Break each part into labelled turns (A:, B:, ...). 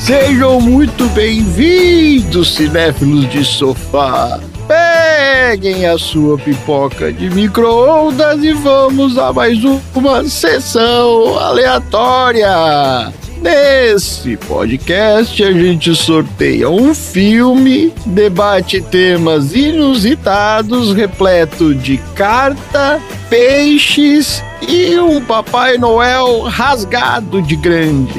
A: Sejam muito bem-vindos, cinéfilos de sofá. Peguem a sua pipoca de micro-ondas e vamos a mais uma sessão aleatória. Nesse podcast, a gente sorteia um filme, debate temas inusitados, repleto de carta, peixes e um Papai Noel rasgado de grande.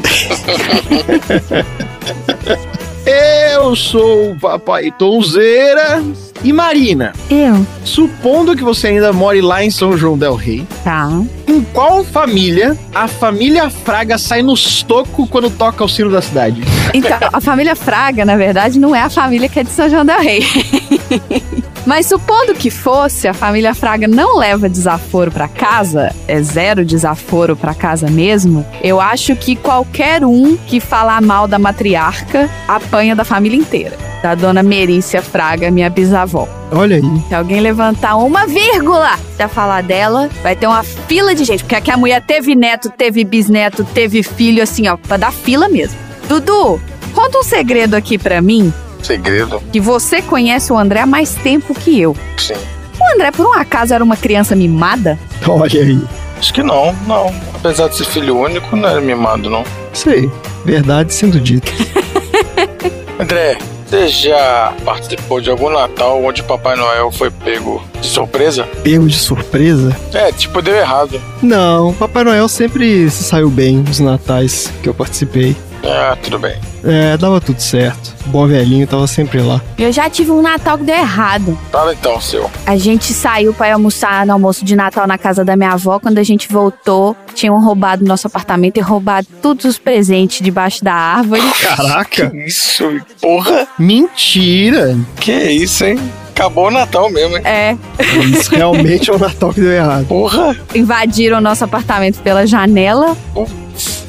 A: Eu sou o Papai Tonzeira e Marina.
B: Eu,
A: Supondo que você ainda more lá em São João del Rei,
B: tá.
A: em qual família a família Fraga sai no soco quando toca o sino da cidade?
B: Então, a família Fraga, na verdade, não é a família que é de São João del Rei. Mas supondo que fosse, a família Fraga não leva desaforo pra casa, é zero desaforo pra casa mesmo. Eu acho que qualquer um que falar mal da matriarca apanha da família inteira. Da dona Merícia Fraga, minha bisavó.
A: Olha aí.
B: Se alguém levantar uma vírgula pra falar dela, vai ter uma fila de gente. Porque aqui a mulher teve neto, teve bisneto, teve filho, assim, ó, pra dar fila mesmo. Dudu, conta um segredo aqui pra mim,
C: Segredo?
B: que você conhece o André há mais tempo que eu.
C: Sim.
B: O André, por um acaso, era uma criança mimada?
A: Olha aí.
C: Acho que não, não. Apesar de ser filho único, não era mimado, não.
A: Sei. Verdade sendo dita.
C: André, você já participou de algum Natal onde Papai Noel foi pego de surpresa?
D: pego de surpresa?
C: É, tipo, deu errado.
D: Não, Papai Noel sempre se saiu bem nos natais que eu participei.
C: Ah, tudo bem.
D: É, dava tudo certo. O bom velhinho tava sempre lá.
B: Eu já tive um Natal que deu errado.
C: Fala então, seu.
B: A gente saiu pra ir almoçar no almoço de Natal na casa da minha avó. Quando a gente voltou, tinham roubado nosso apartamento e roubado todos os presentes debaixo da árvore.
A: Caraca.
C: Isso, porra.
A: Mentira.
C: Que isso, hein? Acabou o Natal mesmo, hein?
B: É,
D: Isso realmente é
A: um
D: o Natal que deu errado.
C: Porra.
B: invadiram o nosso apartamento pela janela.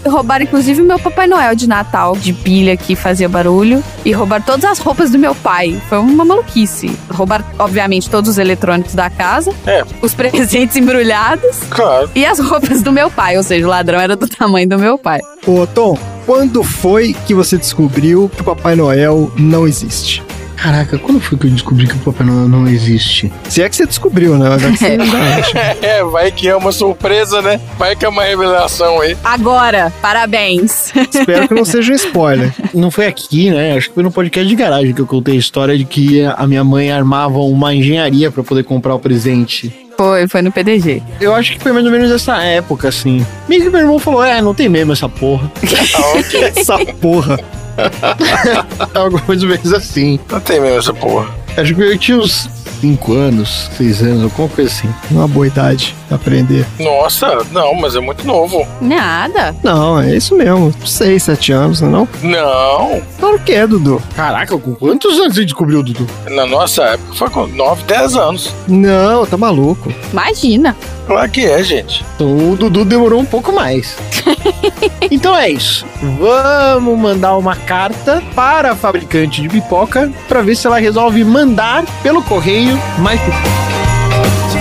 B: Roubaram inclusive o meu Papai Noel de Natal, de pilha que fazia barulho. E roubaram todas as roupas do meu pai. Foi uma maluquice. Roubaram, obviamente, todos os eletrônicos da casa,
C: É.
B: os presentes embrulhados
C: Claro.
B: e as roupas do meu pai. Ou seja, o ladrão era do tamanho do meu pai.
D: Ô, Tom, quando foi que você descobriu que o Papai Noel não existe?
A: Caraca, quando foi que eu descobri que o Papai Noel não existe?
D: Se é que você descobriu, né? Mas é que você ainda acha.
C: É, vai que é uma surpresa, né? Vai que é uma revelação aí.
B: Agora, parabéns.
D: Espero que não seja um spoiler.
A: Não foi aqui, né? Acho que foi no podcast de garagem que eu contei a história de que a minha mãe armava uma engenharia pra poder comprar o presente.
B: Foi, foi no PDG.
A: Eu acho que foi mais ou menos essa época, assim. Meio que meu irmão falou, é, não tem mesmo essa porra.
C: Ah, ok.
D: Essa porra.
A: Algo mais ou menos assim.
C: Não tem mesmo essa porra.
A: Acho que eu tinha uns 5 anos, 6 anos, alguma coisa assim.
D: Uma boa idade pra aprender.
C: Nossa, não, mas é muito novo.
B: Nada.
D: Não, é isso mesmo. Seis, sete anos,
A: né,
D: não é não?
C: Não.
D: Claro que é, Dudu.
A: Caraca, com quantos anos você descobriu, Dudu?
C: Na nossa época foi com 9, 10 anos.
D: Não, tá maluco.
B: Imagina.
C: Claro que é, gente.
A: Então o Dudu demorou um pouco mais. então é isso. Vamos mandar uma carta para a fabricante de pipoca pra ver se ela resolve mandar pelo correio mais pipoca.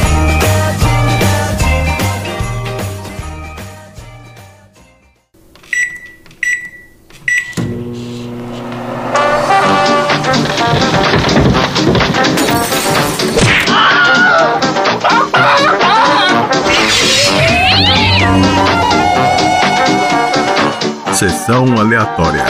E: Sessão aleatória.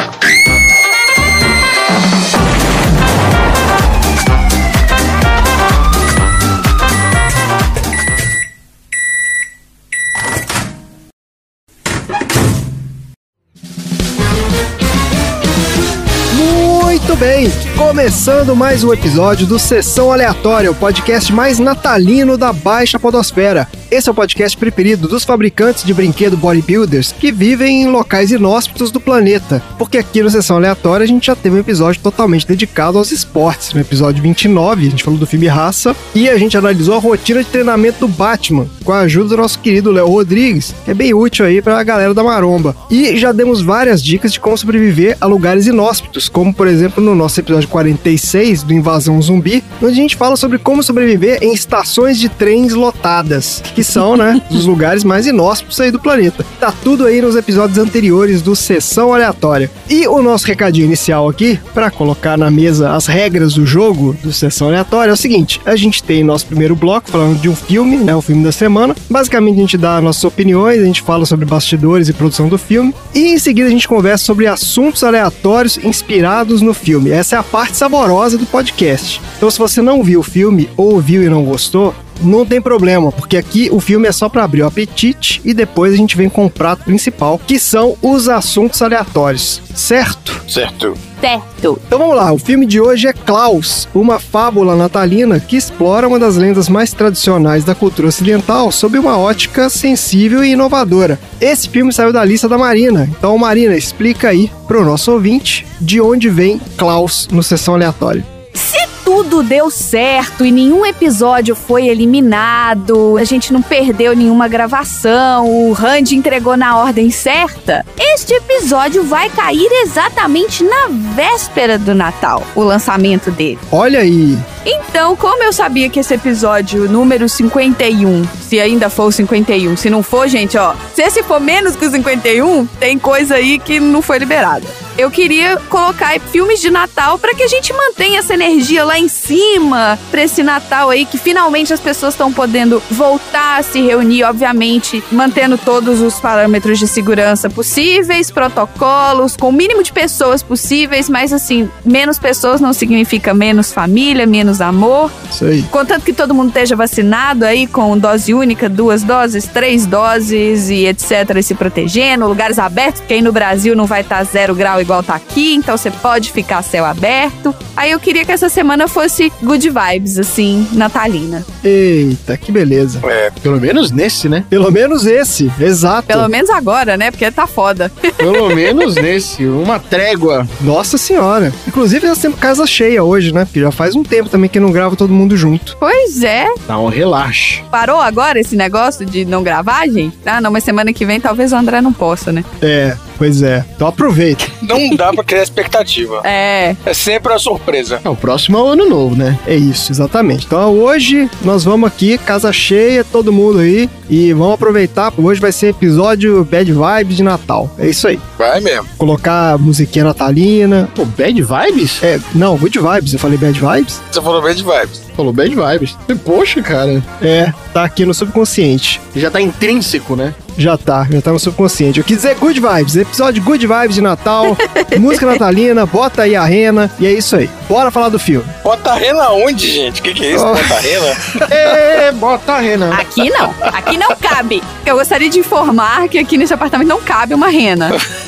D: Muito bem, começando mais um episódio do Sessão Aleatória, o podcast mais natalino da Baixa Podosfera.
F: Esse é o podcast preferido dos fabricantes de brinquedo bodybuilders que vivem em locais inóspitos do planeta. Porque aqui no Sessão Aleatória a gente já teve um episódio totalmente dedicado aos esportes. No episódio 29, a gente falou do filme Raça e a gente analisou a rotina de treinamento do Batman com a ajuda do nosso querido Léo Rodrigues, que é bem útil aí pra galera da Maromba. E já demos várias dicas de como sobreviver a lugares inóspitos, como por exemplo no nosso episódio 46 do Invasão Zumbi, onde a gente fala sobre como sobreviver em estações de trens lotadas, que são, né, os lugares mais inóspitos aí do planeta. Tá tudo aí nos episódios anteriores do Sessão Aleatória. E o nosso recadinho inicial aqui, pra colocar na mesa as regras do jogo do Sessão Aleatória, é o seguinte: a gente tem nosso primeiro bloco falando de um filme, né, o filme da semana. Basicamente a gente dá nossas opiniões, a gente fala sobre bastidores e produção do filme, e em seguida a gente conversa sobre assuntos aleatórios inspirados no filme. Essa é a parte saborosa do podcast. Então se você não viu o filme ou viu e não gostou, não tem problema, porque aqui o filme é só pra abrir o apetite e depois a gente vem com o prato principal, que são os assuntos aleatórios, certo?
C: Certo.
B: Certo.
F: Então vamos lá, o filme de hoje é Klaus, uma fábula natalina que explora uma das lendas mais tradicionais da cultura ocidental sob uma ótica sensível e inovadora. Esse filme saiu da lista da Marina, então Marina, explica aí pro nosso ouvinte de onde vem Klaus no Sessão Aleatória.
B: Se tudo deu certo e nenhum episódio foi eliminado, a gente não perdeu nenhuma gravação, o Randy entregou na ordem certa, este episódio vai cair exatamente na véspera do Natal, o lançamento dele.
F: Olha aí,
B: Então, como eu sabia que esse episódio número 51, se ainda for o 51, se não for, gente, ó, se esse for menos que o 51, tem coisa aí que não foi liberada. Eu queria colocar filmes de Natal pra que a gente mantenha essa energia lá em cima pra esse Natal aí que finalmente as pessoas estão podendo voltar a se reunir, obviamente, mantendo todos os parâmetros de segurança possíveis, protocolos, com o mínimo de pessoas possíveis, mas assim, menos pessoas não significa menos família, menos amor.
F: isso aí.
B: Contanto que todo mundo esteja vacinado aí com dose única, duas doses, três doses e etc. E se protegendo, lugares abertos, porque aí no Brasil não vai estar zero grau igual tá aqui, então você pode ficar a céu aberto. Aí eu queria que essa semana fosse good vibes, assim, natalina.
F: Eita, que beleza.
C: É,
A: Pelo menos nesse, né?
F: Pelo menos esse, exato.
B: Pelo menos agora, né? Porque tá foda.
A: Pelo menos nesse. Uma trégua.
F: Nossa senhora. Inclusive, nós temos casa cheia hoje, né? Porque já faz um tempo também que não grava todo mundo junto.
B: Pois é.
A: Dá um relaxe.
B: Parou agora esse negócio de não gravar, gente? Ah, não, mas semana que vem talvez o André não possa, né?
F: É, pois é. Então aproveita.
C: não dá pra criar expectativa.
B: É.
C: É sempre uma surpresa.
A: É, o próximo é o ano novo, né?
F: É isso, exatamente. Então hoje nós vamos aqui, casa cheia, todo mundo aí. E vamos aproveitar. Hoje vai ser episódio Bad Vibes de Natal. É isso aí.
C: Vai mesmo.
F: Colocar musiquinha natalina.
A: Pô, bad vibes?
F: É, não, Good Vibes. Eu falei Bad Vibes?
C: Você falou bem de vibes.
A: Falou bad vibes. E, Poxa, cara.
F: É, tá aqui no subconsciente.
A: Já tá intrínseco, né?
F: Já tá, já tá no subconsciente. Eu quis dizer Good Vibes, episódio Good Vibes de Natal, música natalina, bota aí a rena, e é isso aí. Bora falar do filme.
C: Bota rena onde, gente? O que, que é isso?
F: Oh.
C: Bota rena?
A: É, bota, Renan.
B: Aqui não. Aqui não cabe. Eu gostaria de informar que aqui nesse apartamento não cabe uma rena.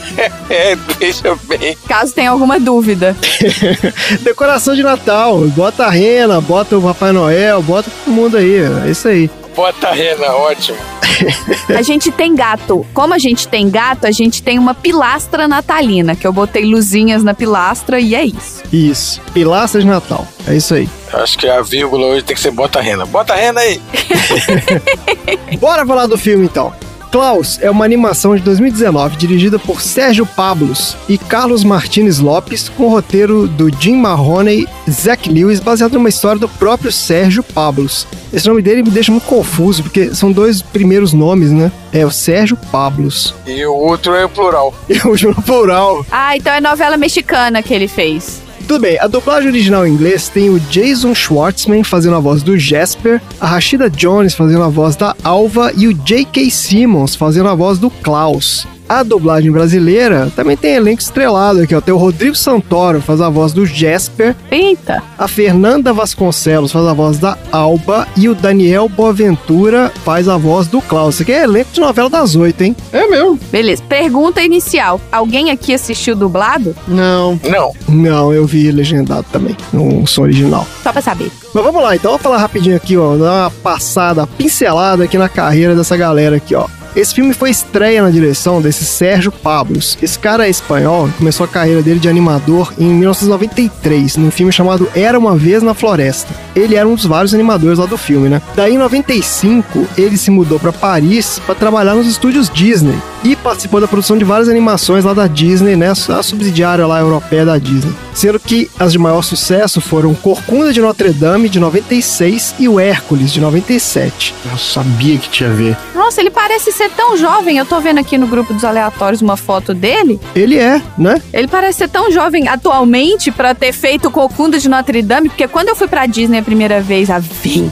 C: É, deixa bem.
B: Caso tenha alguma dúvida.
F: Decoração de Natal, bota a rena, bota o Papai Noel, bota todo mundo aí, é isso aí.
C: Bota rena, ótimo.
B: A gente tem gato. Como a gente tem gato, a gente tem uma pilastra natalina, que eu botei luzinhas na pilastra e é isso.
F: Isso, pilastra de Natal, é isso aí.
C: Acho que a vírgula hoje tem que ser bota rena. Bota rena aí.
F: Bora falar do filme então. Klaus é uma animação de 2019 dirigida por Sérgio Pablos e Carlos Martins Lopes, com o roteiro do Jim Mahoney e Zach Lewis, baseado numa história do próprio Sérgio Pablos. Esse nome dele me deixa muito confuso, porque são dois primeiros nomes, né? É o Sérgio Pablos
C: E o outro é o plural.
F: e o Júlio Plural.
B: Ah, então é novela mexicana que ele fez.
F: Tudo bem, a dublagem original em inglês tem o Jason Schwartzman fazendo a voz do Jasper, a Rashida Jones fazendo a voz da Alva e o J.K. Simmons fazendo a voz do Klaus. A dublagem brasileira também tem elenco estrelado aqui, ó. Tem o Rodrigo Santoro, faz a voz do Jesper,
G: Eita!
F: a Fernanda Vasconcelos faz a voz da Alba e o Daniel Boaventura faz a voz do Klaus. Isso aqui é elenco de novela das oito, hein?
A: É mesmo.
G: Beleza, pergunta inicial. Alguém aqui assistiu dublado?
F: Não.
C: Não,
F: Não, eu vi legendado também. Não sou original.
G: Só pra saber.
F: Mas vamos lá, então vamos falar rapidinho aqui, ó, dar uma passada, uma pincelada aqui na carreira dessa galera aqui, ó. Esse filme foi estreia na direção desse Sérgio Pablos. Esse cara é espanhol, começou a carreira dele de animador em 1993, num filme chamado Era uma vez na floresta. Ele era um dos vários animadores lá do filme, né? Daí em 95, ele se mudou pra Paris pra trabalhar nos estúdios Disney e participou da produção de várias animações lá da Disney, né? A subsidiária lá europeia da Disney. Sendo que as de maior sucesso foram Corcunda de Notre Dame, de 96, e o Hércules, de 97.
A: Eu sabia que tinha a ver.
G: Nossa, ele parece ser tão jovem. Eu tô vendo aqui no grupo dos aleatórios uma foto dele.
F: Ele é, né?
G: Ele parece ser tão jovem atualmente pra ter feito Cocunda de Notre Dame, porque quando eu fui pra Disney a primeira vez, há 20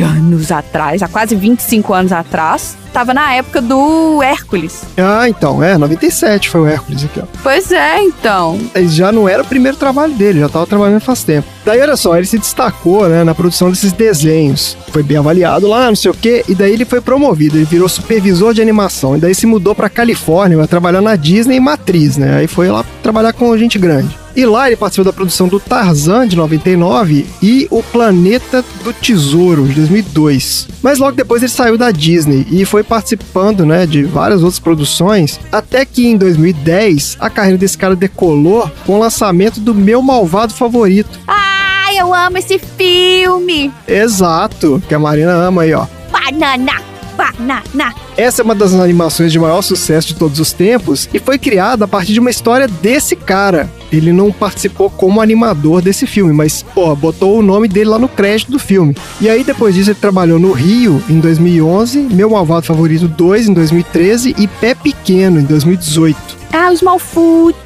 G: anos atrás, há quase 25 anos atrás, tava na época do Hércules.
F: Ah, então, é, 97 foi o Hércules aqui, ó.
G: Pois é, então.
F: Ele já não era o primeiro trabalho dele, já tava trabalhando faz tempo. Daí, olha só, ele se destacou, né, na produção desses desenhos. Foi bem avaliado lá, não sei o quê, e daí ele foi promovido, ele virou supervisor de animação, e daí se mudou pra Califórnia, vai trabalhar na Disney e Matriz, né, aí foi lá trabalhar com gente grande. E lá ele participou da produção do Tarzan de 99 e O Planeta do Tesouro de 2002. Mas logo depois ele saiu da Disney e foi participando, né, de várias outras produções, até que em 2010 a carreira desse cara decolou com o lançamento do Meu Malvado Favorito.
G: Ai, eu amo esse filme!
F: Exato, que a Marina ama aí, ó.
G: Banana! Banana!
F: Essa é uma das animações de maior sucesso de todos os tempos e foi criada a partir de uma história desse cara. Ele não participou como animador desse filme, mas, pô, botou o nome dele lá no crédito do filme. E aí, depois disso, ele trabalhou no Rio em 2011, Meu Malvado Favorito 2 em 2013 e Pé Pequeno em 2018.
G: Ah, o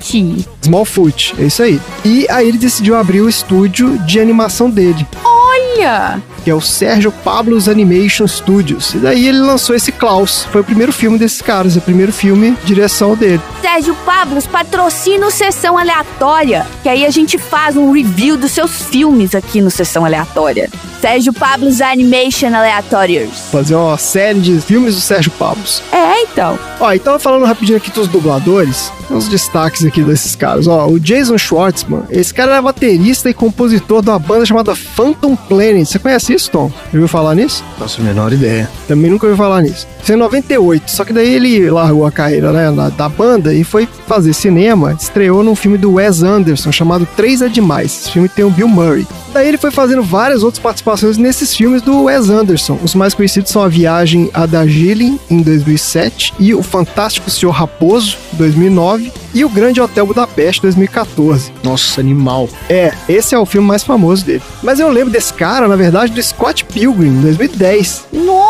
G: Smallfoot!
F: Smallfoot, é isso aí. E aí ele decidiu abrir o estúdio de animação dele,
G: Olha!
F: que é o Sérgio Pablos Animation Studios. E daí ele lançou esse Klaus. Foi o primeiro filme desses caras, é o primeiro filme, direção dele.
G: Sérgio Pablos patrocina o Sessão Aleatória, que aí a gente faz um review dos seus filmes aqui no Sessão Aleatória. Sérgio Pablos Animation Aleatórios.
F: Fazer uma série de filmes do Sérgio Pablos.
G: É, então.
F: Ó, então falando rapidinho aqui dos dubladores, uns destaques aqui desses caras. Ó, o Jason Schwartzman, esse cara era baterista e compositor de uma banda chamada Phantom Planet. Você conhece isso, Tom? Já ouviu falar nisso?
A: Nossa, menor ideia.
F: Também nunca ouvi falar nisso. Isso é em 98, só que daí ele largou a carreira né, da, da banda e foi fazer cinema. Estreou num filme do Wes Anderson chamado Três é Demais. Esse filme tem o Bill Murray. Daí ele foi fazendo várias outras participações nesses filmes do Wes Anderson. Os mais conhecidos são A Viagem a Darjeeling, em 2007, e O Fantástico Senhor Raposo, 2009, e O Grande Hotel Budapeste, 2014.
A: Nossa, animal.
F: É, esse é o filme mais famoso dele. Mas eu lembro desse cara, na verdade, do Scott Pilgrim, 2010.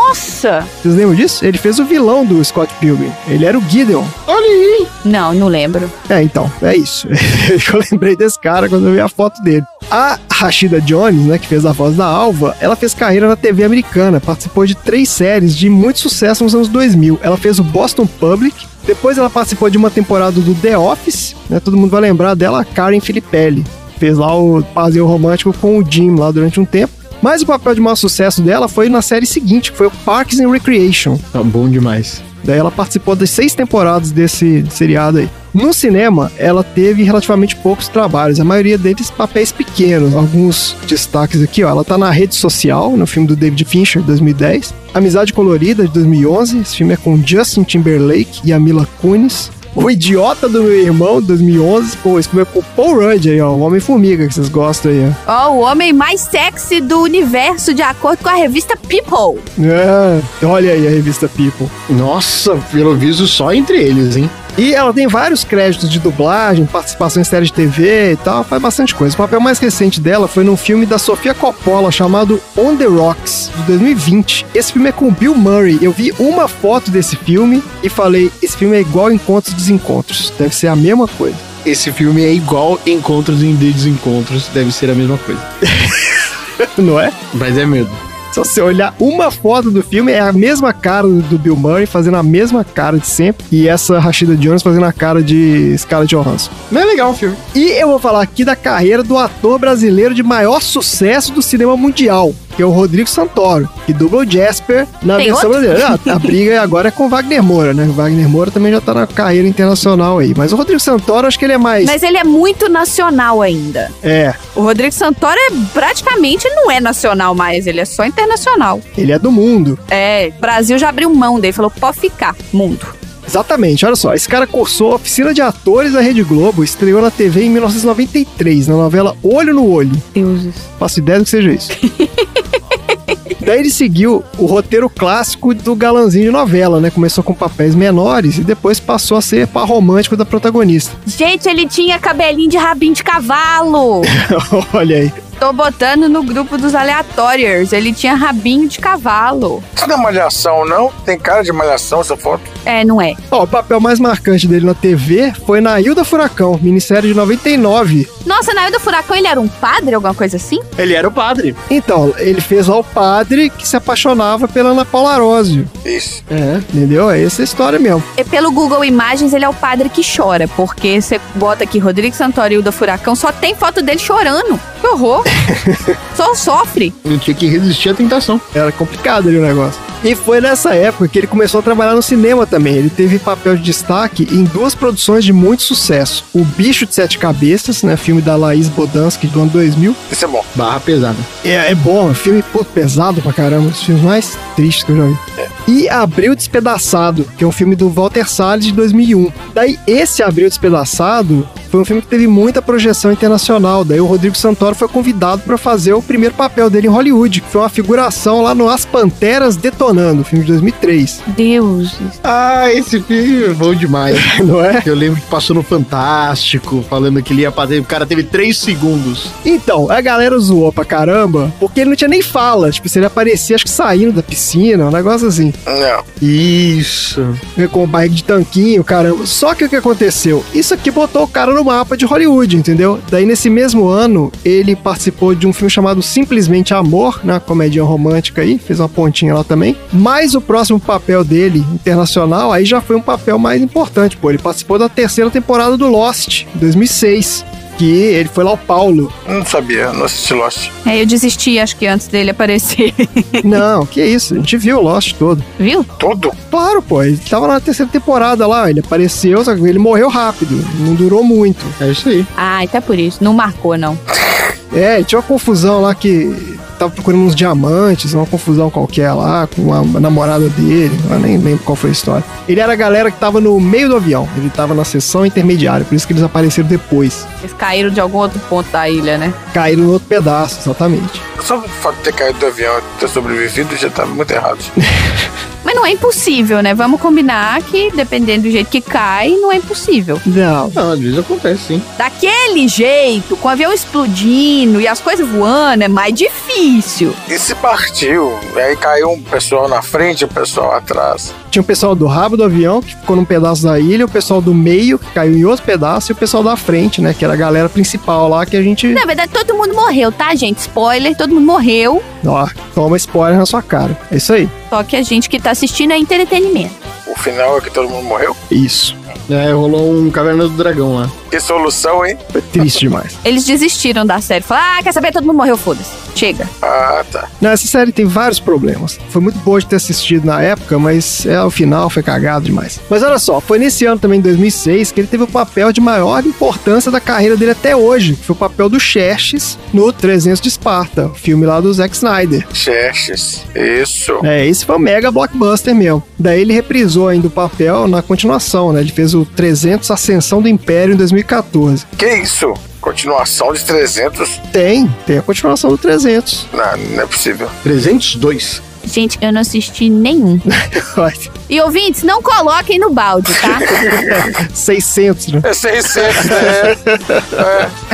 G: Nossa!
F: Vocês lembram disso? Ele fez o vilão do Scott Pilgrim. Ele era o Gideon.
A: Olha aí.
G: Não, não lembro.
F: É, então, é isso. eu lembrei desse cara quando eu vi a foto dele. A Rashida Jones, né, que fez a voz da Alva, ela fez carreira na TV americana, participou de três séries de muito sucesso nos anos 2000. Ela fez o Boston Public, depois ela participou de uma temporada do The Office, né, todo mundo vai lembrar dela, a Karen Filippelli. Fez lá o passeio romântico com o Jim lá durante um tempo. Mas o papel de maior sucesso dela foi na série seguinte, que foi o Parks and Recreation.
A: Tá bom demais.
F: Daí ela participou das seis temporadas desse seriado aí. No cinema, ela teve relativamente poucos trabalhos, a maioria deles papéis pequenos. Alguns destaques aqui, ó. Ela tá na rede social, no filme do David Fincher, de 2010. Amizade Colorida, de 2011. Esse filme é com Justin Timberlake e a Mila Kunis. O Idiota do Meu Irmão, de 2011. Pô, esse filme é com o Paul Rudd aí, ó. O Homem-Formiga, que vocês gostam aí, ó.
G: Ó, o homem mais sexy do universo, de acordo com a revista People.
F: É, olha aí a revista People.
A: Nossa, pelo visto só entre eles, hein?
F: E ela tem vários créditos de dublagem, participação em série de TV e tal, faz bastante coisa. O papel mais recente dela foi num filme da Sofia Coppola chamado On the Rocks, de 2020. Esse filme é com o Bill Murray. Eu vi uma foto desse filme e falei: esse filme é igual Encontros e Desencontros. Deve ser a mesma coisa.
A: Esse filme é igual Encontros e Desencontros, deve ser a mesma coisa.
F: Não é?
A: Mas é medo.
F: Se você olhar uma foto do filme, é a mesma cara do Bill Murray fazendo a mesma cara de sempre e essa Rashida Jones fazendo a cara de Scarlett Johansson. Não é legal o filme. E eu vou falar aqui da carreira do ator brasileiro de maior sucesso do cinema mundial, que é o Rodrigo Santoro, que dubla o Jasper na
B: Tem
F: versão
B: outro?
F: brasileira. Ah, a briga agora é com o Wagner Moura, né? O Wagner Moura também já tá na carreira internacional aí. Mas o Rodrigo Santoro, acho que ele é mais...
B: Mas ele é muito nacional ainda.
F: É,
G: O Rodrigo Santoro é, praticamente não é nacional mais, ele é só internacional.
F: ele é do mundo.
G: É, o Brasil já abriu mão dele, falou, pode ficar, mundo.
F: Exatamente, olha só, esse cara cursou a oficina de atores da Rede Globo, estreou na TV em 1993, na novela Olho no Olho.
G: Deuses.
F: Faço ideia do que seja isso. Daí ele seguiu o roteiro clássico do galãzinho de novela, né? Começou com papéis menores e depois passou a ser par romântico da protagonista.
B: Gente, ele tinha cabelinho de rabinho de cavalo.
F: Olha aí.
G: Tô botando no grupo dos aleatórios, ele tinha rabinho de cavalo.
C: Isso não é malhação, não? Tem cara de malhação essa foto?
G: É, não é.
F: Ó, o papel mais marcante dele na TV foi na Hilda Furacão, minissérie de 99.
B: Nossa, na hora do furacão ele era um padre, alguma coisa assim?
A: Ele era o padre.
F: Então, ele fez lá o padre que se apaixonava pela Ana Paula Arósio.
C: Isso.
F: É, entendeu? É essa a história mesmo.
G: E pelo Google Imagens, ele é o padre que chora, porque você bota aqui Rodrigo Santoro e o da Furacão, só tem foto dele chorando. Que horror. só sofre.
A: Não tinha que resistir à tentação.
F: Era complicado ali o negócio. E foi nessa época que ele começou a trabalhar no cinema também. Ele teve papel de destaque em duas produções de muito sucesso. O Bicho de Sete Cabeças, né? Filme da Laís Bodansky do ano 2000.
C: Isso é bom.
A: Barra pesada.
F: É, é bom, é um filme pô, pesado pra caramba. Um dos filmes mais tristes que eu já vi. E Abril Despedaçado, que é um filme do Walter Salles de 2001. Daí, esse Abril Despedaçado foi um filme que teve muita projeção internacional. Daí, o Rodrigo Santoro foi convidado pra fazer o primeiro papel dele em Hollywood, que foi uma figuração lá no As Panteras Detonando, filme de 2003.
G: Deuses.
A: Ah, esse filme é bom demais.
F: Não é?
A: Eu lembro que passou no Fantástico, falando que ele ia fazer. O cara teve três segundos.
F: Então, a galera zoou pra caramba, porque ele não tinha nem fala. Tipo, se ele aparecia, acho que saindo da piscina, um negócio assim.
C: Não.
A: Isso.
F: com o bike de tanquinho, caramba. Só que o que aconteceu? Isso aqui botou o cara no mapa de Hollywood, entendeu? Daí nesse mesmo ano, ele participou de um filme chamado Simplesmente Amor, na comédia romântica aí, fez uma pontinha lá também. Mas o próximo papel dele, internacional, aí já foi um papel mais importante, pô. Ele participou da terceira temporada do Lost, em 2006. Que ele foi lá ao Paulo.
C: Não sabia, não assisti Lost.
G: É, eu desisti, acho que antes dele aparecer.
F: Não, que isso, a gente viu o Lost todo.
G: Viu?
C: Todo?
F: Claro, pô, ele tava na terceira temporada lá, ele apareceu, só que ele morreu rápido, não durou muito.
A: É isso aí.
G: Ah, até por isso. Não marcou, não.
F: É, tinha uma confusão lá que tava procurando uns diamantes, uma confusão qualquer lá, com a namorada dele, eu nem lembro qual foi a história. Ele era a galera que tava no meio do avião, ele tava na sessão intermediária, por isso que eles apareceram depois.
G: Eles caíram de algum outro ponto da ilha, né?
F: Caíram no outro pedaço, exatamente.
C: Só o fato de ter caído do avião e ter sobrevivido já tá muito errado.
G: Mas não é impossível, né? Vamos combinar que, dependendo do jeito que cai, não é impossível.
F: Não.
A: Não, às vezes acontece, sim.
G: Daquele jeito, com o avião explodindo e as coisas voando, é mais difícil.
C: E se partiu? Aí caiu um pessoal na frente, um pessoal atrás.
F: Tinha o pessoal do rabo do avião, que ficou num pedaço da ilha, o pessoal do meio, que caiu em outro pedaço, e o pessoal da frente, né, que era a galera principal lá, que a gente...
B: Na verdade, todo mundo morreu, tá, gente? Spoiler, todo mundo morreu.
F: Ó, toma spoiler na sua cara. É isso aí.
G: Só que a gente que tá assistindo é entretenimento.
C: O final é que todo mundo morreu.
F: Isso.
A: É, rolou um Caverna do Dragão lá.
C: Que solução, hein?
F: Foi É triste demais.
G: Eles desistiram da série. Falaram, ah, quer saber? Todo mundo morreu, foda-se. Chega.
C: Ah, tá.
F: Não, essa série tem vários problemas. Foi muito boa de ter assistido na época, mas é, o final foi cagado demais. Mas olha só, foi nesse ano também, em 2006, que ele teve o papel de maior importância da carreira dele até hoje, que foi o papel do Xerxes no 300 de Esparta, o filme lá do Zack Snyder.
C: Xerxes. Isso.
F: É, esse foi um mega blockbuster mesmo. Daí ele reprisou ainda o papel na continuação, né? Ele fez o 300 Ascensão do Império em 2014.
C: Que isso? Continuação de 300?
F: Tem, tem a continuação do 300.
C: Não, não é possível.
A: 302.
B: Gente, eu não assisti nenhum.
F: Olha,
B: E ouvintes, não coloquem no balde, tá?
F: 600, né?
C: É 600, né?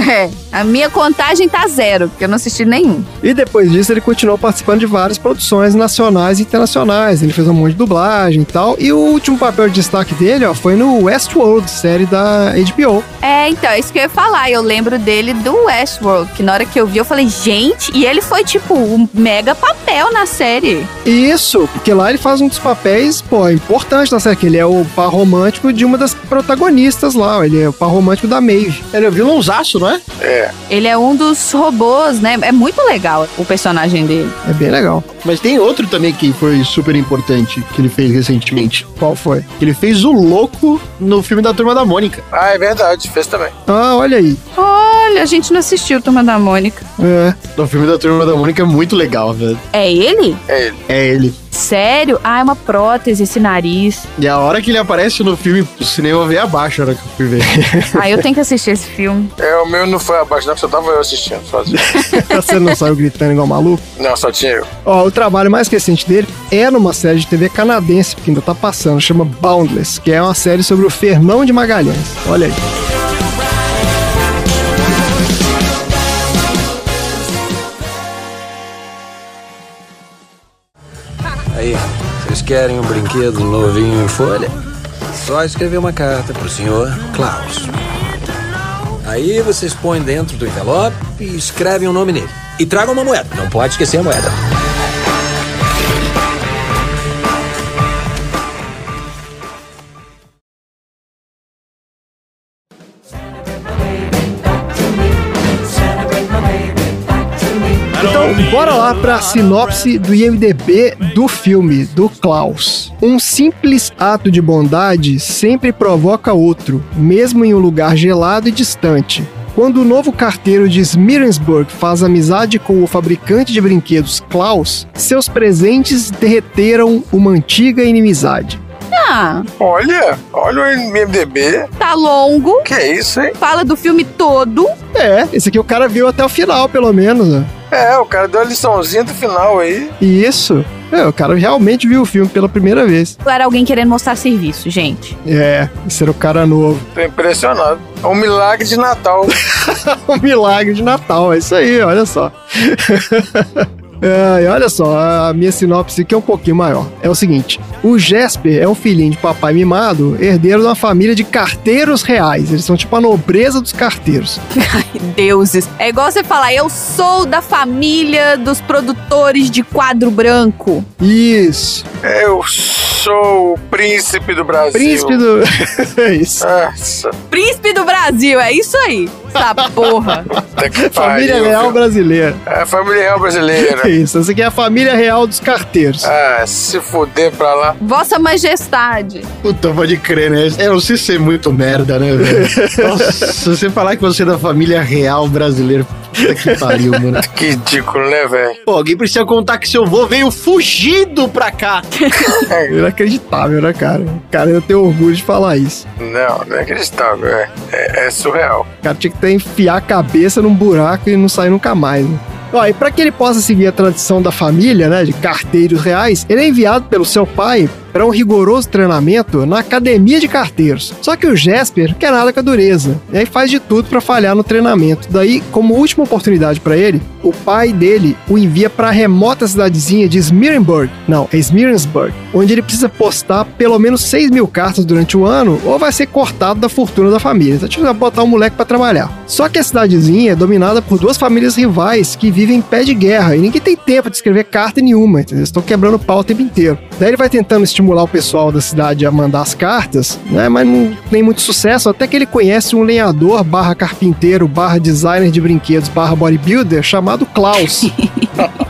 B: É, a minha contagem tá zero, porque eu não assisti nenhum.
F: E depois disso ele continuou participando de várias produções nacionais e internacionais. Ele fez um monte de dublagem e tal. E o último papel de destaque dele, ó, foi no Westworld, série da HBO.
B: É, então, é isso que eu ia falar. Eu lembro dele do Westworld, que na hora que eu vi, eu falei, gente, e ele foi, tipo, um mega papel na série.
F: E isso, porque lá ele faz um dos papéis, pô, importantes da série, que ele é o par romântico de uma das protagonistas lá. Ele é o par romântico da Maeve.
A: Ele é o vilãozaço, não é?
C: É.
B: Ele é um dos robôs, né? É muito legal o personagem dele.
F: É bem legal.
A: Mas tem outro também que foi super importante, que ele fez recentemente.
F: Qual foi?
A: Ele fez o louco no filme da Turma da Mônica.
C: Ah, é verdade, fez também.
F: Ah, olha aí.
G: Olha, a gente não assistiu Turma da Mônica.
F: É.
A: O filme da Turma da Mônica é muito legal, velho.
B: É ele?
C: É ele.
A: É ele.
B: Sério? Ah, é uma prótese esse nariz.
A: E a hora que ele aparece no filme, o cinema veio abaixo a hora que eu fui ver.
B: Ah, eu tenho que assistir esse filme.
C: É, o meu não foi abaixo, não, só tava eu assistindo sozinho.
F: Você não saiu gritando igual maluco?
C: Não, só tinha eu.
F: Ó, o trabalho mais recente dele é numa série de TV canadense, que ainda tá passando, chama Boundless, que é uma série sobre o Fernão de Magalhães. Olha aí.
H: Aí, vocês querem um brinquedo novinho em folha? Só escrever uma carta pro senhor Klaus. Aí vocês põem dentro do envelope e escrevem o nome nele. E tragam uma moeda. Não pode esquecer a moeda.
F: Então, bora lá pra sinopse do IMDB do filme, do Klaus. Um simples ato de bondade sempre provoca outro, mesmo em um lugar gelado e distante. Quando o novo carteiro de Smirensburg faz amizade com o fabricante de brinquedos Klaus, seus presentes derreteram uma antiga inimizade.
B: Ah,
C: Olha, olha o MDB.
B: tá longo.
C: Que é isso, hein?
B: Fala do filme todo.
F: É, esse aqui o cara viu até o final, pelo menos. né?
C: É, o cara deu a liçãozinha do final aí.
F: E isso, é, o cara realmente viu o filme pela primeira vez.
B: Era alguém querendo mostrar serviço, gente.
F: É, esse era o cara novo.
C: Tô impressionado. É um milagre de Natal.
F: um milagre de Natal. É isso aí, olha só. É, e olha só, a minha sinopse aqui é um pouquinho maior. É o seguinte: o Jesper é um filhinho de papai mimado, herdeiro de uma família de carteiros reais. Eles são tipo a nobreza dos carteiros.
B: Deuses. É igual você falar, eu sou da família dos produtores de quadro branco.
F: Isso.
C: Eu sou o príncipe do Brasil.
F: Príncipe do. é isso.
C: Nossa,
B: Príncipe do Brasil, é isso aí. Essa porra.
C: puta que
F: Família
C: pariu,
F: real
C: viu?
F: brasileira.
C: É a família real brasileira.
F: É isso. Essa aqui é a família real dos carteiros.
C: Ah, se fuder pra lá.
B: Vossa Majestade.
A: Puta, pode crer, né? É, você ser muito merda, né, velho? Nossa, se você falar que você é da família real brasileira, puta que pariu, mano.
C: Que ridículo, né, velho?
A: Pô, alguém precisa contar que seu vô veio fugido pra cá.
F: Inacreditável, né, cara? Cara, eu tenho orgulho de falar isso.
C: Não, não é acreditável, é. É, é surreal.
F: O cara tinha que ter enfiar a cabeça num buraco e não sair nunca mais, né? Ó, e para que ele possa seguir a tradição da família, né, de carteiros reais, ele é enviado pelo seu pai para um rigoroso treinamento na academia de carteiros. Só que o Jesper quer nada com a dureza, né, e aí faz de tudo para falhar no treinamento. Daí, como última oportunidade para ele, o pai dele o envia para a remota cidadezinha de Smirenburg, não, é Smirensburg, onde ele precisa postar pelo menos 6 mil cartas durante o ano ou vai ser cortado da fortuna da família. Então, tipo, vai botar o moleque para trabalhar. Só que a cidadezinha é dominada por duas famílias rivais que vivem em pé de guerra e ninguém tem tempo de escrever carta nenhuma, entendeu? Eles estão quebrando pau o tempo inteiro. Daí ele vai tentando estimular o pessoal da cidade a mandar as cartas, né? Mas não tem muito sucesso, até que ele conhece um lenhador barra carpinteiro, barra designer de brinquedos, barra bodybuilder, chamado Klaus.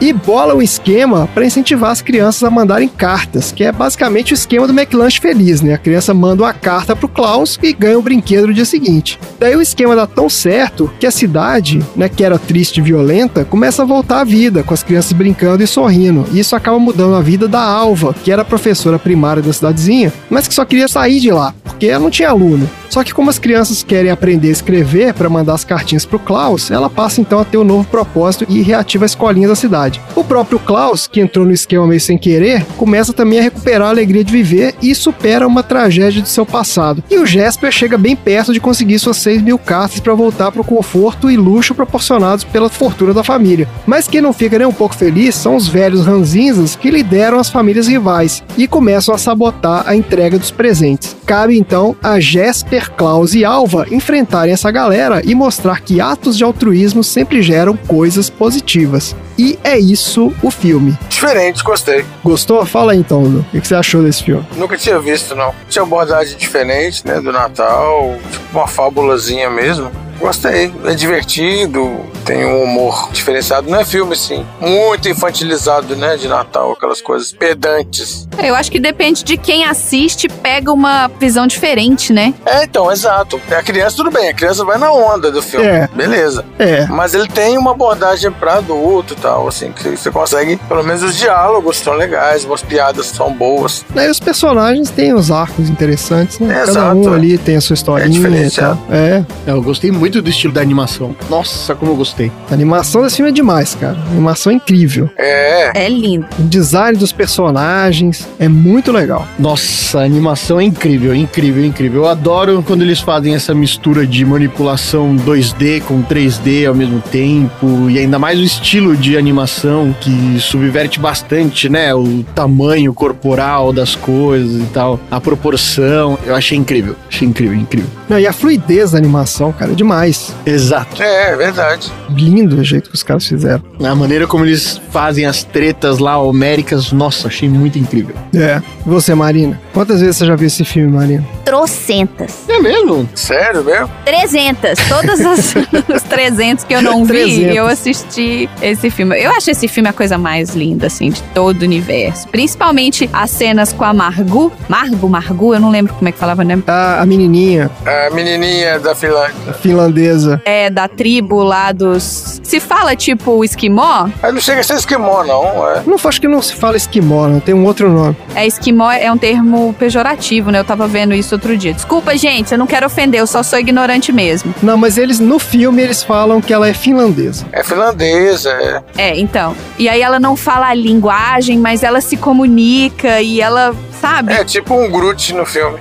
F: e bola um esquema para incentivar as crianças a mandarem cartas, que é basicamente o esquema do McLanche Feliz, né? A criança manda uma carta pro Klaus e ganha o brinquedo no dia seguinte. Daí o esquema dá tão certo que a cidade, né, que era triste e violenta, começa a voltar à vida, com as crianças brincando e sorrindo. E isso acaba mudando a vida da Alva, que era a professora primária da cidadezinha, mas que só queria sair de lá, porque ela não tinha aluno. Só que como as crianças querem aprender a escrever para mandar as cartinhas pro Klaus, ela passa então a ter um novo propósito e reativa a escolinha da cidade. O próprio Klaus, que entrou no esquema meio sem querer, começa também a recuperar a alegria de viver e supera uma tragédia de seu passado. E o Jesper chega bem perto de conseguir suas 6 mil cartas para voltar pro conforto e luxo proporcionados pela fortuna da família. Mas quem não fica nem um pouco feliz são os velhos ranzinzas que lideram as famílias rivais e começam a sabotar a entrega dos presentes. Cabe então a Jesper, Klaus e Alva enfrentarem essa galera e mostrar que atos de altruísmo sempre geram coisas positivas. E é isso o filme.
C: Diferente, gostei.
F: Gostou? Fala aí então, Lu. O que que você achou desse filme?
C: Nunca tinha visto, não. Tinha abordagem diferente, né? Do Natal, tipo uma fábulazinha mesmo. Gostei, é divertido, tem um humor diferenciado. Não é filme, sim. Muito infantilizado, né? De Natal, aquelas coisas pedantes.
B: Eu acho que depende de quem assiste, pega uma visão diferente, né?
C: É, então, exato. A criança, tudo bem, a criança vai na onda do filme.
F: É.
C: Beleza.
F: É,
C: Mas ele tem uma abordagem pra adulto e tal, assim, que você consegue, pelo menos os diálogos são legais, as piadas são boas.
F: Né, E os personagens têm os arcos interessantes, né?
C: É,
F: Cada
C: exato,
F: um
C: é.
F: ali tem a sua historinha.
C: É
F: e tal.
C: diferenciado.
F: É,
A: Eu gostei muito do estilo da animação. Nossa, como eu gostei.
F: a animação desse filme é demais, cara. A animação é incrível.
C: É,
B: É lindo.
F: O design dos personagens é muito legal.
A: Nossa, a animação é incrível, incrível, incrível. Eu adoro quando eles fazem essa mistura de manipulação 2D com 3D ao mesmo tempo, e ainda mais o estilo de animação que subverte bastante, né? O tamanho corporal das coisas e tal, a proporção. Eu achei incrível, achei incrível, incrível.
F: Não, e a fluidez da animação, cara, é demais.
A: Exato.
C: é, é verdade.
F: Lindo o jeito que os caras fizeram.
A: A maneira como eles fazem as tretas lá homéricas, nossa, achei muito incrível.
F: É. E você, Marina? Quantas vezes você já viu esse filme, Marina?
B: Trocentas.
A: É mesmo?
C: Sério mesmo?
B: Trezentas. Todas as os 300 que eu não vi,
F: 300.
B: eu assisti esse filme. Eu acho esse filme a coisa mais linda, assim, de todo o universo. Principalmente as cenas com a Margu. Margu, Margu, eu não lembro como é que falava, né?
F: Ah, A, a menininha
C: A menininha da Finlândia.
F: finlandesa.
B: É, da tribo lá dos... Se fala, tipo, o esquimó?
C: Mas não chega a ser esquimó, não. É.
F: Não, acho que não se fala esquimó, não. Tem um outro nome.
B: É, esquimó é um termo pejorativo, né? Eu tava vendo isso outro dia. Desculpa, gente, eu não quero ofender, eu só sou ignorante mesmo.
F: Não, mas eles, no filme, eles falam que ela é finlandesa.
C: É finlandesa, é.
B: É, então. E aí ela não fala a linguagem, mas ela se comunica e ela, sabe?
C: É tipo um Groot no filme.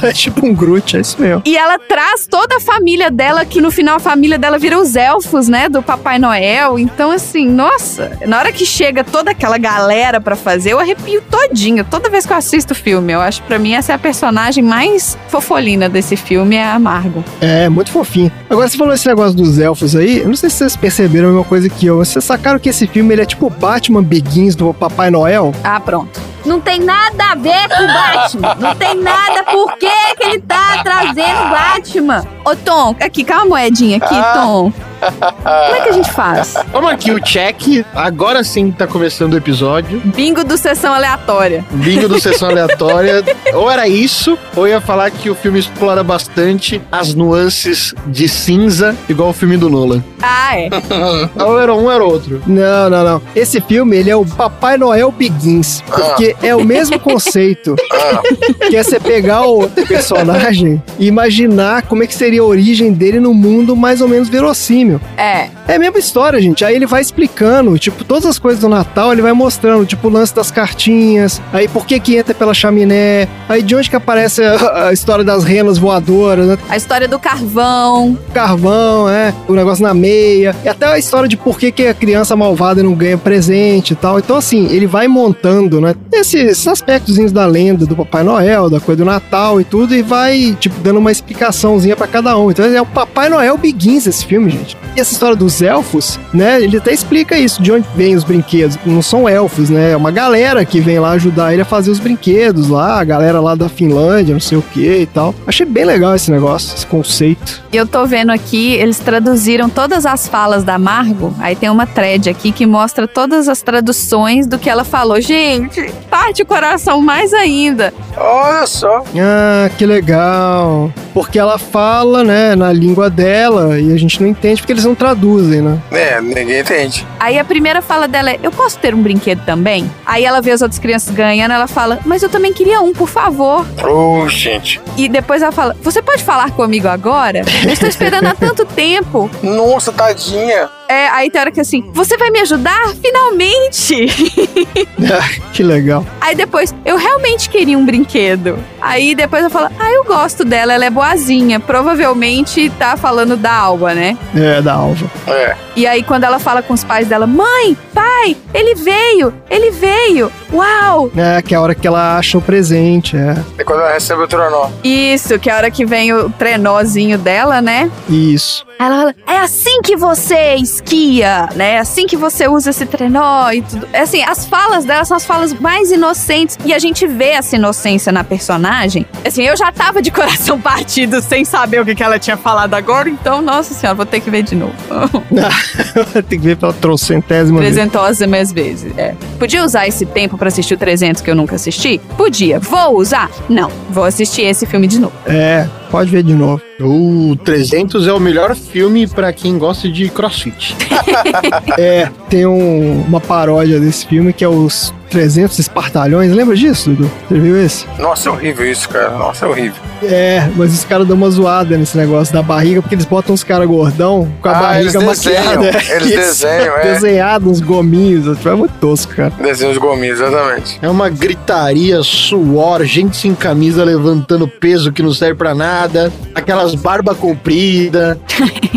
F: Ela é tipo um Groot, é isso mesmo.
B: E ela traz toda a família dela, que no final a família dela vira os elfos, né? Do Papai Noel. Então, assim, nossa, na hora que chega toda aquela galera pra fazer, eu arrepio todinho. Toda vez que eu assisto o filme, eu acho pra mim essa é a personagem mais fofolina desse filme, é a Margo.
F: É, muito fofinho. Agora, você falou esse negócio dos elfos aí, eu não sei se vocês perceberam a mesma coisa que eu, mas vocês sacaram que esse filme ele é tipo o Batman Begins do Papai Noel?
B: Ah, pronto. Não tem nada a ver com o Batman. Não tem nada. Por que, que ele tá trazendo o Batman? Ô, Tom, aqui, calma a moedinha aqui,
C: Ah.
B: Tom. Como é que a gente faz?
A: Toma aqui o check. Agora sim tá começando o episódio.
B: Bingo do Sessão Aleatória.
A: Bingo do Sessão Aleatória. Ou era isso, ou ia falar que o filme explora bastante as nuances de cinza, igual o filme do Nolan.
B: Ah, é.
A: Ou era um, era outro.
F: Não, não, não. Esse filme ele é o Papai Noel Begins, porque é o mesmo conceito.
C: Ah,
F: Que é você pegar o personagem e imaginar como é que seria a origem dele no mundo mais ou menos verossímil.
B: É.
F: É a mesma história, gente. Aí ele vai explicando, tipo, todas as coisas do Natal, ele vai mostrando, tipo, o lance das cartinhas, aí por que que entra pela chaminé, aí de onde que aparece a, a história das renas voadoras, né?
B: A história do carvão.
F: carvão, né? O negócio na meia, e até a história de por que que a criança malvada não ganha presente e tal. Então, assim, ele vai montando, né? Esses, esses aspectozinhos da lenda do Papai Noel, da coisa do Natal e tudo, e vai, tipo, dando uma explicaçãozinha pra cada um. Então, é o Papai Noel Begins esse filme, gente. E essa história dos elfos, né? Ele até explica isso, de onde vem os brinquedos. Não são elfos, né? É uma galera que vem lá ajudar ele a fazer os brinquedos lá, a galera lá da Finlândia, não sei o que e tal. Achei bem legal esse negócio, esse conceito.
B: Eu tô vendo aqui, eles traduziram todas as falas da Margo. Aí tem uma thread aqui que mostra todas as traduções do que ela falou. Gente, parte o coração mais ainda.
C: olha só.
F: Ah, que legal. porque ela fala, né, na língua dela e a gente não entende porque eles não traduzem, né?
C: É, ninguém entende.
B: Aí a primeira fala dela é: Eu posso ter um brinquedo também? Aí ela vê as outras crianças ganhando, ela fala: Mas eu também queria um, por favor.
C: Ô, gente.
B: E depois ela fala: Você pode falar comigo agora? Eu estou esperando há tanto tempo.
C: Nossa, tadinha.
B: É, aí tem hora que assim: Você vai me ajudar? Finalmente!
F: que legal.
B: Aí depois, eu realmente queria um brinquedo. Aí depois ela fala: Ah, eu gosto dela, ela é boazinha. Provavelmente tá falando da alba, né?
F: É, da Alva.
C: É.
B: E aí, quando ela fala com os pais dela, mãe, pai, ele veio, ele veio, uau!
F: É, que é a hora que ela acha o presente, é.
C: É quando ela recebe o tronó.
B: Isso, que é a hora que vem o trenózinho dela, né?
F: Isso.
B: Aí Ela fala, é assim que você esquia, né? É assim que você usa esse trenó e tudo. É assim, as falas dela são as falas mais inocentes. E a gente vê essa inocência na personagem. Assim, eu já tava de coração partido sem saber o que, que ela tinha falado agora, então, nossa senhora, vou ter que ver de novo.
F: Tem que ver pela trocentésima vez.
B: 300 mais vezes. É. Podia usar esse tempo pra assistir o 300 que eu nunca assisti? Podia. Vou usar? Não. Vou assistir esse filme de novo.
F: É, pode ver de novo.
A: O 300 é o melhor filme pra quem gosta de crossfit.
F: É, tem um- uma paródia desse filme que é os 300 Espartalhões. Lembra disso, Dudu? Você viu esse?
C: Nossa, é horrível isso, cara. Nossa, é horrível.
F: É, mas os caras dão uma zoada nesse negócio da barriga, porque eles botam os caras gordão com a
C: Ah, eles
F: barriga
C: desenham,
F: maquiada.
C: eles desenham, é.
F: Desenhado uns gominhos. Tipo, é muito tosco, cara.
C: Desenho de gominhos, exatamente.
A: É uma gritaria, suor, gente sem camisa levantando peso que não serve pra nada, aquelas barba comprida.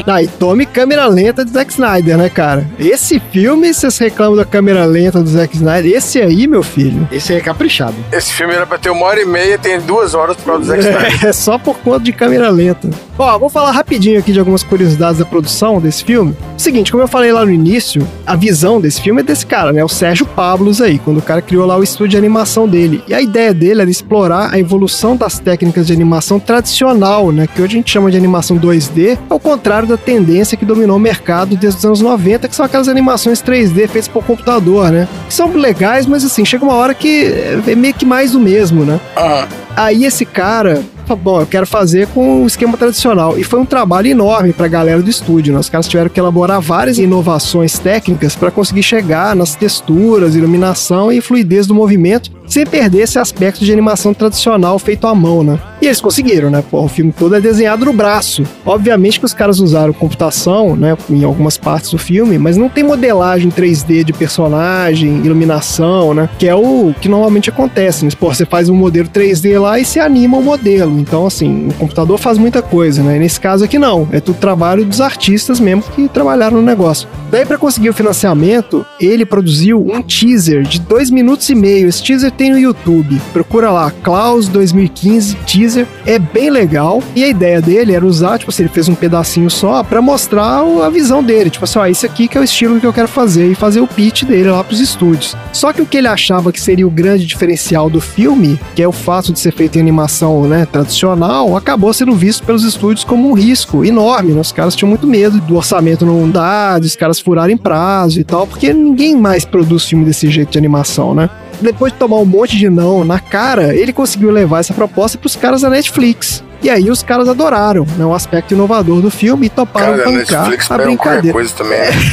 F: Ah, e tome câmera lenta do Zack Snyder, né, cara? Esse filme, vocês reclamam da câmera lenta do Zack Snyder. Esse aí, meu filho,
A: Esse é caprichado.
C: Esse filme era pra ter uma hora e meia, tem duas horas por causa do Zack Snyder.
F: é só por conta de câmera lenta. Ó, vou falar rapidinho aqui de algumas curiosidades da produção desse filme. Seguinte, como eu falei lá no início, a visão desse filme é desse cara, né? O Sérgio Pablos aí, quando o cara criou lá o estúdio de animação dele. E a ideia dele era explorar a evolução das técnicas de animação tradicional, né? Que hoje a gente chama de animação 2D, ao contrário da tendência que dominou o mercado desde os anos 90, que são aquelas animações 3D feitas por computador, né? Que são legais, mas assim, chega uma hora que é meio que mais o mesmo, né?
C: Aham.
F: Aí esse cara falou, bom, eu quero fazer com o esquema tradicional. E foi um trabalho enorme pra galera do estúdio, né? Os caras tiveram que elaborar várias inovações técnicas pra conseguir chegar nas texturas, iluminação e fluidez do movimento, sem perder esse aspecto de animação tradicional feito à mão, né? E eles conseguiram, né? Pô, o filme todo é desenhado no braço. Obviamente que os caras usaram computação, né, em algumas partes do filme, mas não tem modelagem 3D de personagem, iluminação, né, que é o que normalmente acontece. né? Pô, você faz um modelo 3D lá e se anima o modelo. Então, assim, o computador faz muita coisa, né? E nesse caso aqui não. É tudo trabalho dos artistas mesmo que trabalharam no negócio. Daí, pra conseguir o financiamento, ele produziu um teaser de dois minutos e meio. Esse teaser tem no YouTube. Procura lá, Klaus 2015 teaser. É bem legal. E a ideia dele era usar, tipo assim, ele fez um pedacinho só pra mostrar o- a visão dele. Tipo assim, ó, isso aqui que é o estilo que eu quero fazer e fazer o pitch dele lá pros estúdios. Só que o que ele achava que seria o grande diferencial do filme, que é o fato de ser feito em animação, né, tradicional, acabou sendo visto pelos estúdios como um risco enorme, né? Os caras tinham muito medo do orçamento não dar, dos caras furarem prazo e tal, porque ninguém mais produz filme desse jeito de animação, né? Depois de tomar um monte de não na cara, ele conseguiu levar essa proposta pros caras da Netflix. E aí os caras adoraram, né, o aspecto inovador do filme e toparam
C: Cara, a
F: bancar
C: Netflix
F: a
C: pega um qualquer
F: brincadeira.
C: coisa também. né?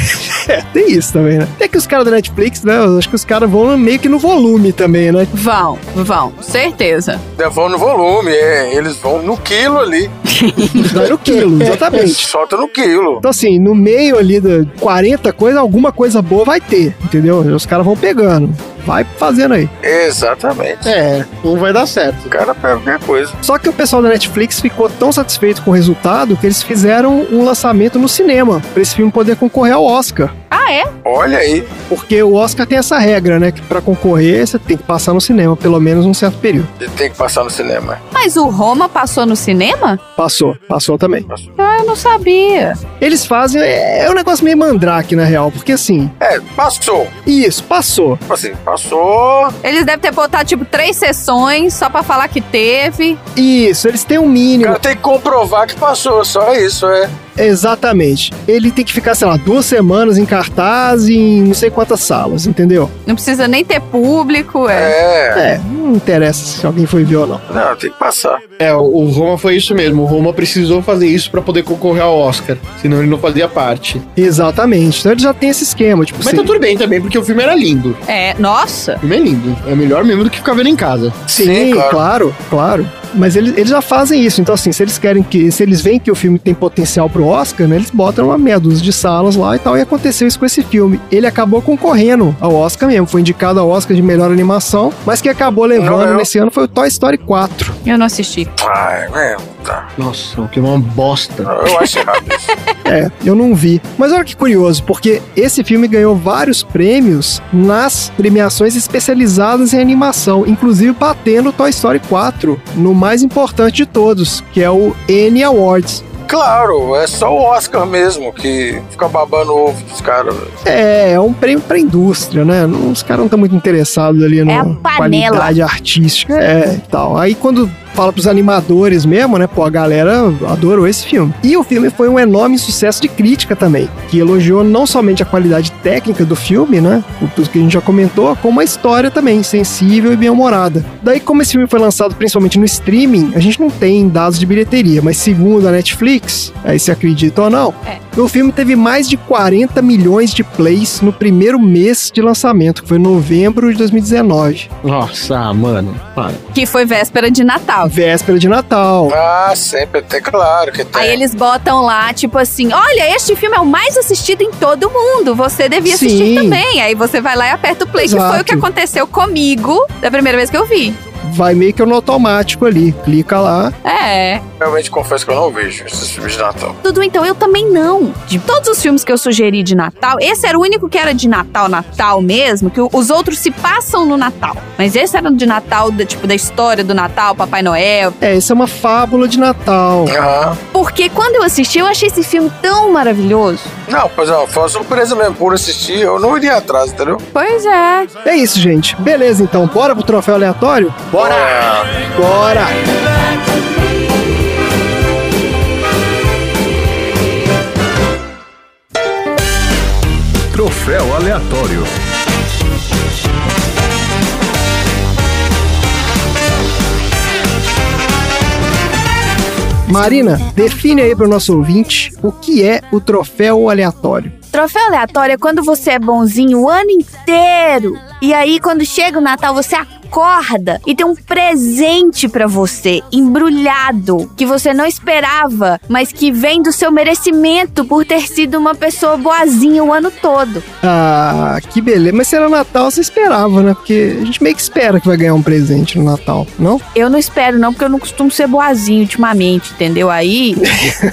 F: É, tem isso também, né? É que os caras da Netflix, né? Eu acho que os caras vão meio que no volume também, né?
B: Vão, vão, certeza.
C: Ainda Vão no volume, é. Eles vão no quilo ali.
F: Vai no quilo, exatamente.
C: Solta no quilo.
F: Então, assim, no meio ali da 40 coisas, alguma coisa boa vai ter, entendeu? Os caras vão pegando. Vai fazendo aí.
C: Exatamente.
A: É, não vai dar certo.
C: O cara pega qualquer coisa.
F: Só que o pessoal da Netflix ficou tão satisfeito com o resultado que eles fizeram um lançamento no cinema, pra esse filme poder concorrer ao Oscar.
B: Ah, é?
C: Olha aí.
F: Porque o Oscar tem essa regra, né? Que pra concorrer, você tem que passar no cinema, pelo menos um certo período.
C: Ele tem que passar no cinema.
B: Mas o Roma passou no cinema?
F: Passou, passou também.
B: Ah, eu não sabia.
F: Eles fazem. É, é um negócio meio mandrake, na real, porque assim.
C: É, passou.
F: Isso, passou.
C: Tipo Assim, passou.
B: Eles devem ter botado, tipo, três sessões só pra falar que teve.
F: Isso, eles têm um
C: O
F: mínimo.
C: cara tem que comprovar que passou. Só isso, é.
F: Exatamente. Ele tem que ficar, sei lá, duas semanas em cartaz e em não sei quantas salas, entendeu?
B: Não precisa nem ter público. É.
C: É.
F: É, não não interessa se alguém foi ver ou não.
C: Não, tem que passar.
A: É, o- o Roma foi isso mesmo. O Roma precisou fazer isso pra poder concorrer ao Oscar, senão ele não fazia parte.
F: Exatamente. Então ele já tem esse esquema, tipo
A: Mas
F: assim.
A: tá tudo bem também, porque o filme era lindo.
B: É, nossa.
A: O filme é lindo. É melhor mesmo do que ficar vendo em casa.
F: Sim,
C: Sim,
F: claro.
C: claro.
F: claro, Mas eles, eles já fazem isso. Então, assim, se eles querem que. Se eles veem que o filme tem potencial pro Oscar, né, eles botam uma meia dúzia de salas lá e tal. E aconteceu isso com esse filme. Ele acabou concorrendo ao Oscar mesmo. Foi indicado ao Oscar de melhor animação, mas que acabou levando
C: ganhou.
F: nesse ano foi o Toy Story né. 4.
B: Eu não assisti.
C: Ai, é, tá.
A: Nossa, o que é uma bosta.
C: Eu acho errado isso.
F: É, eu não vi. Mas olha que curioso, porque esse filme ganhou vários prêmios nas premiações especializadas em animação, inclusive batendo Toy Story 4 no mais importante de todos, que é o N Awards.
C: Claro, é só o Oscar mesmo que fica babando o ovo dos caras. velho.
F: É, é um prêmio pra indústria, né? Não- os caras não estão muito interessados ali na
B: É a panela.
F: qualidade artística. É, e tal. Aí quando fala pros animadores mesmo, né? Pô, a galera adorou esse filme. E o filme foi um enorme sucesso de crítica também, que elogiou não somente a qualidade técnica do filme, né? o- Tudo que a gente já comentou, como a história também, sensível e bem-humorada. Daí, como esse filme foi lançado principalmente no streaming, a gente não tem dados de bilheteria, mas segundo a Netflix, aí se acredita ou não, o filme teve mais de 40 milhões de plays no primeiro mês de lançamento, que foi em novembro de 2019.
A: Nossa, mano. Para.
B: Que foi véspera de
F: A
B: Natal.
F: véspera de Natal.
C: Ah, sempre, até claro que tem.
B: Aí eles botam lá, tipo assim, olha, este filme é o mais assistido em todo o mundo, você devia assistir
F: Sim.
B: também. Aí você vai lá e aperta o play, que foi
F: Exato.
B: o que aconteceu comigo da primeira vez que eu vi.
F: Vai meio que no automático ali. Clica lá.
B: É.
C: Realmente confesso que eu não vejo esses filmes de Natal.
B: Dudu, então eu também não. De todos os filmes que eu sugeri de Natal, esse era o único que era de Natal, Natal mesmo, que o- os outros se passam no Natal. Mas esse era de Natal, da, tipo, da história do Natal, Papai Noel.
F: É, isso é uma fábula de Natal.
C: Aham.
B: Porque quando eu assisti, eu achei esse filme tão maravilhoso.
C: Não, pois é, foi uma surpresa mesmo por assistir, eu não iria atrás, entendeu?
B: Pois é.
F: É isso, gente. Beleza, então. Bora pro troféu aleatório?
C: Bora!
F: Bora!
E: Troféu aleatório.
F: Marina, define aí pro nosso ouvinte o que é o troféu aleatório.
I: Troféu aleatório é quando você é bonzinho o ano inteiro. E aí, quando chega o Natal, você acorda e tem um presente pra você, embrulhado, que você não esperava, mas que vem do seu merecimento por ter sido uma pessoa boazinha o ano todo.
F: Ah, que beleza. Mas se era Natal, você esperava, né? Porque a gente meio que espera que vai ganhar um presente no Natal, não?
I: Eu não espero, não, porque eu não costumo ser boazinha ultimamente, entendeu? Aí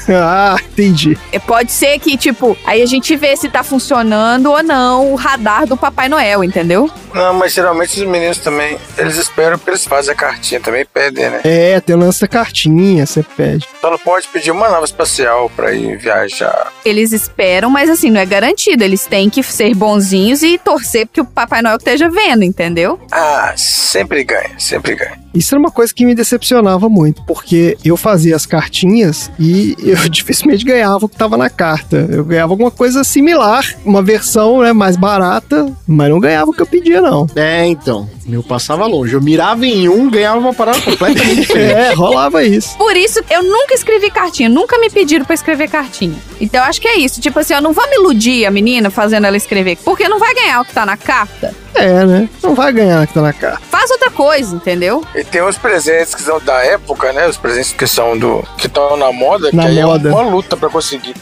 F: ah, entendi.
B: É, Pode ser que, tipo, aí a gente vê se tá funcionando ou não o radar do Papai Noel, entendeu?
C: Não, mas geralmente os meninos também, eles esperam porque eles fazem a cartinha também e pedem, né?
F: É, tem o lance da cartinha, você pede.
C: Só não pode pedir uma nave espacial pra ir viajar.
B: Eles esperam, mas assim, não é garantido. Eles têm que ser bonzinhos e torcer porque o Papai Noel esteja vendo, entendeu?
C: Ah, sempre ganha, sempre ganha.
F: Isso era uma coisa que me decepcionava muito, porque eu fazia as cartinhas e eu dificilmente ganhava o que tava na carta. Eu ganhava alguma coisa similar, uma versão né, mais barata, mas não ganhava o que eu pedia, não.
A: É, então. Eu passava longe. Eu mirava em um, ganhava uma parada completamente diferente.
F: É, rolava isso.
B: Por isso, eu nunca escrevi cartinha, nunca me pediram pra escrever cartinha. Então eu acho que é isso. Tipo assim, eu não vou me iludir a menina fazendo ela escrever, porque não vai ganhar o que tá na carta.
F: É, né? Não vai ganhar o que tá na carta.
B: Faz outra coisa, entendeu?
C: E tem os presentes que são da época, né? Os presentes que são do. que estão na moda,
F: Na
C: que aí
F: moda.
C: é uma luta pra conseguir.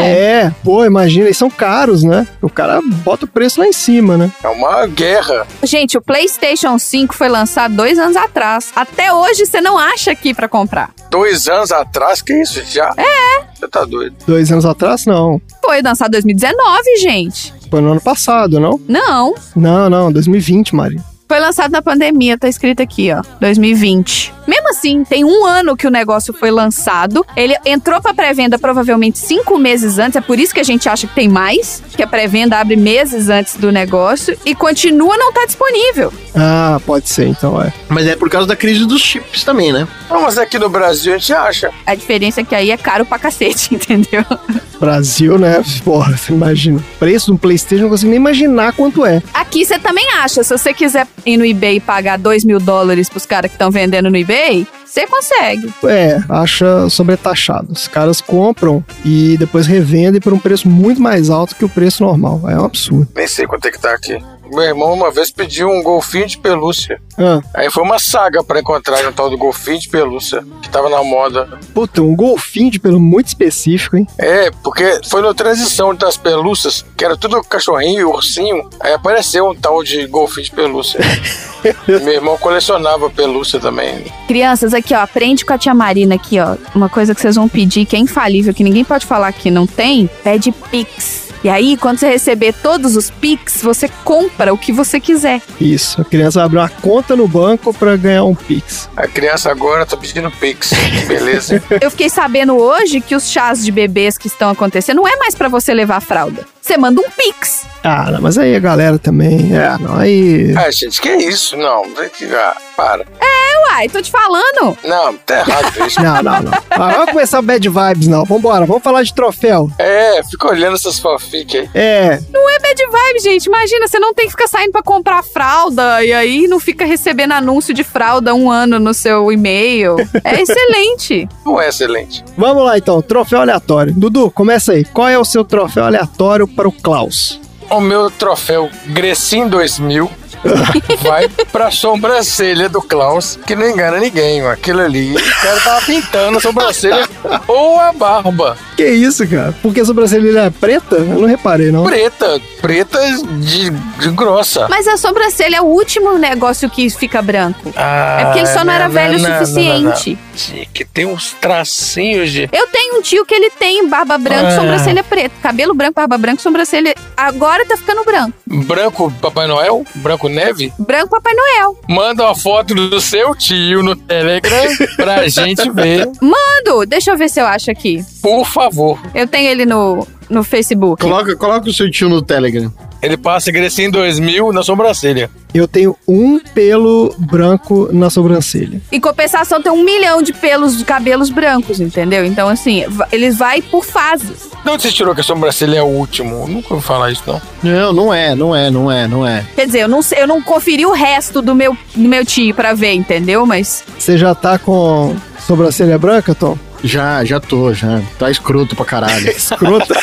F: É. pô, imagina, eles são caros, né? O cara bota o preço lá em cima, né?
C: É uma guerra.
B: Gente, o PlayStation 5 foi lançado dois anos atrás. Até hoje você não acha aqui pra comprar.
C: Dois anos atrás, que isso já? É. Você tá doido.
F: Dois anos atrás, não.
B: Foi lançado em 2019, gente.
F: Foi no ano passado, não?
B: Não.
F: Não, não, 2020, Mari.
B: Foi lançado na pandemia, tá escrito aqui, ó. 2020. Mesmo assim, tem um ano que o negócio foi lançado. Ele entrou pra pré-venda provavelmente cinco meses antes. É por isso que a gente acha que tem mais. Que a pré-venda abre meses antes do negócio. E continua não tá disponível.
F: Ah, pode ser, então é.
A: Mas é por causa da crise dos chips também, né?
C: Não, mas aqui no Brasil a gente acha.
B: A diferença é que aí é caro pra cacete, entendeu?
F: Brasil, né? Porra, você imagina. Preço de um Playstation, eu não consigo nem imaginar quanto é.
B: Aqui você também acha. Se você quiser ir no eBay e pagar 2 mil dólares pros caras que estão vendendo no eBay, você consegue.
F: É, acha sobretaxado. Os caras compram e depois revendem por um preço muito mais alto que o preço normal. É um absurdo.
C: Nem sei quanto é que tá aqui. Meu irmão uma vez pediu um golfinho de pelúcia.
F: Ah,
C: Aí foi uma saga pra encontrar um tal do golfinho de pelúcia, que tava na moda.
F: puta, um golfinho de pelo muito específico, hein?
C: É, porque foi na transição das pelúcias, que era tudo cachorrinho e ursinho, aí apareceu um tal de golfinho de pelúcia. Meu irmão colecionava pelúcia também.
B: Crianças, aqui, ó, aprende com a tia Marina aqui, ó. Uma coisa que vocês vão pedir, que é infalível, que ninguém pode falar que não tem, pede Pix. E aí, quando você receber todos os Pix, você compra o que você quiser.
F: Isso, a criança abre uma conta no banco pra ganhar um Pix.
C: A criança agora tá pedindo pix, que beleza. hein?
B: Eu fiquei sabendo hoje que os chás de bebês que estão acontecendo não é mais pra você levar fralda. Você manda um Pix.
F: Ah, não, mas aí a galera também. É, não, aí.
C: Ah, gente, que isso? Não, tem que- ah, para.
B: Uai, tô te falando.
C: Não, tá errado isso.
F: Não, não, não. Ah, vamos começar bad vibes, não. Vambora, vamos falar de troféu.
C: É, fica olhando essas fanfic aí.
F: É,
B: bad vibe, gente. Imagina, você não tem que ficar saindo pra comprar fralda e aí não fica recebendo anúncio de fralda um ano no seu e-mail. É excelente.
C: Não é excelente.
F: vamos lá então, troféu aleatório. Dudu, começa aí. Qual é o seu troféu aleatório para o Klaus?
C: O meu troféu Grecin 2000 vai pra sobrancelha do Klaus, que não engana ninguém. ó. Aquilo ali, o cara tava pintando a sobrancelha ou a barba.
F: Que isso, cara? Porque a sobrancelha é preta? Eu não reparei, não.
C: Preta, preta de, de grossa.
B: Mas a sobrancelha é o último negócio que fica branco.
C: Ah,
B: É porque ele só não era velho o
C: não, não,
B: suficiente.
C: não. Que tem uns tracinhos de.
B: Eu tenho um tio que ele tem barba branca,
C: Ah.
B: sobrancelha preta. Cabelo branco, barba branca, sobrancelha. Agora tá ficando branco.
C: Branco Papai Noel? Branco Neve?
B: Branco Papai Noel.
C: Manda uma foto do seu tio no Telegram pra gente ver,
B: Mando, deixa eu ver se eu acho aqui.
C: por favor.
B: Eu tenho ele no, no Facebook.
A: Coloca, coloca o seu tio no Telegram.
C: Ele passa Grecin 2000 na sobrancelha.
F: Eu tenho um pelo branco na sobrancelha.
B: Em compensação, tem um milhão de pelos de cabelos brancos, entendeu? Então, assim, va- eles vai por fases.
C: De onde você tirou que a sobrancelha é o último? Eu nunca ouvi falar isso, não.
A: Não, não é, não é, não é, não é.
B: Quer dizer, eu não, sei- eu não conferi o resto do meu, do meu tio pra ver, entendeu? Mas
F: Você já tá com sobrancelha branca, Tom?
A: Já, já tô, já. Tá escroto pra caralho.
F: Escrota.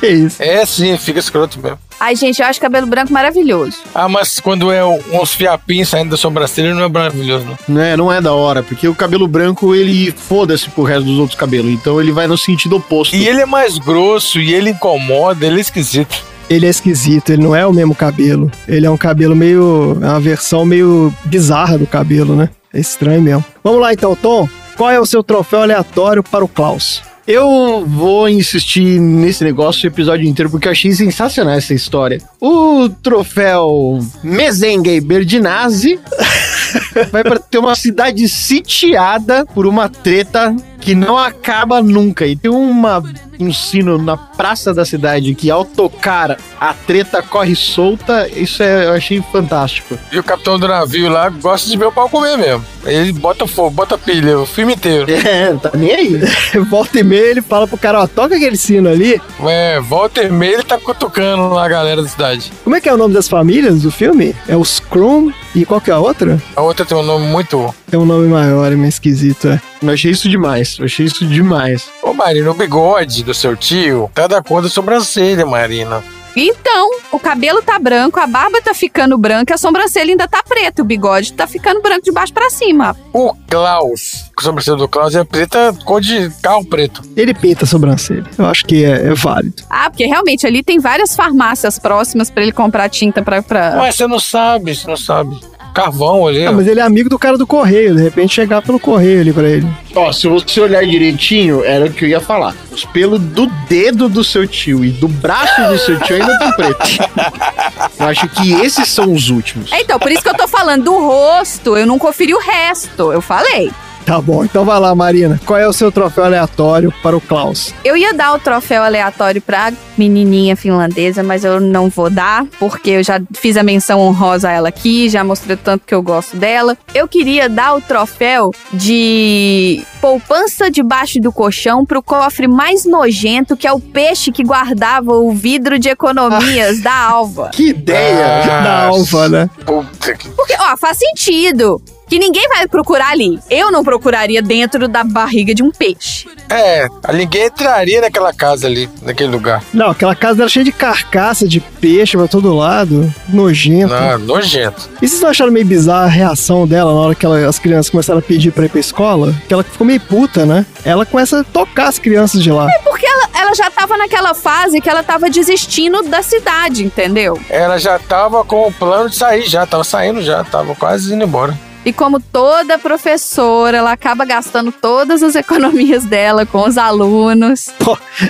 F: que isso?
C: É sim, fica escroto mesmo.
B: Ai, gente, eu acho cabelo branco maravilhoso.
C: Ah, mas quando é uns fiapinhos saindo da sobrancelha, não é maravilhoso, não.
A: não, é, não é da hora, porque o cabelo branco, ele foda-se pro resto dos outros cabelos. Então ele vai no sentido oposto.
C: E ele é mais grosso, e ele incomoda, ele é esquisito.
F: Ele é esquisito, ele não é o mesmo cabelo. Ele é um cabelo meio. É uma versão meio bizarra do cabelo, né? É estranho mesmo. Vamos lá então, Tom. Qual é o seu troféu aleatório para o Klaus?
A: Eu vou insistir nesse negócio o episódio inteiro porque eu achei sensacional essa história. O troféu Mezengue Berdinazzi vai para ter uma cidade sitiada por uma treta que não acaba nunca. E tem uma, um sino na praça da cidade que ao tocar a treta corre solta. Isso é, eu achei fantástico.
C: E o capitão do navio lá gosta de ver o pau comer mesmo. Ele bota fogo, bota pilha, o filme inteiro.
A: É, tá nem aí.
F: Volta e meia, ele fala pro cara, ó, toca aquele sino ali.
C: É, volta e meia ele tá cutucando lá a galera da cidade.
F: Como é que é o nome das famílias do filme? É os Scrum e qual que é a outra?
C: A outra tem um nome muito.
F: É um nome maior, é meio esquisito, é.
A: Eu achei isso demais. Eu achei isso demais.
C: Ô Marina, o bigode do seu tio tá da cor da sobrancelha, Marina.
B: Então, o cabelo tá branco, a barba tá ficando branca, a sobrancelha ainda tá preta, o bigode tá ficando branco de baixo pra cima.
C: O Klaus, a sobrancelha do Klaus é preta, cor de carro preto.
F: Ele pinta a sobrancelha. Eu acho que é, é válido.
B: Ah, porque realmente ali tem várias farmácias próximas pra ele comprar tinta pra.
F: É.
B: pra...
C: Mas você não sabe, você não sabe. Carvão ali.
F: Ah,
C: ó.
F: mas ele é amigo do cara do correio, de repente chegar pelo correio ali pra ele.
A: Ó, se você olhar direitinho, era o que eu ia falar. Os pelos do dedo do seu tio e do braço do seu tio ainda estão pretos. Eu acho que esses são os últimos.
B: É, Então, por isso que eu tô falando do rosto, eu não conferi o resto, eu falei.
F: Tá bom, então vai lá, Marina. Qual é o seu troféu aleatório para o Klaus?
B: Eu ia dar o troféu aleatório pra menininha finlandesa, mas eu não vou dar, porque eu já fiz a menção honrosa a ela aqui, já mostrei o tanto que eu gosto dela. Eu queria dar o troféu de poupança debaixo do colchão pro cofre mais nojento, que é o peixe que guardava o vidro de economias da Alva.
F: Que ideia
C: Ah,
F: da Alva, né?
C: Puta que.
B: Porque, ó, faz sentido. Que ninguém vai procurar ali. Eu não procuraria dentro da barriga de um peixe.
C: É, ninguém entraria naquela casa ali, naquele lugar.
F: Não, aquela casa era cheia de carcaça, de peixe pra todo lado. Nojento.
C: Não, nojento.
F: E vocês não acharam meio bizarra a reação dela na hora que ela- as crianças começaram a pedir pra ir pra escola? Que ela ficou meio puta, né? Ela começa a tocar as crianças de lá.
B: Porque ela, ela já tava naquela fase que ela tava desistindo da cidade, entendeu?
C: Ela já tava com o plano de sair, já tava saindo, já tava quase indo embora.
B: E como toda professora, ela acaba gastando todas as economias dela com os alunos.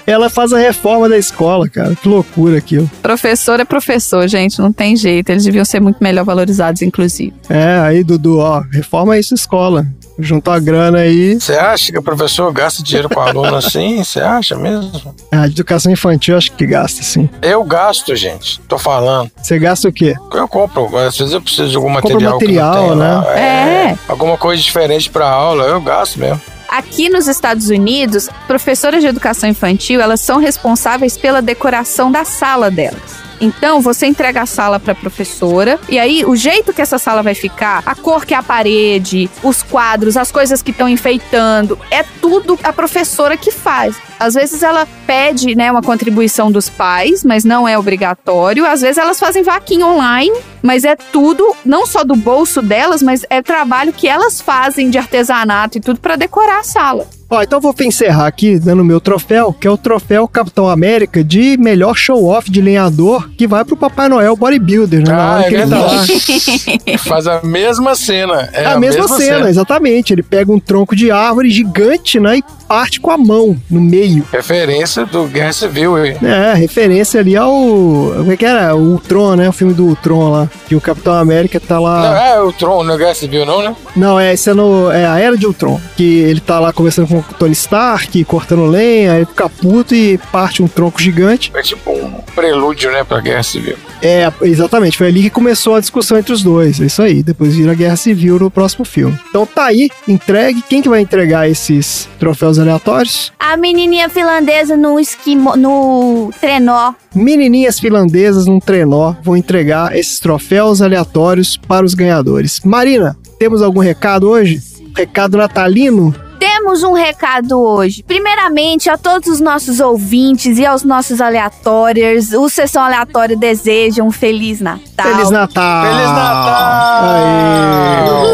F: Ela faz a reforma da escola, cara. Que loucura aquilo.
B: Professor é professor, gente, não tem jeito. Eles deviam ser muito melhor valorizados, inclusive.
F: É, aí, Dudu, ó, reforma isso, escola. Juntou a grana aí.
C: Você acha que o professor gasta dinheiro com aluno assim? Você acha mesmo?
F: A educação infantil acho que gasta, sim.
C: Eu gasto, gente. Tô falando.
F: Você gasta o quê?
C: Eu compro. mas Às vezes eu preciso de algum
F: Compra
C: material, que
F: material, né?
C: não tem lá.
B: É.
C: Alguma coisa diferente pra aula, eu gasto mesmo.
B: Aqui nos Estados Unidos, professoras de educação infantil, elas são responsáveis pela decoração da sala delas. Então, você entrega a sala para professora e aí o jeito que essa sala vai ficar, a cor que é a parede, os quadros, as coisas que estão enfeitando, é tudo a professora que faz. Às vezes ela pede, né, uma contribuição dos pais, mas não é obrigatório. Às vezes elas fazem vaquinha online mas é tudo, não só do bolso delas, mas é trabalho que elas fazem de artesanato e tudo pra decorar a sala.
F: Ó, então eu vou encerrar aqui dando o meu troféu, que é o troféu Capitão América de melhor show-off de lenhador, que vai pro Papai Noel Bodybuilder,
C: Ah, é
F: né? Na hora que ele tá lá.
C: Faz a mesma cena. É
F: a, mesma, cena, exatamente. Ele pega um tronco de árvore gigante, né? E parte com a mão no meio.
C: Referência do Guerra Civil, hein?
F: É, referência ali ao. Como é que era? O Ultron, né? O filme do Ultron lá. Que o Capitão América tá
C: Não
F: lá.
C: é o Tron, não é Guerra Civil, não, né?
F: Não, é, esse é, no, é a Era de Ultron. Que ele tá lá conversando com o Tony Stark, cortando lenha, aí fica puto e parte um tronco gigante.
C: É tipo um prelúdio, né, pra Guerra Civil.
F: É, exatamente. Foi ali que começou a discussão entre os dois. É isso aí. Depois vira a Guerra Civil no próximo filme. Então tá aí, entregue. Quem que vai entregar esses troféus aleatórios?
I: A menininha finlandesa no esquimo, no trenó.
F: Menininhas finlandesas num trenó vão entregar esses troféus aleatórios para os ganhadores. Marina, temos algum recado hoje? Recado natalino?
I: Temos um recado hoje. Primeiramente, a todos os nossos ouvintes e aos nossos aleatórios, o Sessão Aleatória deseja um Feliz Natal.
F: Feliz Natal!
C: Feliz
A: Ah,
C: Natal!
F: Aê.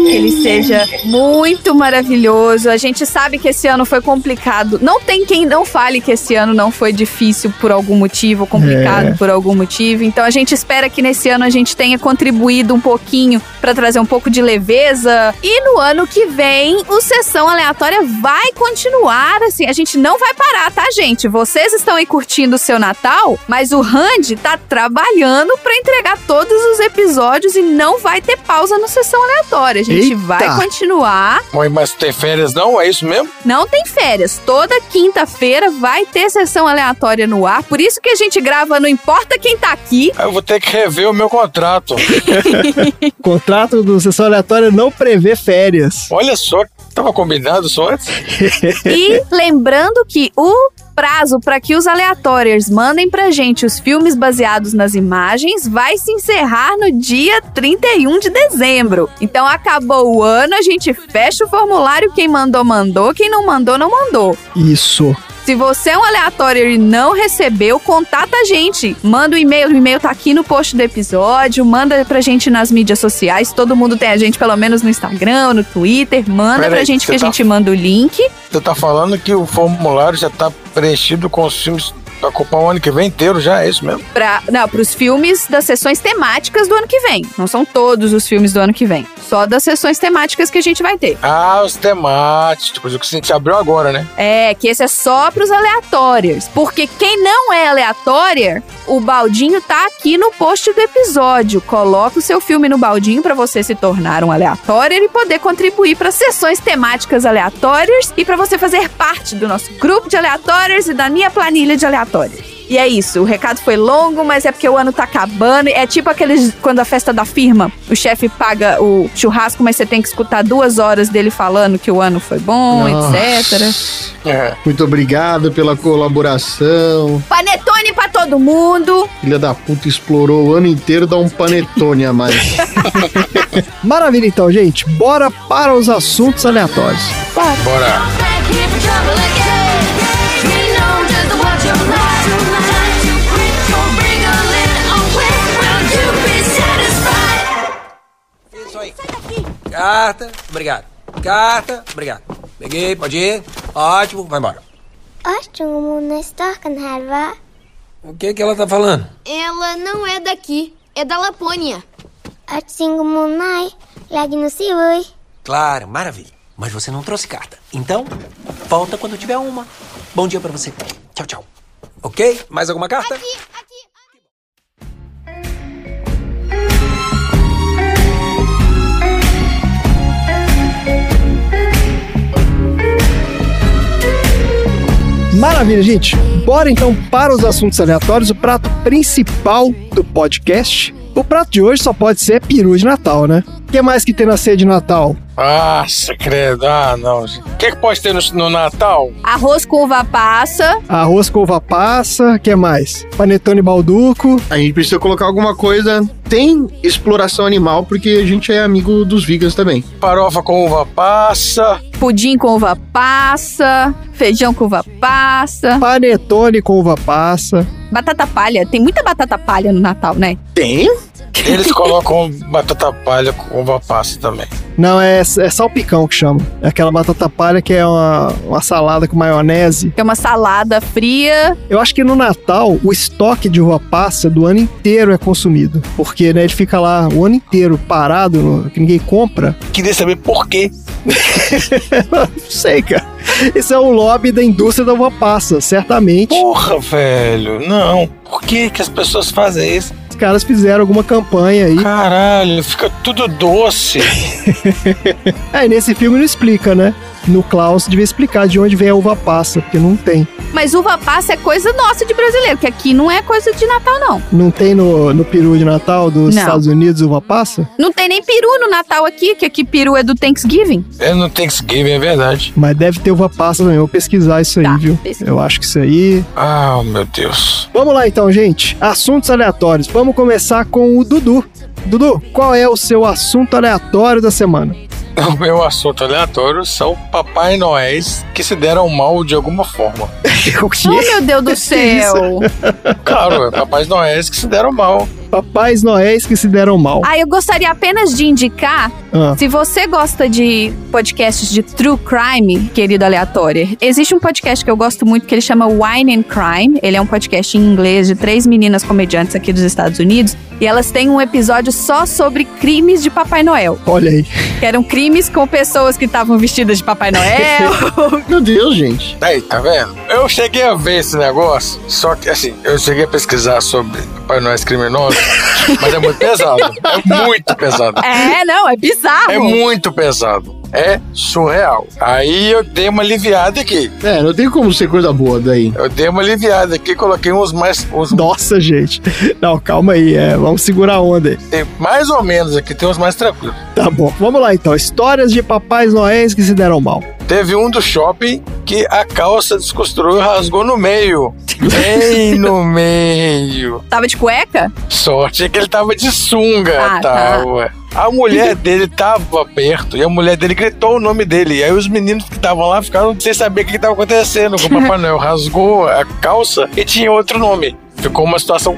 B: Que ele seja muito maravilhoso. A gente sabe que esse ano foi complicado. Não tem quem não fale que esse ano não foi difícil por algum motivo, complicado por algum motivo. Então a gente espera que nesse ano a gente tenha contribuído um pouquinho pra trazer um pouco de leveza. E no ano que vem, o Sessão Aleatória vai continuar assim. A gente não vai parar, tá, gente? Vocês estão aí curtindo o seu Natal, mas o Randy tá trabalhando pra entregar todos os episódios e não vai ter pausa no Sessão Aleatória. A gente
F: Eita!
B: vai continuar.
C: Mãe, mas ter férias não? É isso mesmo?
B: Não tem férias. Toda quinta-feira vai ter Sessão Aleatória no ar. Por isso que a gente grava Não Importa Quem Tá Aqui.
C: Eu vou ter que rever o meu contrato.
F: O contrato do Sessão Aleatória não prevê férias.
C: Olha só, tava combinado só antes?
B: E lembrando que o prazo para que os aleatórios mandem pra gente os filmes baseados nas imagens vai se encerrar no dia 31 de dezembro. Então acabou o ano, a gente fecha o formulário, quem mandou mandou, quem não mandou não mandou.
F: Isso.
B: Se você é um aleatório e não recebeu, contata a gente. Manda o e-mail, o e-mail tá aqui no post do episódio, manda pra gente nas mídias sociais, todo mundo tem a gente pelo menos no Instagram, no Twitter, manda
C: Peraí,
B: pra gente
C: você
B: que a
C: tá-
B: gente manda o link.
C: Você tá falando que o formulário já tá preenchido com os filmes pra ocupar o ano que vem inteiro, já é isso mesmo?
B: para não pros filmes das sessões temáticas do ano que vem. Não são todos os filmes do ano que vem, só das sessões temáticas que a gente vai ter.
C: Ah, os temáticos, o que a gente abriu agora, né?
B: É que esse é só pros aleatórios, porque quem não é aleatório o baldinho tá aqui no post do episódio. Coloca o seu filme no baldinho pra você se tornar um aleatório e poder contribuir para sessões temáticas aleatórias e pra você fazer parte do nosso grupo de aleatórios e da minha planilha de aleatórios. E é isso, o recado foi longo, mas é porque o ano tá acabando. É tipo aqueles quando a festa da firma, o chefe paga o churrasco, mas você tem que escutar duas horas dele falando que o ano foi bom,
A: Nossa.
B: etc.
C: É.
A: Muito obrigado pela colaboração.
B: Panetone pra todo mundo.
A: Filha da puta explorou o ano inteiro, dá um panetone a mais.
F: Maravilha então, gente. Bora para os assuntos aleatórios.
C: Bora.
H: Carta, obrigado. Carta, obrigado. Peguei, pode ir. Ótimo, vai embora.
J: Ótimo, Munestorkan, Harvá.
H: O que que ela tá falando?
J: Ela não é daqui, é da Lapônia. Ótimo, Munai. Lagno Siui.
H: Claro, maravilha. Mas você não trouxe carta. Então, volta quando tiver uma. Bom dia pra você. Tchau, tchau. Ok? Mais alguma carta?
F: Maravilha, gente. Bora então para os assuntos aleatórios, o prato principal do podcast. O prato de hoje só pode ser peru de Natal, né? O que mais que tem na ceia de Natal?
C: Nossa, credo. Ah, não. gente. O que, que pode ter no, no Natal?
B: Arroz com uva passa.
F: Arroz com uva passa, o que mais? Panetone balduco.
A: A gente precisa colocar alguma coisa. Tem exploração animal, porque a gente é amigo dos vegans também.
C: Farofa com uva passa.
B: Pudim com uva passa. Feijão com uva passa.
F: Panetone com uva passa.
B: Batata palha. Tem muita batata palha no Natal, né?
A: Tem?
C: Eles colocam um batata palha com uva passa também.
F: Não, é, é salpicão que chama. É aquela batata palha que é uma, uma salada com maionese.
B: É uma salada fria.
F: Eu acho que no Natal, o estoque de uva passa do ano inteiro é consumido. Porque, né, ele fica lá o ano inteiro parado, no- que ninguém compra.
C: Queria saber por quê.
F: Não sei, cara. Esse é o lobby da indústria da uva passa, certamente.
C: Porra, velho. Não. Por que, que as pessoas fazem isso?
F: Os caras fizeram alguma campanha aí.
C: Caralho, fica tudo doce.
F: Aí É, nesse filme não explica, né? No Klaus devia explicar de onde vem a uva passa, porque não tem.
B: Mas uva passa é coisa nossa de brasileiro, que aqui não é coisa de Natal, não.
F: Não tem no, no peru de Natal dos
B: Não.
F: Estados Unidos uva passa?
B: Não tem nem peru no Natal aqui, que aqui peru é do Thanksgiving.
C: É no Thanksgiving, é verdade.
F: Mas deve ter uva passa também. Eu Vou pesquisar isso aí,
B: Tá,
F: viu?
B: pesquisa.
F: Eu acho que isso aí.
C: Ah, meu Deus.
F: Vamos lá então, gente. Assuntos aleatórios. Vamos começar com o Dudu. Dudu, qual é o seu assunto aleatório da semana?
C: O meu assunto aleatório são Papai Noéis que se deram mal de alguma forma.
F: O quê?
B: Oh, meu Deus do céu!
C: Claro, é Papais Noéis que se deram mal.
F: Papais Noéis que se deram mal.
B: Ah, eu gostaria apenas de indicar,
F: Ah.
B: se você gosta de podcasts de true crime, querido aleatório, existe um podcast que eu gosto muito que ele chama Wine and Crime. Ele é um podcast em inglês de três meninas comediantes aqui dos Estados Unidos e elas têm um episódio só sobre crimes de Papai Noel,
F: Olha aí.
B: que eram crimes com pessoas que estavam vestidas de Papai Noel.
A: Meu Deus, gente.
C: Aí, tá vendo? Eu cheguei a ver esse negócio, só que assim, eu cheguei a pesquisar sobre Papai Noéis criminoso, mas é muito pesado. É muito pesado.
B: é, não, é bizarro.
C: É muito pesado. É surreal. Aí eu dei uma aliviada aqui.
A: É, não tem como ser coisa boa daí.
C: Eu dei uma aliviada aqui, coloquei uns mais. Uns
F: Nossa, gente. Não, calma aí. é, vamos segurar a onda aí.
C: tem mais ou menos aqui, tem uns mais tranquilos.
F: Tá bom, vamos lá então. Histórias de papais noéis que se deram mal.
C: Teve um do shopping que a calça descosturou e rasgou no meio. Bem no meio.
B: Tava de cueca?
C: Sorte é que ele tava de sunga,
B: Ah,
C: tava. A mulher dele tava perto e a mulher dele gritou o nome dele. E aí os meninos que estavam lá ficaram sem saber o que, que tava acontecendo. que O Papai Noel rasgou a calça e tinha outro nome. Ficou uma situação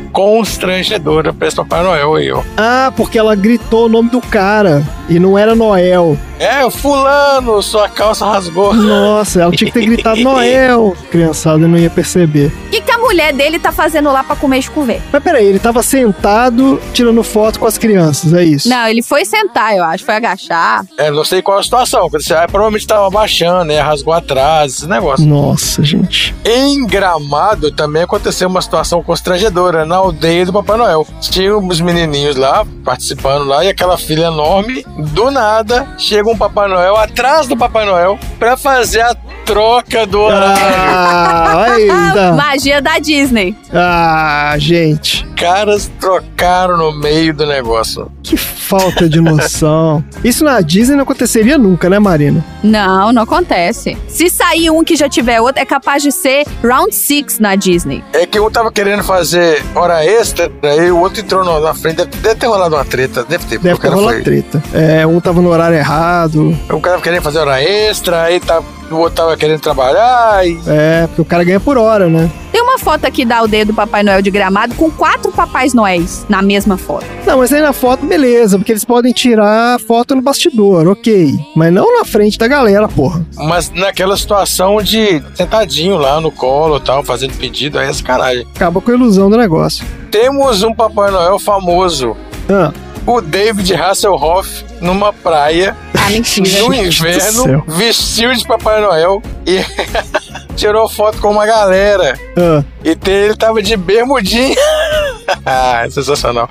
C: constrangedora pra esse Papai Noel aí, ó.
F: Ah, porque ela gritou o nome do cara e não era Noel.
C: É, fulano, sua calça rasgou.
F: Nossa, ela tinha que ter gritado Noel. Criançada não ia perceber.
B: O que, que a mulher dele tá fazendo lá pra comer chucuvé.
F: Mas peraí, ele tava sentado tirando foto com as crianças, é isso?
B: Não, ele foi sentar, eu acho, foi agachar.
C: É, não sei qual a situação. porque Você, ah, provavelmente tava baixando, né? Rasgou atrás, esse negócio.
F: Nossa, gente.
C: Em Gramado também aconteceu uma situação constrangedora na aldeia do Papai Noel. Tinha uns menininhos lá, participando lá, e aquela filha enorme, do nada, chega um Papai Noel atrás do Papai Noel pra fazer a troca do horário.
F: Ah,
A: tá.
F: ainda.
B: Magia da Disney.
F: Ah, gente.
C: Caras trocaram no meio do negócio.
F: Que falta de noção. Isso na Disney não aconteceria nunca, né, Marina?
B: Não, não acontece. Se sair um que já tiver outro, é capaz de ser round six na Disney.
C: É que um tava querendo fazer hora extra, aí o outro entrou na- na frente. Deve, deve ter rolado uma treta, deve ter. porque
F: Deve ter rolado treta. É, um tava no horário errado.
C: O cara tava querendo fazer hora extra, aí tá, o outro tava querendo trabalhar. E...
F: É, porque o cara ganha por hora, né?
B: Tem uma foto aqui da aldeia do Papai Noel de Gramado com quatro Papais Noéis na mesma foto.
F: Não, mas aí na foto, beleza, porque eles podem tirar foto no bastidor, ok. Mas não na frente da galera, porra.
C: Mas naquela situação de sentadinho lá no colo e tal, fazendo pedido, aí é sacanagem.
F: Acaba com a ilusão do negócio.
C: Temos um Papai Noel famoso,
F: Ah,
C: o David Hasselhoff, numa praia,
B: Ah, mentira.
C: no
F: Gente do
C: inverno,
F: céu.
C: vestiu de Papai Noel e tirou foto com uma galera.
F: ah.
C: E te- ele tava de bermudinha. ah, sensacional.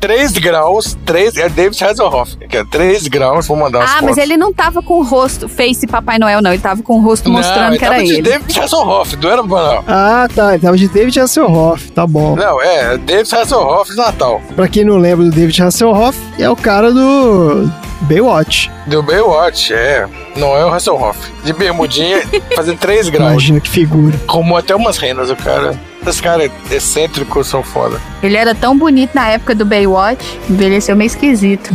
C: 3 graus, 3. É David Hasselhoff. 3 graus, vou mandar umas
B: Ah, mas
C: fotos.
B: ele não tava com o rosto face Papai Noel, não. Ele tava com o rosto mostrando
C: não,
B: que era
C: tava de
B: ele.
C: David Hasselhoff, não era Papai Noel.
F: Ah, tá. Ele tava de David Hasselhoff, tá bom.
C: Não, é, David Hasselhoff de Natal.
F: Pra quem não lembra do David Hasselhoff, é o cara do Baywatch.
C: Do Baywatch, é. Não é o Hasselhoff. De bermudinha, fazendo 3 graus.
F: Imagina que figura.
C: Arrumou até umas renas, o cara. Esses caras excêntricos são foda.
B: Ele era tão bonito na época do Baywatch, envelheceu meio esquisito.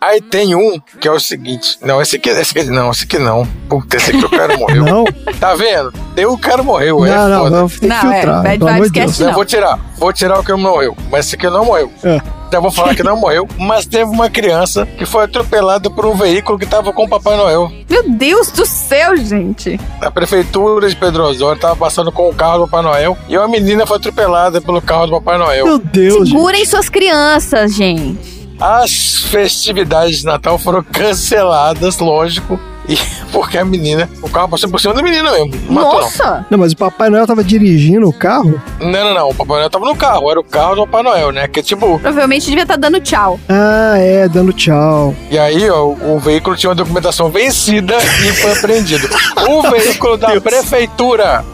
C: Aí tem um que é o seguinte. Não, esse aqui, esse aqui não, esse aqui não. Puta, esse aqui o cara morreu.
F: Não,
C: Tá vendo? Tem o cara morreu, é
F: não, não,
C: foda.
F: não, tem que
B: Não, é,
F: filtrar.
B: bad
F: pelo amor
B: vibes
F: de Deus.
B: cast-
C: Eu
B: Não.
C: vou tirar. Vou tirar o que não morreu. Mas esse aqui não morreu.
F: É.
C: Então eu vou falar que não morreu. Mas teve uma criança que foi atropelada por um veículo que tava com o Papai Noel.
B: Meu Deus do céu, gente.
C: A prefeitura de Pedro Osório tava passando com o carro do Papai Noel. E uma menina foi atropelada pelo carro do Papai Noel.
F: Meu Deus, gente.
B: Segurem suas crianças, gente.
C: As festividades de Natal foram canceladas, lógico. E porque a menina, o carro passou por cima da menina mesmo. Matou não.
B: Nossa!
F: Não, mas o Papai Noel tava dirigindo o carro?
C: Não, não, não. O Papai Noel tava no carro. Era o carro do Papai Noel, né? Que tipo.
B: Provavelmente devia estar dando tchau.
F: Ah, é, dando tchau.
C: E aí, ó, o veículo tinha uma documentação vencida e foi apreendido. O veículo da prefeitura.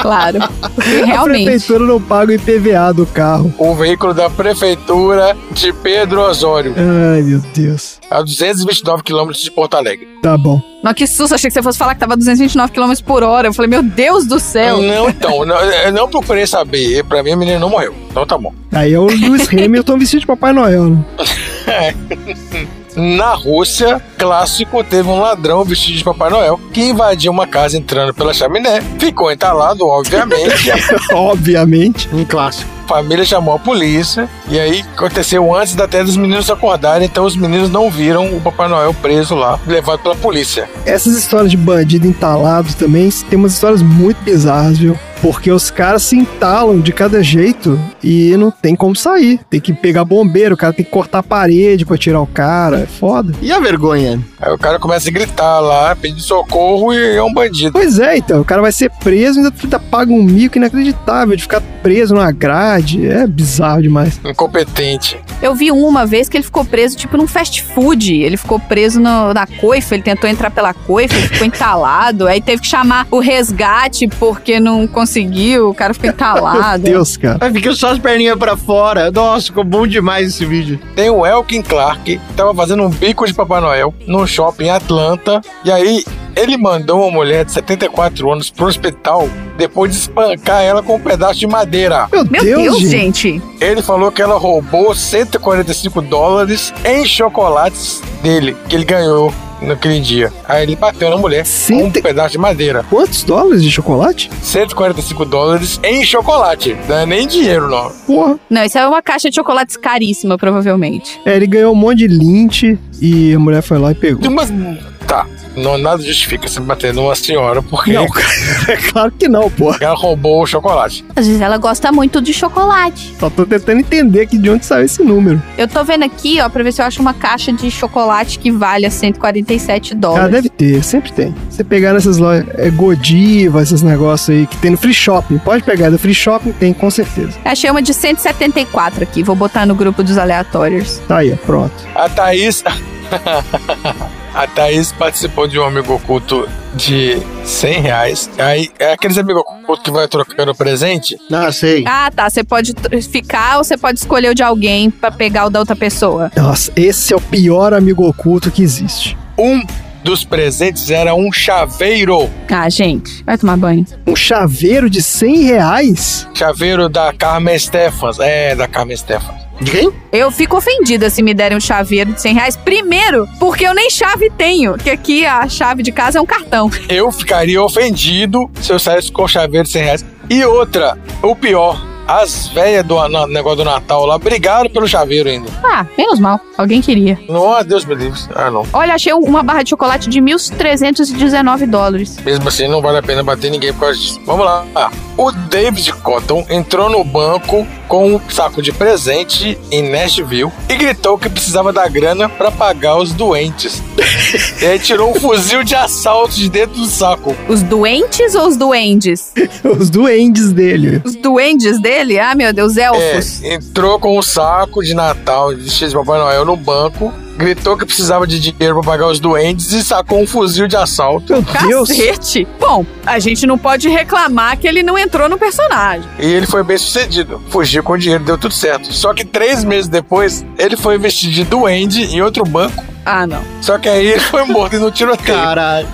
B: Claro. Porque
F: A
B: realmente.
F: prefeitura não paga o IPVA do carro.
C: O veículo da prefeitura de Pedro Osório,
F: Ai, meu Deus.
C: a 229 quilômetros de Porto Alegre.
F: Tá bom.
B: Nossa, que susto. Achei que você fosse falar que tava 229 km por hora. Eu falei, meu Deus do céu.
C: Não, então, não, eu não procurei saber. Pra mim, a menina não morreu. Então tá bom.
F: Aí é o Lewis Hamilton vestido de Papai Noel, né?
C: Na Rússia, clássico, teve um ladrão vestido de Papai Noel que invadiu uma casa entrando pela chaminé. Ficou entalado, obviamente. a
F: Obviamente.
A: Um clássico.
C: família chamou a polícia e aí aconteceu antes até dos meninos acordarem, então os meninos não viram o Papai Noel preso lá, levado pela polícia.
F: Essas histórias de bandido entalado também tem umas histórias muito bizarras, viu? Porque os caras se entalam de cada jeito e não tem como sair. Tem que pegar bombeiro, o cara tem que cortar a parede pra tirar o cara. É foda.
A: E a vergonha?
C: Aí o cara começa a gritar lá, pedir socorro e é um bandido.
F: Pois é, então. O cara vai ser preso e ainda, ainda paga um mico inacreditável de ficar preso numa grade. É bizarro demais.
C: Incompetente.
B: Eu vi um uma vez que ele ficou preso, tipo, num fast food. Ele ficou preso no- na coifa, ele tentou entrar pela coifa, ele ficou entalado. Aí teve que chamar o resgate porque não conseguiu, o cara ficou
F: Meu
B: entalado.
F: Deus, cara.
A: Aí fica só as perninhas pra fora. Nossa, ficou bom demais esse vídeo.
C: Tem o Elkin Clark, que tava fazendo um bico de Papai Noel num shopping em Atlanta. E aí ele mandou uma mulher de 74 anos pro hospital depois de espancar ela com um pedaço de madeira.
F: Meu,
B: Meu Deus, gente.
C: Ele falou que ela roubou 145 dólares em chocolates dele, que ele ganhou naquele dia. Aí ele bateu na mulher com um
F: Cento-
C: pedaço de madeira.
F: Quantos dólares de chocolate?
C: 145 dólares em chocolate. Não é nem dinheiro, não.
F: Porra.
B: Não, isso é uma caixa de chocolates caríssima, provavelmente.
F: É, ele ganhou um monte de linte e a mulher foi lá e pegou.
C: Mas Tá. Não, nada justifica você bater numa senhora porque
A: Não, é claro que não, pô.
C: ela roubou o chocolate.
I: Às vezes ela gosta muito de chocolate.
F: Só tô tentando entender aqui de onde saiu esse número.
B: Eu tô vendo aqui, ó, pra ver se eu acho uma caixa de chocolate que valha 147
F: Ah,
B: dólares.
F: deve ter, sempre tem. Você pegar nessas lojas, é Godiva, esses negócios aí que tem no Free Shopping. Pode pegar, é do Free Shopping tem com certeza.
B: Achei uma de 174 aqui, vou botar no grupo dos aleatórios.
F: Tá aí, ó, pronto.
C: A Thaís. A Thaís participou de um amigo oculto de 100 reais. Aí, é aqueles amigos ocultos que vai trocando presente.
A: Ah, sei.
B: Ah, tá, você pode tr- ficar ou você pode escolher o de alguém pra pegar o da outra pessoa.
F: Nossa, esse é o pior amigo oculto que existe.
C: Um dos presentes era um chaveiro.
B: Ah, gente, vai tomar banho.
F: Um chaveiro de 100 reais?
C: Chaveiro da Carmen Stefans. É, da Carmen Stefans.
A: De quem?
B: Eu fico ofendida se me derem um chaveiro de 100 reais. Primeiro, porque eu nem chave tenho, que aqui a chave de casa é um cartão.
C: Eu ficaria ofendido se eu saísse com o chaveiro de 100 reais. E outra, o pior. As velhas do na- negócio do Natal lá brigaram pelo chaveiro ainda.
B: Ah, menos mal, alguém queria.
C: Não, Deus me livre. Ah, não.
B: Olha, achei um- uma barra de chocolate de 1.319 dólares.
C: Mesmo assim, não vale a pena bater ninguém por causa disso. Vamos lá. Ah, O David Cotton entrou no banco com um saco de presente em Nashville e gritou que precisava da grana para pagar os doentes. e aí tirou um fuzil de assalto de dentro do saco.
B: Os doentes ou os duendes?
F: Os duendes dele.
B: Os duendes dele? Ah, meu Deus,
C: É,
B: elfos.
C: entrou com um saco de Natal vestido de Papai Noel no banco, gritou que precisava de dinheiro para pagar os doentes e sacou um fuzil de assalto.
F: Meu Deus.
B: Cacete! Bom, a gente não pode reclamar que ele não entrou no personagem.
C: E ele foi bem sucedido. Fugiu com o dinheiro, deu tudo certo. Só que três meses depois, ele foi investido de duende em outro banco.
B: Ah, não.
C: Só que aí ele foi morto e não tiroteio.
A: Caralho.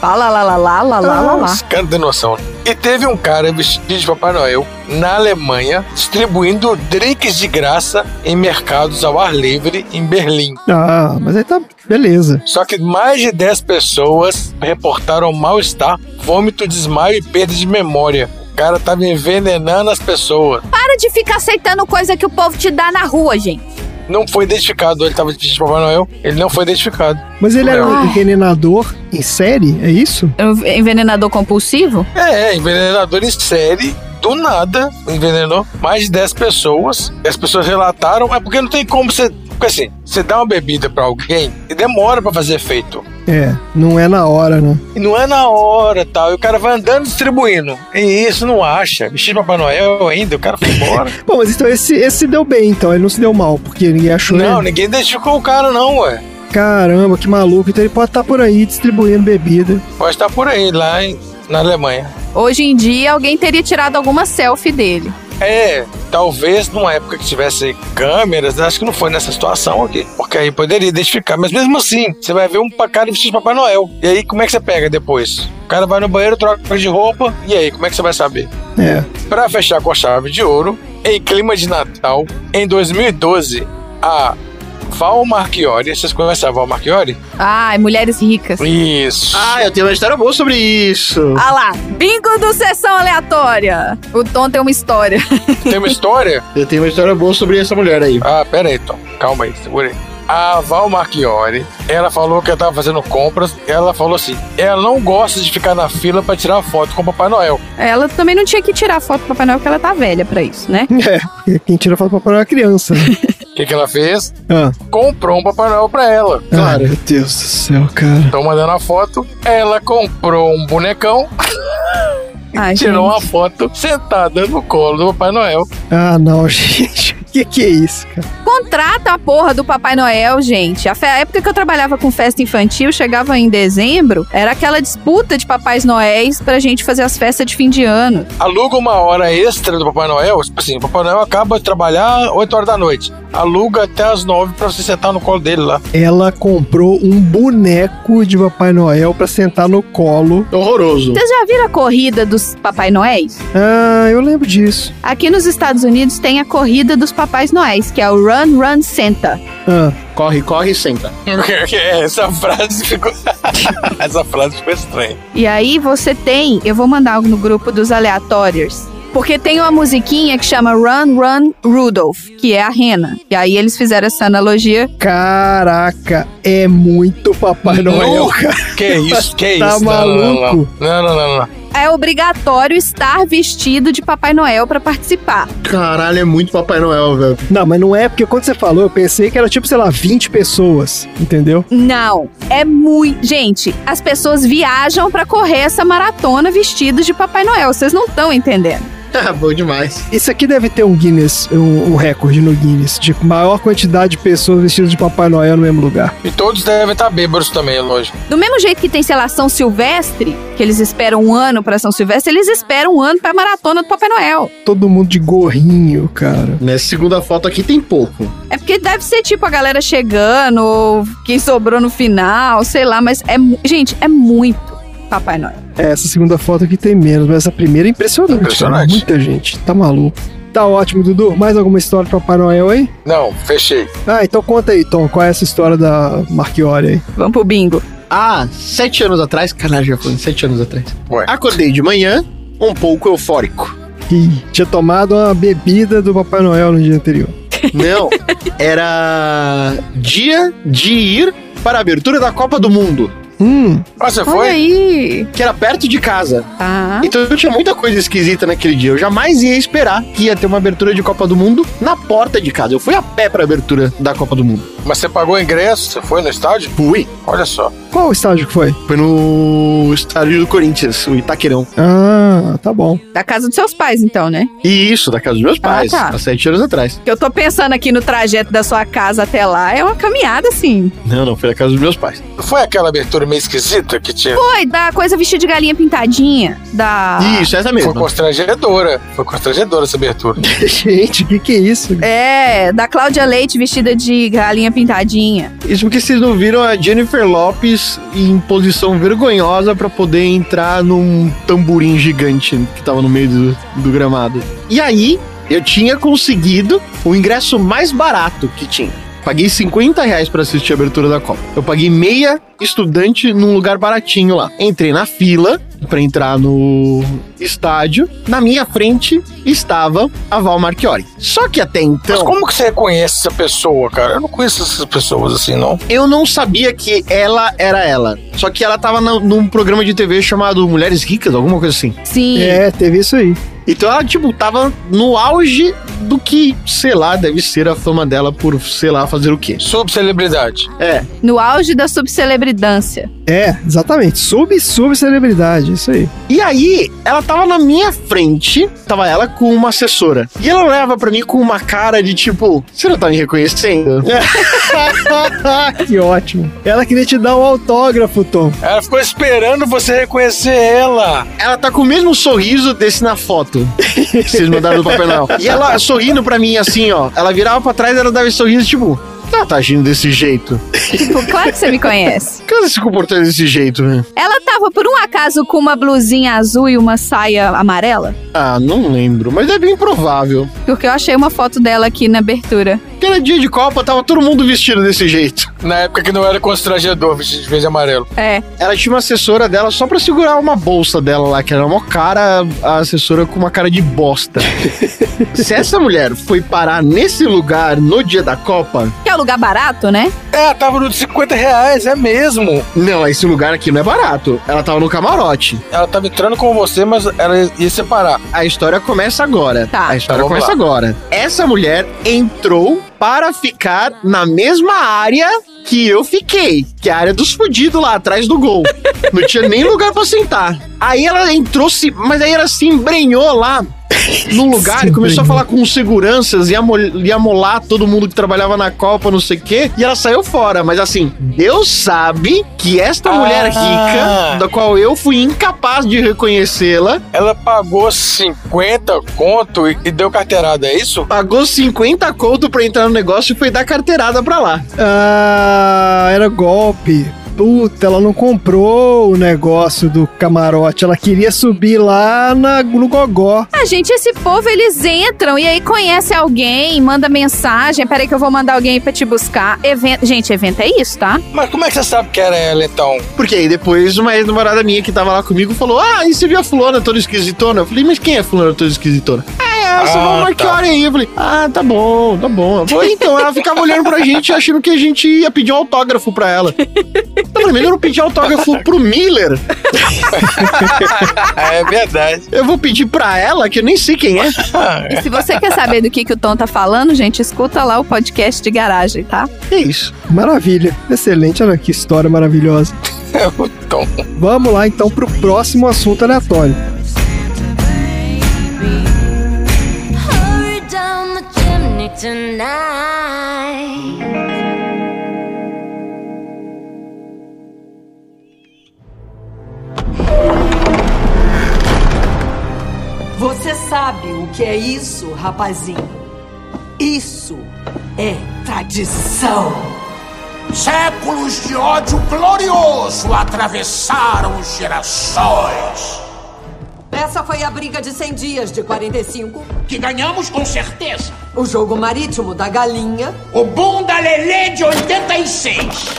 B: Fala lá lá lá lá lá lá lá.
C: Os caras têm noção. E teve um cara vestido de Papai Noel na Alemanha distribuindo drinks de graça em mercados ao ar livre em Berlim.
F: Ah, mas aí tá. Beleza.
C: Só que mais de 10 pessoas reportaram mal-estar, vômito, desmaio e perda de memória. O cara tava envenenando as pessoas.
I: Para de ficar aceitando coisa que o povo te dá na rua, gente.
C: Não foi identificado. Ele tava vestido de Papai Noel, ele não foi identificado.
F: Mas ele era um
C: Ai.
F: envenenador em série? É isso?
B: Envenenador compulsivo?
C: É, envenenador em série. Do nada, envenenou mais de 10 pessoas. E As pessoas relataram. É porque não tem como você. Porque assim, você dá uma bebida pra alguém e demora pra fazer efeito.
F: É, não é na hora, né?
C: E não é na hora tal. E o cara vai andando distribuindo. E isso não acha. Vestido de Papai Noel ainda, o cara foi embora.
F: Pô, mas então esse, esse se deu bem, então. Ele não se deu mal, porque ninguém achou
C: não,
F: ele.
C: ninguém identificou o cara, não, ué.
F: Caramba, que maluco. Então ele pode estar por aí distribuindo bebida.
C: Pode estar por aí, lá em- na Alemanha.
B: Hoje em dia, alguém teria tirado alguma selfie dele.
C: É, talvez numa época que tivesse câmeras, né, acho que não foi nessa situação aqui. Porque aí poderia identificar. Mas mesmo assim, você vai ver um pa- cara vestido de Papai Noel. E aí, como é que você pega depois? O cara vai no banheiro, troca de roupa. E aí, como é que você vai saber?
F: É.
C: Pra fechar com a chave de ouro, em clima de Natal, em 2012, a Val Marchiori, vocês conhecem a Val Marchiori?
B: Ai, mulheres ricas.
C: Isso.
A: Ah, eu tenho uma história boa sobre isso.
B: Ah lá, bingo do Sessão Aleatória. O Tom tem uma história.
C: Tem uma história?
A: Eu tenho uma história boa sobre essa mulher aí.
C: Ah, pera aí, Tom. Calma aí, segura aí. A Val Marchiori, ela falou que ela tava fazendo compras. Ela falou assim: ela não gosta de ficar na fila pra tirar foto com o Papai Noel.
B: Ela também não tinha que tirar foto do Papai Noel, porque ela tá velha pra isso, né?
F: É, porque quem tira foto pra parar é uma criança. né?
C: O que, que ela fez?
F: ah,
C: Comprou um Papai Noel pra ela.
A: Claro.
F: Ai, meu Deus do céu, cara.
C: Tô mandando a foto. Ela comprou um bonecão,
B: Ai,
C: tirou uma foto sentada no colo do Papai Noel.
F: Ah, não, gente. O que, que é isso, cara?
B: Contrata a porra do Papai Noel, gente. A fe- a época que eu trabalhava com festa infantil, chegava em dezembro, era aquela disputa de Papais Noéis pra gente fazer as festas de fim de ano.
C: Aluga uma hora extra do Papai Noel. Tipo assim, o Papai Noel acaba de trabalhar 8 horas da noite. Aluga até as 9 pra você sentar no colo dele lá.
F: Ela comprou um boneco de Papai Noel pra sentar no colo.
A: Horroroso.
B: Vocês já viram a corrida dos Papais Noéis?
F: Ah, eu lembro disso.
B: Aqui nos Estados Unidos tem a corrida dos Papais Noéis, que é o Run Run Santa.
F: Ah,
A: Corre, corre e senta.
C: Essa frase ficou. Essa frase ficou estranha.
B: E aí você tem, eu vou mandar no grupo dos aleatórios, Porque tem uma musiquinha que chama Run, Run, Rudolph, que é a rena. E aí eles fizeram essa analogia.
F: Caraca, é muito Papai Noel,
C: Não.
F: cara.
C: Que isso, que
F: Tá
C: isso. Não, não, não,
F: maluco?
C: Não, não, não, não. não.
B: É obrigatório estar vestido de Papai Noel pra participar.
A: Caralho, é muito Papai Noel, velho.
F: Não, mas não é, porque quando você falou, eu pensei que era tipo, sei lá, 20 pessoas, entendeu?
B: Não, é muito. Gente, as pessoas viajam pra correr essa maratona vestidos de Papai Noel. Vocês não estão entendendo.
A: Ah, bom demais.
F: Isso aqui deve ter um Guinness, um, um recorde no Guinness, de maior quantidade de pessoas vestidas de Papai Noel no mesmo lugar.
C: E todos devem estar bêbados também, é lógico.
B: Do mesmo jeito que tem, sei lá, São Silvestre, que eles esperam um ano pra São Silvestre, eles esperam um ano pra maratona do Papai Noel.
F: Todo mundo de gorrinho, cara.
A: Nessa segunda foto aqui tem pouco.
B: É porque deve ser tipo a galera chegando, ou quem sobrou no final, sei lá, mas é. mu- Gente, é muito Papai Noel.
F: É, Essa segunda foto aqui tem menos, mas essa primeira é impressionante.
C: Impressionante.
F: cara. Muita gente, tá maluco. Tá ótimo, Dudu. Mais alguma história de Papai Noel aí?
C: Não, fechei.
F: Ah, então conta aí, Tom, qual é essa história da Marchiori aí?
B: Vamos pro bingo.
A: Ah, sete anos atrás, caralho, já foi sete anos atrás.
C: Ué.
A: Acordei de manhã, um pouco eufórico.
F: Ih, tinha tomado uma bebida do Papai Noel no dia anterior.
A: Não, era dia de ir para a abertura da Copa do Mundo,
F: Hum,
C: Ah, você
B: Olha
C: foi?
B: aí.
A: que era perto de casa.
F: Ah.
B: Tá.
A: Então eu tinha muita coisa esquisita naquele dia. Eu jamais ia esperar que ia ter uma abertura de Copa do Mundo na porta de casa. Eu fui a pé pra abertura da Copa do Mundo.
C: Mas você pagou o ingresso? Você foi no estádio?
A: Fui.
C: Olha só.
F: qual o estágio que foi?
A: Foi no estádio do Corinthians, o Itaquerão.
F: Ah, tá bom.
B: Da casa dos seus pais, então, né?
A: E isso, da casa dos meus pais,
B: tá.
A: há sete anos atrás.
B: Que eu tô pensando aqui no trajeto da sua casa até lá. É uma caminhada, assim.
A: Não, não, foi da casa dos meus pais.
C: Foi aquela abertura meio esquisita que tinha?
B: Foi, da coisa vestida de galinha pintadinha. Da.
A: Isso, essa
C: Foi
A: mesmo.
C: constrangedora. Foi constrangedora essa abertura.
F: Gente, o que, que é isso?
B: É, da Cláudia Leite vestida de galinha pintadinha.
A: Isso porque vocês não viram a Jennifer Lopes em posição vergonhosa pra poder entrar num tamborim gigante que tava no meio do, do gramado. E aí, eu tinha conseguido o ingresso mais barato que tinha. Paguei 50 reais pra assistir a abertura da Copa. Eu paguei meia estudante num lugar baratinho lá. Entrei na fila pra entrar no estádio. Na minha frente estava a Val Marchiori. Só que até então...
C: Mas como que você reconhece essa pessoa, cara? Eu não conheço essas pessoas assim, não.
A: eu não sabia que ela era ela. Só que ela tava na- num programa de TV chamado Mulheres Ricas, alguma coisa assim.
B: Sim.
F: É, teve isso aí.
A: Então ela, tipo, tava no auge do que, sei lá, deve ser a fama dela por, sei lá, fazer o quê.
C: Subcelebridade.
A: É,
B: No auge da subcelebridância.
F: É, exatamente. Sub, sub celebridade, isso aí.
A: E aí, ela tava na minha frente, tava ela com uma assessora. E ela olhava pra mim com uma cara de tipo, você não tá me reconhecendo?
F: que ótimo. Ela queria te dar um autógrafo, Tom.
C: Ela ficou esperando você reconhecer ela.
A: Ela tá com o mesmo sorriso desse na foto. que Vocês mandaram no Papai Noel. E ela sorrindo pra mim assim, ó. Ela virava pra trás e ela dava esse sorriso, tipo, por que ela tá agindo desse jeito?
B: Tipo, claro que você me conhece.
A: Por que ela se comportando desse jeito, né?
B: Ela tava, por um acaso, com uma blusinha azul e uma saia amarela?
A: Ah, não lembro, mas é bem provável.
B: Porque eu achei uma foto dela aqui na abertura.
A: Porque era dia de Copa, tava todo mundo vestido desse jeito.
C: Na época que não era constrangedor, vestido de verde e amarelo.
B: É.
A: Ela tinha uma assessora dela só pra segurar uma bolsa dela lá, que era uma cara, a assessora com uma cara de bosta. se essa mulher foi parar nesse lugar no dia da Copa,
B: Que é um lugar barato, né?
C: É, tava no de 50 reais, é mesmo.
A: não, esse lugar aqui não é barato. Ela tava no camarote.
C: Ela tava entrando com você, mas ela ia separar.
A: A história começa agora.
B: Tá.
A: A história
C: Então vamos
A: começa agora. Essa mulher entrou para ficar na mesma área que eu fiquei, que é a área dos fudidos lá atrás do gol. Não tinha nem lugar pra sentar. Aí ela entrou, se, mas aí ela se embrenhou lá num lugar
F: Se
A: e começou a
F: embrenhou.
A: falar com os seguranças e amolar todo mundo que trabalhava na Copa, não sei o quê. E ela saiu fora, mas assim, Deus sabe que esta
C: Ah.
A: mulher rica, da qual eu fui incapaz de reconhecê-la,
C: Ela pagou 50 conto e, e deu carteirada, é isso?
A: pagou 50 conto pra entrar no negócio e foi dar carteirada pra lá.
F: Ah, era golpe. puta, ela não comprou o negócio do camarote, ela queria subir lá na, no gogó.
B: Ah, gente, esse povo, eles entram e aí conhece alguém, manda mensagem. Peraí que eu vou mandar alguém aí pra te buscar. Evento... Gente, evento é isso, tá?
C: Mas como é que você sabe que era ela, então?
A: Porque aí depois uma ex-namorada minha que tava lá comigo falou: Ah, e você viu a fulana toda esquisitona? Eu falei, mas quem é a fulana toda esquisitona? Ah, é essa,
C: Ah,
A: vamos marcar
C: tá.
A: hora aí. Eu falei, ah, tá bom, tá bom. Ela falou, então, ela ficava olhando pra gente achando que a gente ia pedir um autógrafo pra ela. Então, pra mim, eu não pedi autógrafo pro Miller.
C: Ah, é verdade.
A: Eu vou pedir pra ela, que eu nem sei quem é.
B: E se você quer saber do que, que o Tom tá falando, gente, escuta lá o podcast de garagem, tá?
A: É isso.
F: Maravilha, excelente, olha que história maravilhosa.
C: É Tom.
F: Vamos lá então pro próximo assunto aleatório.
J: Hurry down the chimney tonight.
K: Você sabe o que é isso, rapazinho? Isso é tradição.
L: Séculos de ódio glorioso atravessaram gerações.
K: Essa foi a briga de 100 dias de 45,
L: Que ganhamos com certeza.
K: o jogo marítimo da galinha.
L: O Bunda Lelê de 86.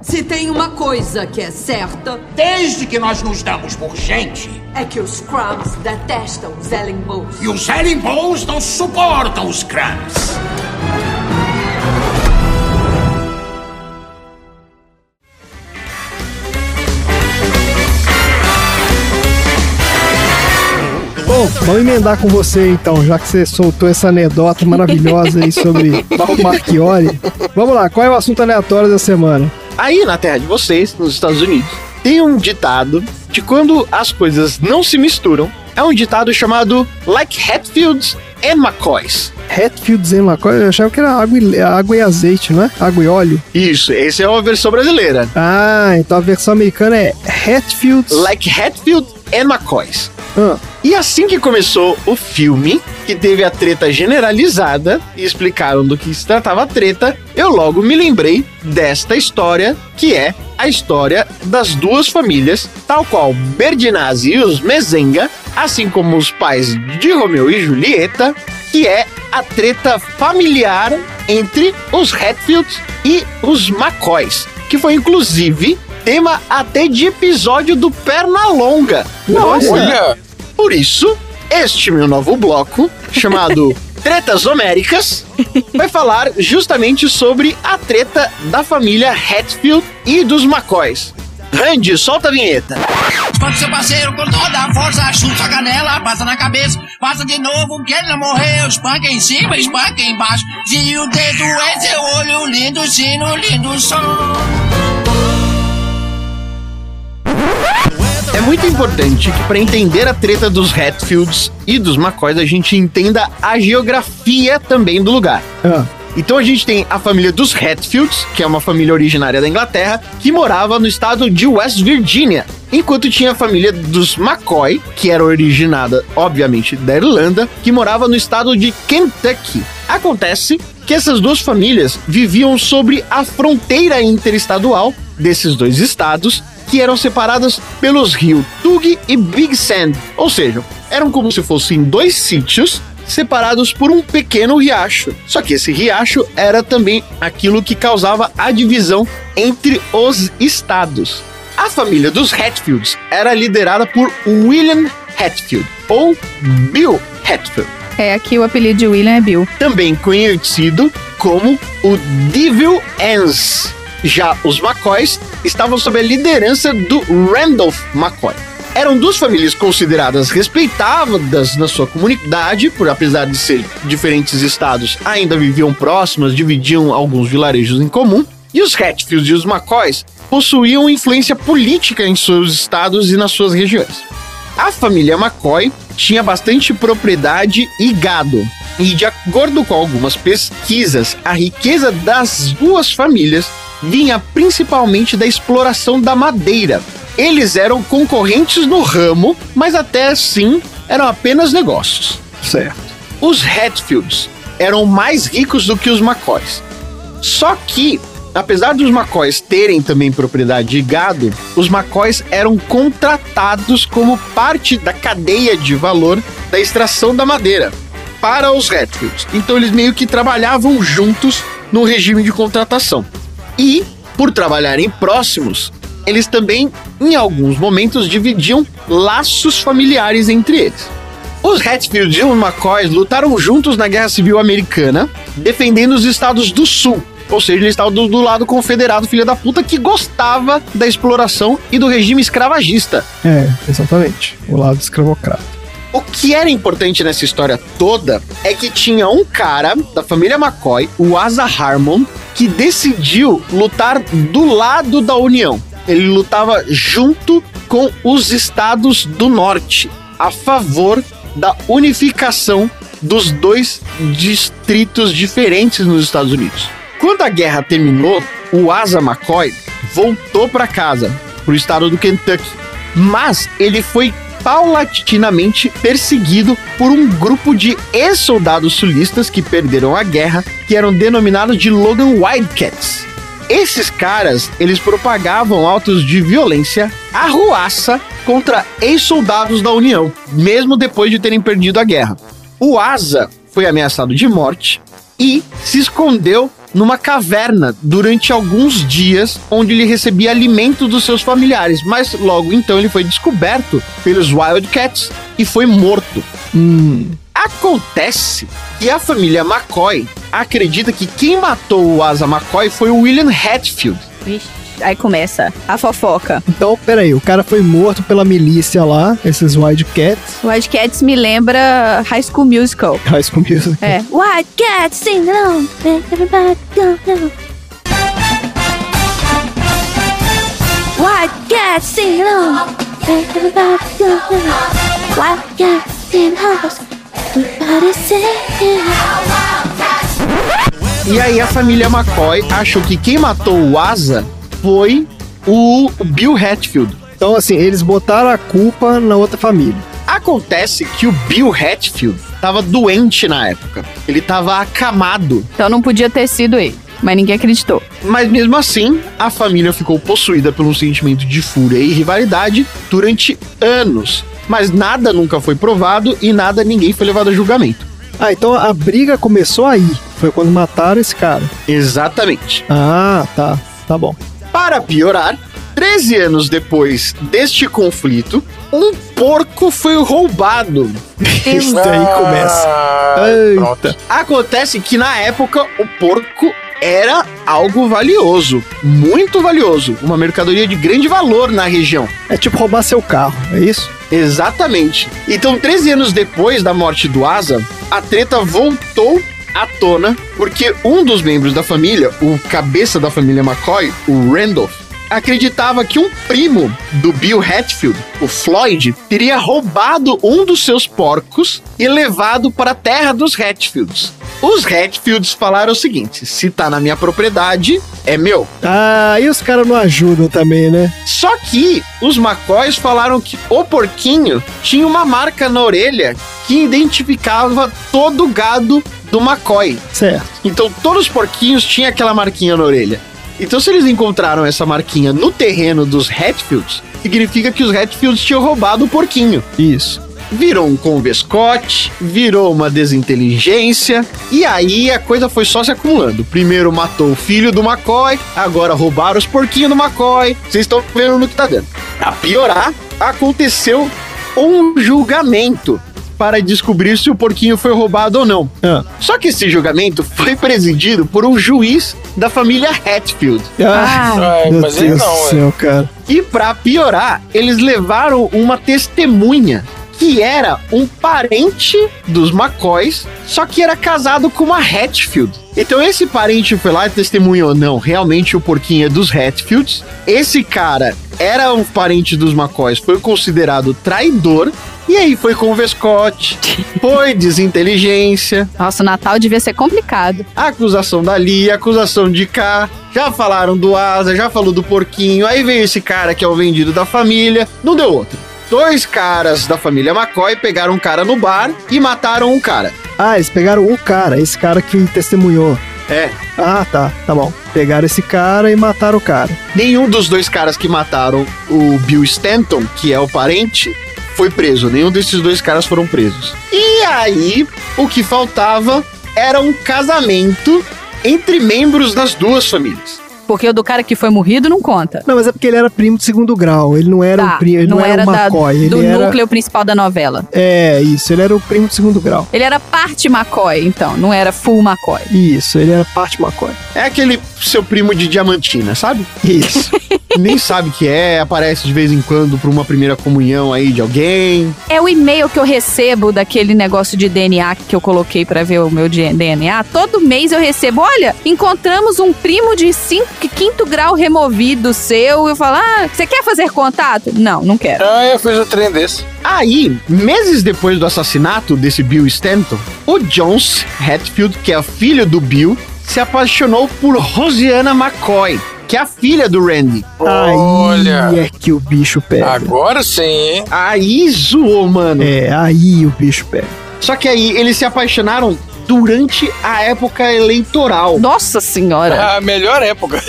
K: Se tem uma coisa que é certa,
L: Desde que nós nos damos por gente,
K: é que os Crumbs detestam os Ellen Bows.
L: e os Helen Bowls não suportam os Crumbs.
F: Bom, vamos emendar com você então, já que você soltou essa anedota maravilhosa aí sobre Barro Marchiori. Vamos lá, qual é o assunto aleatório da semana?
A: Aí na terra de vocês, nos Estados Unidos, tem um ditado de quando as coisas não se misturam. É um ditado chamado Like Hatfields and McCoys.
F: Hatfields and McCoy, é? eu achava que era água e, água e azeite, não é? Água e óleo.
A: Isso, essa é uma versão brasileira.
F: Ah, então a versão americana é Hatfields.
A: Like Hatfield and McCoys.
F: Ah,
A: E assim que começou o filme, que teve a treta generalizada e explicaram do que se tratava a treta, eu logo me lembrei desta história, que é a história das duas famílias, tal qual Berdinazzi e os Mezenga, assim como os pais de Romeu e Julieta, que é a treta familiar entre os Hatfields e os McCoys, que foi inclusive tema até de episódio do Pernalonga.
F: Nossa!
C: Olha,
A: Por isso, este meu novo bloco, chamado Tretas Homéricas, vai falar justamente sobre a treta da família Hatfield e dos McCoys. Randy, solta a vinheta.
L: Pode seu parceiro com toda a força, chuta a canela, passa na cabeça, passa de novo, que ele não morreu, espanca em cima, espanca embaixo. Se o dedo é seu olho, lindo sino, lindo som.
A: É muito importante que para entender a treta dos Hatfields e dos McCoys, a gente entenda a geografia também do lugar.
F: ah,
A: Então a gente tem a família dos Hatfields, que é uma família originária da Inglaterra, que morava no estado de West Virginia. Enquanto tinha a família dos McCoy, que era originada, obviamente, da Irlanda, que morava no estado de Kentucky. Acontece que essas duas famílias viviam sobre a fronteira interestadual desses dois estados, que eram separadas pelos rios Tug e Big Sand. Ou seja, eram como se fossem dois sítios separados por um pequeno riacho. Só que esse riacho era também aquilo que causava a divisão entre os estados. A família dos Hatfields era liderada por William Hatfield, ou Bill Hatfield,
B: É, aqui o apelido de William é Bill.
A: também conhecido como o Devil Ends. Já os McCoys estavam sob a liderança do Randolph McCoy. Eram duas famílias consideradas respeitadas na sua comunidade, por apesar de serem diferentes estados, ainda viviam próximas, dividiam alguns vilarejos em comum. E os Hatfields e os McCoys possuíam influência política em seus estados e nas suas regiões. A família McCoy tinha bastante propriedade e gado. E de acordo com algumas pesquisas, a riqueza das duas famílias vinha principalmente da exploração da madeira. Eles eram concorrentes no ramo, mas até assim eram apenas negócios.
F: certo.
A: Os Hatfields eram mais ricos do que os McCoys. Só que Apesar dos macóis terem também propriedade de gado, os macóis eram contratados como parte da cadeia de valor da extração da madeira para os Redfields. Então eles meio que trabalhavam juntos no regime de contratação. E, por trabalharem próximos, eles também, em alguns momentos, dividiam laços familiares entre eles. Os Hatfield e os McCoys lutaram juntos na Guerra Civil Americana, defendendo os estados do Sul. Ou seja, eles estavam do, do lado confederado, filha da puta, que gostava da exploração e do regime escravagista.
F: É, exatamente. O lado escravocrata.
A: O que era importante nessa história toda é que tinha um cara da família McCoy, o Asa Harmon, que decidiu lutar do lado da União. Ele lutava junto com os estados do norte, a favor da unificação dos dois distritos diferentes nos Estados Unidos. Quando a guerra terminou, o Asa McCoy voltou para casa, para o estado do Kentucky, mas ele foi paulatinamente perseguido por um grupo de ex-soldados sulistas que perderam a guerra, que eram denominados de Logan Wildcats. Esses caras, eles propagavam autos de violência, arruaça contra ex-soldados da União, mesmo depois de terem perdido a guerra. O Asa foi ameaçado de morte e se escondeu numa caverna durante alguns dias, onde ele recebia alimento dos seus familiares, mas logo então ele foi descoberto pelos Wildcats e foi morto.
F: Hum.
A: Acontece que a família McCoy acredita que quem matou o Asa McCoy foi o William Hatfield.
B: Vixe. Aí começa a fofoca.
F: Então, peraí, o cara foi morto pela milícia lá, esses Wildcats.
B: Wildcats me lembra High School Musical.
F: High School Musical.
B: É.
I: Wildcat, sing along, everybody go, go. Wildcat, sing along, everybody go, go. Wildcat, in the house, everybody sing
A: E aí a família McCoy achou que quem matou o Asa foi o Bill Hatfield.
F: Então, assim, eles botaram a culpa na outra família.
A: Acontece que o Bill Hatfield estava doente na época. Ele estava acamado.
B: Então não podia ter sido ele. Mas ninguém acreditou.
A: Mas mesmo assim, a família ficou possuída por um sentimento de fúria e rivalidade durante anos. Mas nada nunca foi provado e nada ninguém foi levado a julgamento.
F: Ah, então a briga começou aí. Foi quando mataram esse cara.
A: Exatamente.
F: Ah, tá. Tá bom.
A: Para piorar, 13 anos depois deste conflito, um porco foi roubado.
F: Isso aí começa.
C: Pronto.
A: Acontece que na época o porco era algo valioso, muito valioso, uma mercadoria de grande valor na região.
F: É tipo roubar seu carro, é isso?
A: Exatamente. Então, 13 anos depois da morte do Asa, a treta voltou à tona, porque um dos membros da família, o cabeça da família McCoy, o Randolph, acreditava que um primo do Bill Hatfield, o Floyd, teria roubado um dos seus porcos e levado para a terra dos Hatfields. Os Hatfields falaram o seguinte: se tá na minha propriedade, é meu.
F: Ah, e os caras não ajudam também, né?
A: Só que os McCoys falaram que o porquinho tinha uma marca na orelha que identificava todo o gado do McCoy.
F: Certo.
A: Então todos os porquinhos tinham aquela marquinha na orelha. Então se eles encontraram essa marquinha no terreno dos Hatfields, significa que os Hatfields tinham roubado o porquinho.
F: Isso.
A: Virou um convescote, virou uma desinteligência, e aí a coisa foi só se acumulando. Primeiro matou o filho do McCoy, agora roubaram os porquinhos do McCoy. Vocês estão vendo no que tá dando. Pra piorar, aconteceu um julgamento para descobrir se o porquinho foi roubado ou não.
F: Ah.
A: Só que esse julgamento foi presidido por um juiz da família Hatfield.
F: Ah,
C: Ai,
F: meu
C: mas ele
F: Deus
C: não,
F: do
C: é.
F: céu, cara.
A: E pra piorar, eles levaram uma testemunha que era um parente dos McCoys, só que era casado com uma Hatfield. Então esse parente foi lá e testemunhou, não, realmente o porquinho é dos Hatfields. Esse cara era um parente dos McCoys, foi considerado traidor. E aí foi com o Vescote, foi desinteligência,
B: Nossa, o Natal devia ser complicado.
A: acusação dali, acusação de cá. Já falaram do Asa, já falou do porquinho. Aí veio esse cara que é o vendido da família. Não deu outro. Dois caras da família McCoy pegaram um cara no bar e mataram um cara.
F: Ah, eles pegaram o cara, esse cara que testemunhou.
A: É.
F: Ah, tá, tá bom. Pegaram esse cara e mataram o cara.
A: Nenhum dos dois caras que mataram o Bill Stanton, que é o parente, foi preso. Nenhum desses dois caras foram presos. E aí, o que faltava era um casamento entre membros das duas famílias.
B: Porque o do cara que foi morrido não conta.
F: Não, mas é porque ele era primo de segundo grau. Ele não era
B: Tá,
F: um primo, ele não, era, um
B: da-
F: McCoy. ele
B: do
F: era...
B: núcleo principal da novela.
F: É, isso, ele era o primo de segundo grau.
B: Ele era parte McCoy, então, não era full McCoy.
F: Isso, ele era parte McCoy.
A: É aquele seu primo de Diamantina, sabe?
F: Isso.
A: Nem sabe que é, aparece de vez em quando pra uma primeira comunhão aí de alguém.
B: É o e-mail que eu recebo daquele negócio de DNA que eu coloquei pra ver o meu de- DNA. Todo mês eu recebo, olha, encontramos um primo de cinco, quinto grau removido seu. Eu falo, ah, você quer fazer contato? Não, não quero.
C: Ah, eu fiz um trem desse.
A: Aí, meses depois do assassinato desse Bill Stanton, o Jones Hatfield, que é filho do Bill, se apaixonou por Rosiana McCoy, que é a filha do Randy.
C: Olha.
F: Aí é que o bicho pega.
C: Agora sim, hein?
A: Aí zoou,
C: Ah.
A: mano.
F: É, aí o bicho pega.
A: Só que aí eles se apaixonaram durante a época eleitoral.
B: Nossa senhora.
C: A melhor época.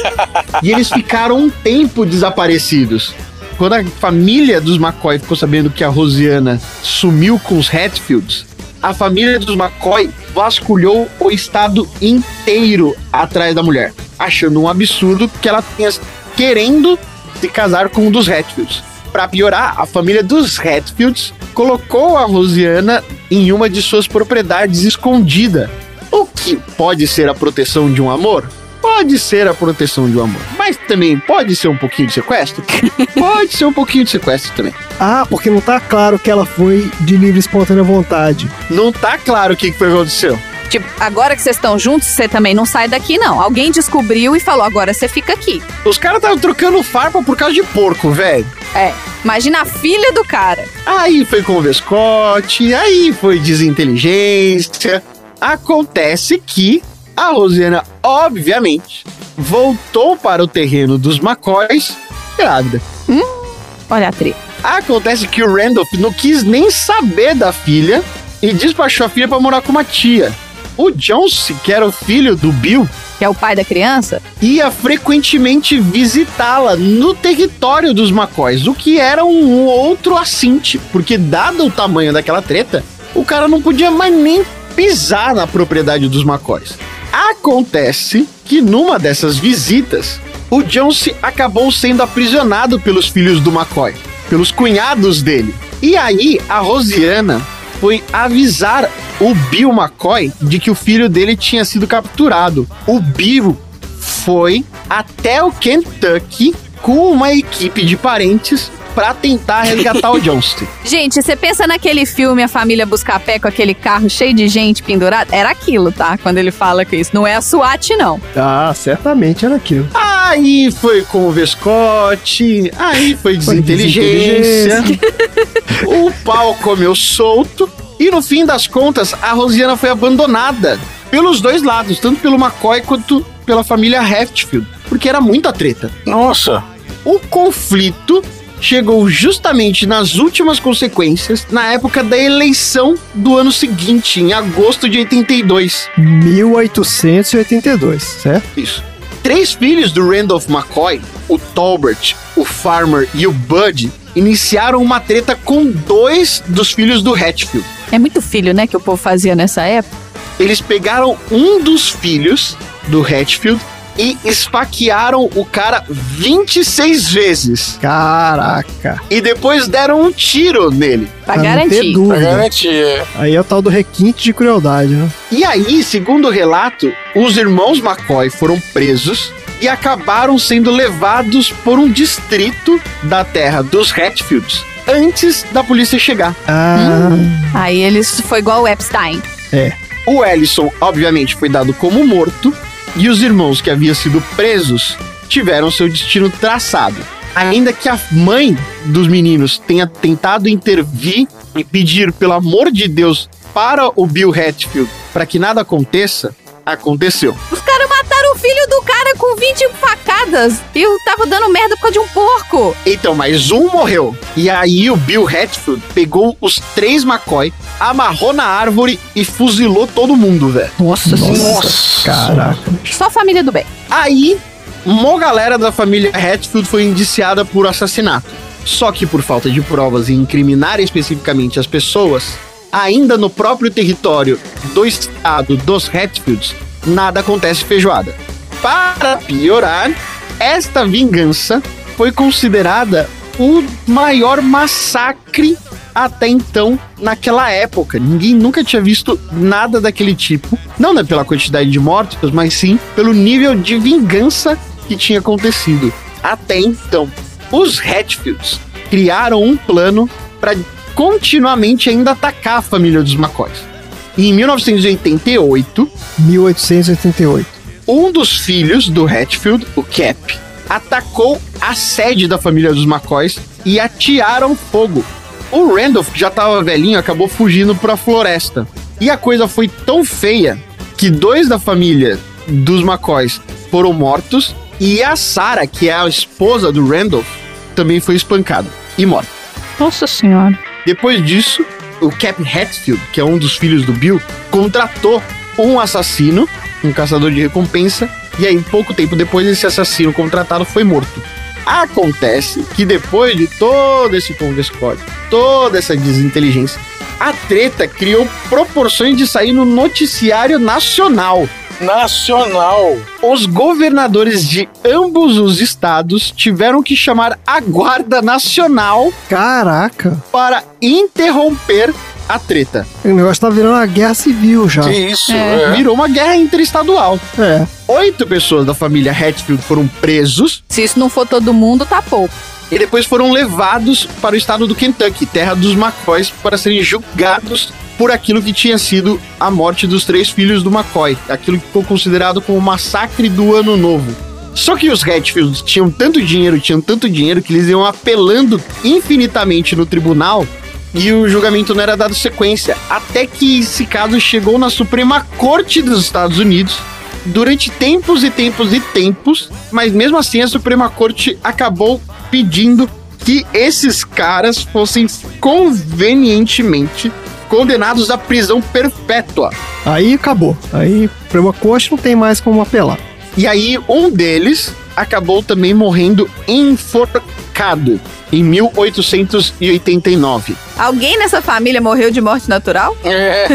A: E eles ficaram um tempo desaparecidos. Quando a família dos McCoy ficou sabendo que a Rosiana sumiu com os Hatfields, a família dos McCoy vasculhou o estado inteiro atrás da mulher, achando um absurdo que ela tenha querendo se casar com um dos Hatfields. Pra piorar, a família dos Hatfields colocou a Rosiana em uma de suas propriedades escondida. O que pode ser a proteção de um amor? Pode ser a proteção de um amor, mas também pode ser um pouquinho de sequestro? pode ser um pouquinho de sequestro também.
F: Ah, porque não tá claro que ela foi de livre e espontânea vontade.
A: Não tá claro o que que foi que aconteceu.
B: Tipo, agora que vocês estão juntos, você também não sai daqui, não. Alguém descobriu e falou, agora você fica aqui.
A: Os caras estavam trocando farpa por causa de porco, velho.
B: É, imagina a filha do cara.
A: Aí foi com o Vescote, aí foi desinteligência. Acontece que a Rosiana, obviamente, voltou para o terreno dos Macóis grávida.
B: Olha a tri.
A: Acontece que o Randolph não quis nem saber da filha e despachou a filha para morar com uma tia. O Jones, que era o filho do Bill,
B: Que é o pai da criança?
A: ia frequentemente visitá-la no território dos Macóis, o que era um outro assinte, porque dado o tamanho daquela treta, o cara não podia mais nem pisar na propriedade dos Macóis. Acontece que numa dessas visitas, o Jones acabou sendo aprisionado pelos filhos do McCoy, pelos cunhados dele. E aí a Rosiana foi avisar o Bill McCoy de que o filho dele tinha sido capturado. O Bill foi até o Kentucky com uma equipe de parentes para tentar resgatar o Johnston.
B: Gente, você pensa naquele filme A Família Buscar Pé com aquele carro cheio de gente pendurada? Era aquilo, tá? Quando ele fala que isso não é a SWAT, não.
F: Ah, certamente era aquilo.
A: Aí foi com o Vescote, aí foi desinteligência. o pau comeu solto. E no fim das contas, a Rosiana foi abandonada pelos dois lados, tanto pelo McCoy quanto pela família Hatfield, porque era muita treta.
C: Nossa.
A: O conflito chegou justamente nas últimas consequências, na época da eleição do ano seguinte, em agosto de 82.
F: 1882, certo?
A: Isso. Três filhos do Randolph McCoy, o Talbert, o Farmer e o Bud, iniciaram uma treta com dois dos filhos do Hatfield.
B: É muito filho, né, que o povo fazia nessa época.
A: Eles pegaram um dos filhos do Hatfield e esfaquearam o cara 26 vezes.
F: Caraca.
A: E depois deram um tiro nele.
B: Pra
F: não ter
B: garantir.
C: Pra
F: dúvida.
C: garantir.
F: Aí é o tal do requinte de crueldade, né?
A: E aí, segundo o relato, os irmãos McCoy foram presos e acabaram sendo levados por um distrito da terra dos Hatfields antes da polícia chegar.
F: Ah,
B: Aí eles foi igual o Epstein.
A: O Ellison, obviamente, foi dado como morto e os irmãos que haviam sido presos tiveram seu destino traçado. Ainda que a mãe dos meninos tenha tentado intervir e pedir, pelo amor de Deus, para o Bill Hatfield para que nada aconteça, aconteceu.
B: Os caras mataram o filho do cara com 20 facadas. E eu tava dando merda por causa de um porco.
A: Então, mas um morreu. E aí o Bill Hatfield pegou os três McCoy, amarrou na árvore e fuzilou todo mundo, velho.
B: Nossa,
F: nossa. Caraca.
B: Só família do bem.
A: Aí, uma galera da família Hatfield foi indiciada por assassinato. Só que por falta de provas e incriminar especificamente as pessoas, ainda no próprio território do estado dos Hatfields, nada acontece feijoada. Para piorar, esta vingança foi considerada o maior massacre até então naquela época. Ninguém nunca tinha visto nada daquele tipo. Não né, pela quantidade de mortos, mas sim pelo nível de vingança que tinha acontecido até então. Os Hatfields criaram um plano para continuamente ainda atacar a família dos McCoys. E em 1988,
B: Hum.
F: 1888,
A: um dos filhos do Hatfield, o Cap, atacou a sede da família dos McCoys e atearam fogo. O Randolph, que já estava velhinho, acabou fugindo para a floresta. E a coisa foi tão feia que dois da família dos McCoys foram mortos e a Sarah, que é a esposa do Randolph, também foi espancada e morta.
G: Nossa senhora.
A: Depois disso, o Cap Hatfield, que é um dos filhos do Bill, contratou um assassino, um caçador de recompensa, e aí, pouco tempo depois, esse assassino contratado foi morto. Acontece que depois de todo esse conversório, toda essa desinteligência, a treta criou proporções de sair no noticiário nacional.
C: Nacional.
A: Os governadores de ambos os estados tiveram que chamar a Guarda Nacional
F: Caraca.
A: para interromper a treta.
F: O negócio tá virando uma guerra civil já.
C: Que isso,
A: É,
C: é.
A: Virou uma guerra interestadual.
F: É.
A: Oito pessoas da família Hatfield foram presos
G: Se isso não for todo mundo, tá pouco.
A: e depois foram levados para o estado do Kentucky, terra dos McCoys, para serem julgados por aquilo que tinha sido a morte dos três filhos do McCoy, aquilo que ficou considerado como o massacre do Ano Novo. Só que os Hatfields tinham tanto dinheiro, tinham tanto dinheiro, que eles iam apelando infinitamente no tribunal e o julgamento não era dado sequência. Até que esse caso chegou na Suprema Corte dos Estados Unidos durante tempos e tempos e tempos, mas mesmo assim a Suprema Corte acabou pedindo que esses caras fossem convenientemente condenados à prisão perpétua.
F: Aí acabou. Aí pra uma coxa não tem mais como apelar.
A: E aí um deles acabou também morrendo enforcado em 1889.
B: Alguém nessa família morreu de morte natural?
C: É.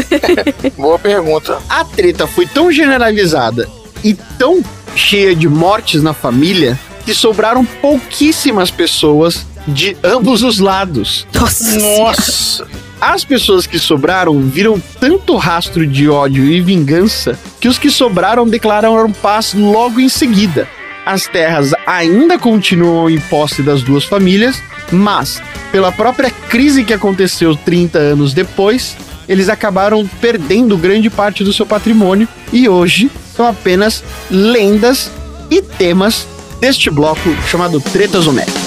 C: Boa pergunta.
A: a treta foi tão generalizada e tão cheia de mortes na família que sobraram pouquíssimas pessoas de ambos os lados.
G: Nossa.
C: Nossa.
A: As pessoas que sobraram viram tanto rastro de ódio e vingança que os que sobraram declararam paz logo em seguida. As terras ainda continuam em posse das duas famílias, mas, pela própria crise que aconteceu 30 anos depois, eles acabaram perdendo grande parte do seu patrimônio e hoje são apenas lendas e temas deste bloco chamado Tretas Homéricas.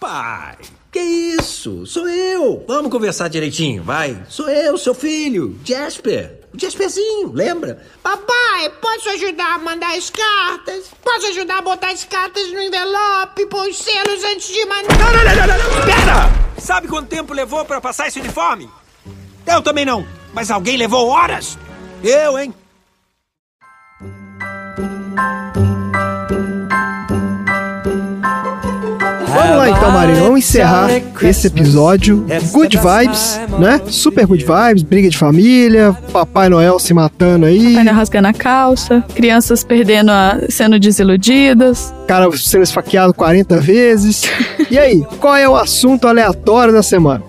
H: Pai, que isso? Sou eu. Vamos conversar direitinho, vai. Sou eu, seu filho, Jasper. O Jasperzinho, lembra?
M: Papai, posso ajudar a mandar as cartas? Posso ajudar a botar as cartas no envelope, pôr os selos antes de mandar?
L: Não, não, não, não, não, não, espera! Sabe quanto tempo levou pra passar esse uniforme? Eu também não, mas alguém levou horas? Eu, hein?
F: Vamos lá então, Marinho. Vamos encerrar esse episódio. Good vibes, né? Super good vibes, briga de família, Papai Noel se matando aí.
G: Pena rasgando a calça, crianças perdendo a. sendo desiludidas.
F: Cara sendo esfaqueado 40 vezes. E aí, qual é o assunto aleatório da semana?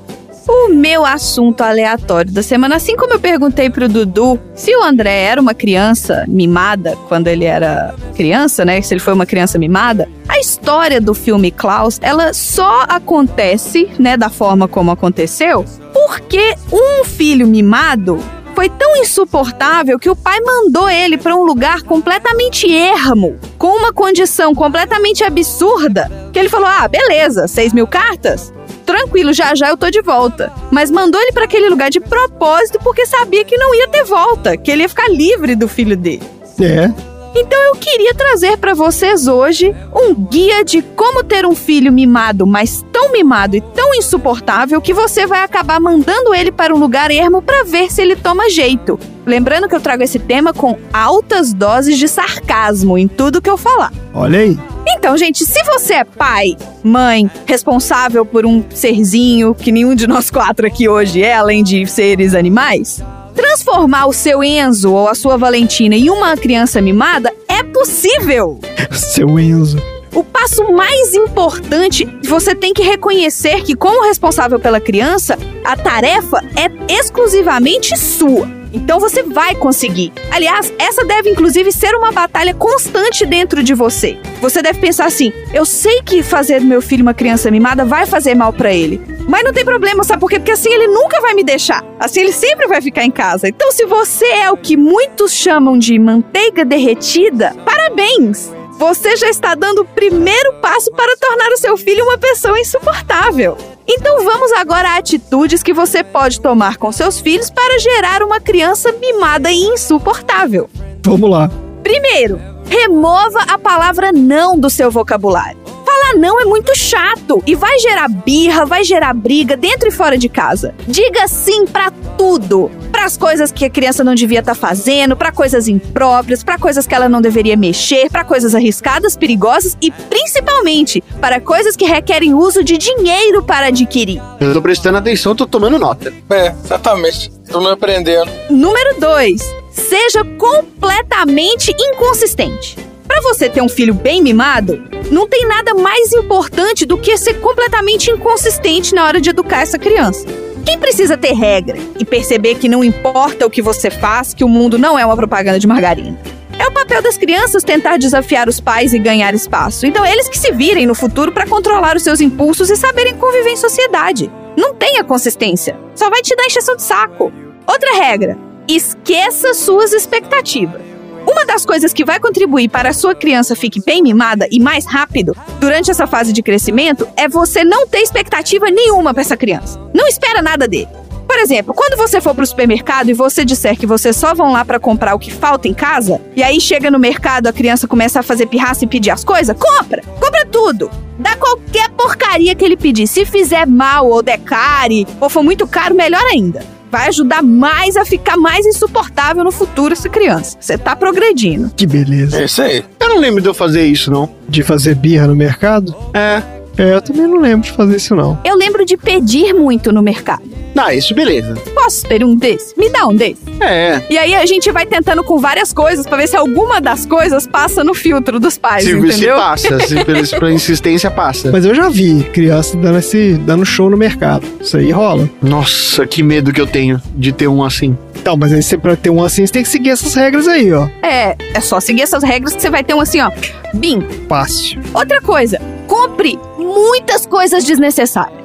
B: O meu assunto aleatório da semana, assim como eu perguntei pro Dudu se o André era uma criança mimada quando ele era criança, né? Se ele foi uma criança mimada, a história do filme Klaus, ela só acontece, né, da forma como aconteceu, porque um filho mimado foi tão insuportável que o pai mandou ele pra um lugar completamente ermo, com uma condição completamente absurda, que ele falou: ah, beleza, 6 mil cartas? Tranquilo, já já eu tô de volta. Mas mandou ele pra aquele lugar de propósito porque sabia que não ia ter volta, que ele ia ficar livre do filho dele.
F: É,
B: Então eu queria trazer para vocês hoje um guia de como ter um filho mimado, mas tão mimado e tão insuportável que você vai acabar mandando ele para um lugar ermo para ver se ele toma jeito. Lembrando que eu trago esse tema com altas doses de sarcasmo em tudo que eu falar.
F: Olha aí.
B: Então, gente, se você é pai, mãe, responsável por um serzinho que nenhum de nós quatro aqui hoje é, além de seres animais, transformar o seu Enzo ou a sua Valentina em uma criança mimada é possível.
F: Seu Enzo.
B: O passo mais importante, você tem que reconhecer que, como responsável pela criança, a tarefa é exclusivamente sua. Então você vai conseguir. Aliás, essa deve inclusive ser uma batalha constante dentro de você. Você deve pensar assim: eu sei que fazer do meu filho uma criança mimada vai fazer mal para ele. Mas não tem problema, sabe por quê? Porque assim ele nunca vai me deixar. Assim ele sempre vai ficar em casa. Então, se você é o que muitos chamam de manteiga derretida, parabéns! Você já está dando o primeiro passo para tornar o seu filho uma pessoa insuportável. Então vamos agora a atitudes que você pode tomar com seus filhos para gerar uma criança mimada e insuportável.
F: Vamos lá.
B: Primeiro, remova a palavra não do seu vocabulário. Falar não é muito chato e vai gerar birra, vai gerar briga dentro e fora de casa. Diga sim para tudo, para as coisas que a criança não devia estar fazendo, para coisas impróprias, para coisas que ela não deveria mexer, para coisas arriscadas, perigosas e principalmente para coisas que requerem uso de dinheiro para adquirir.
A: Eu tô prestando atenção, tô tomando nota.
C: É, exatamente. Tô me aprendendo.
B: Número 2. Seja completamente inconsistente. Para você ter um filho bem mimado, não tem nada mais importante do que ser completamente inconsistente na hora de educar essa criança. Quem precisa ter regra e perceber que não importa o que você faz, que o mundo não é uma propaganda de margarina? É o papel das crianças tentar desafiar os pais e ganhar espaço. Então, eles que se virem no futuro para controlar os seus impulsos e saberem conviver em sociedade. Não tenha consistência. Só vai te dar encheção de saco. Outra regra: esqueça suas expectativas. Uma das coisas que vai contribuir para a sua criança fique bem mimada e mais rápido durante essa fase de crescimento é você não ter expectativa nenhuma para essa criança. Não espera nada dele. Por exemplo, quando você for para o supermercado e você disser que vocês só vão lá para comprar o que falta em casa, e aí chega no mercado, a criança começa a fazer pirraça e pedir as coisas, compra! Compra tudo! Dá qualquer porcaria que ele pedir. Se fizer mal ou decare, ou for muito caro, melhor ainda vai ajudar mais a ficar mais insuportável no futuro essa criança. Você tá progredindo.
F: Que beleza.
C: É isso aí.
A: Eu não lembro de eu fazer isso, não.
F: De fazer birra no mercado?
A: É.
F: É, eu também não lembro de fazer isso, não.
B: Eu lembro de pedir muito no mercado.
A: Ah, isso beleza.
B: Posso ter um desse? Me dá um desse.
A: É.
B: E aí a gente vai tentando com várias coisas pra ver se alguma das coisas passa no filtro dos pais,
A: se,
B: entendeu?
A: se passa, se pela, pela insistência passa.
F: Mas eu já vi criança dando, esse, dando show no mercado. Isso aí rola.
A: Nossa, que medo que eu tenho de ter um assim.
F: Então, mas aí você, pra ter um assim, você tem que seguir essas regras aí, ó.
B: É, é só seguir essas regras que você vai ter um assim, ó. Bim.
F: Fácil.
B: Outra coisa, compre muitas coisas desnecessárias.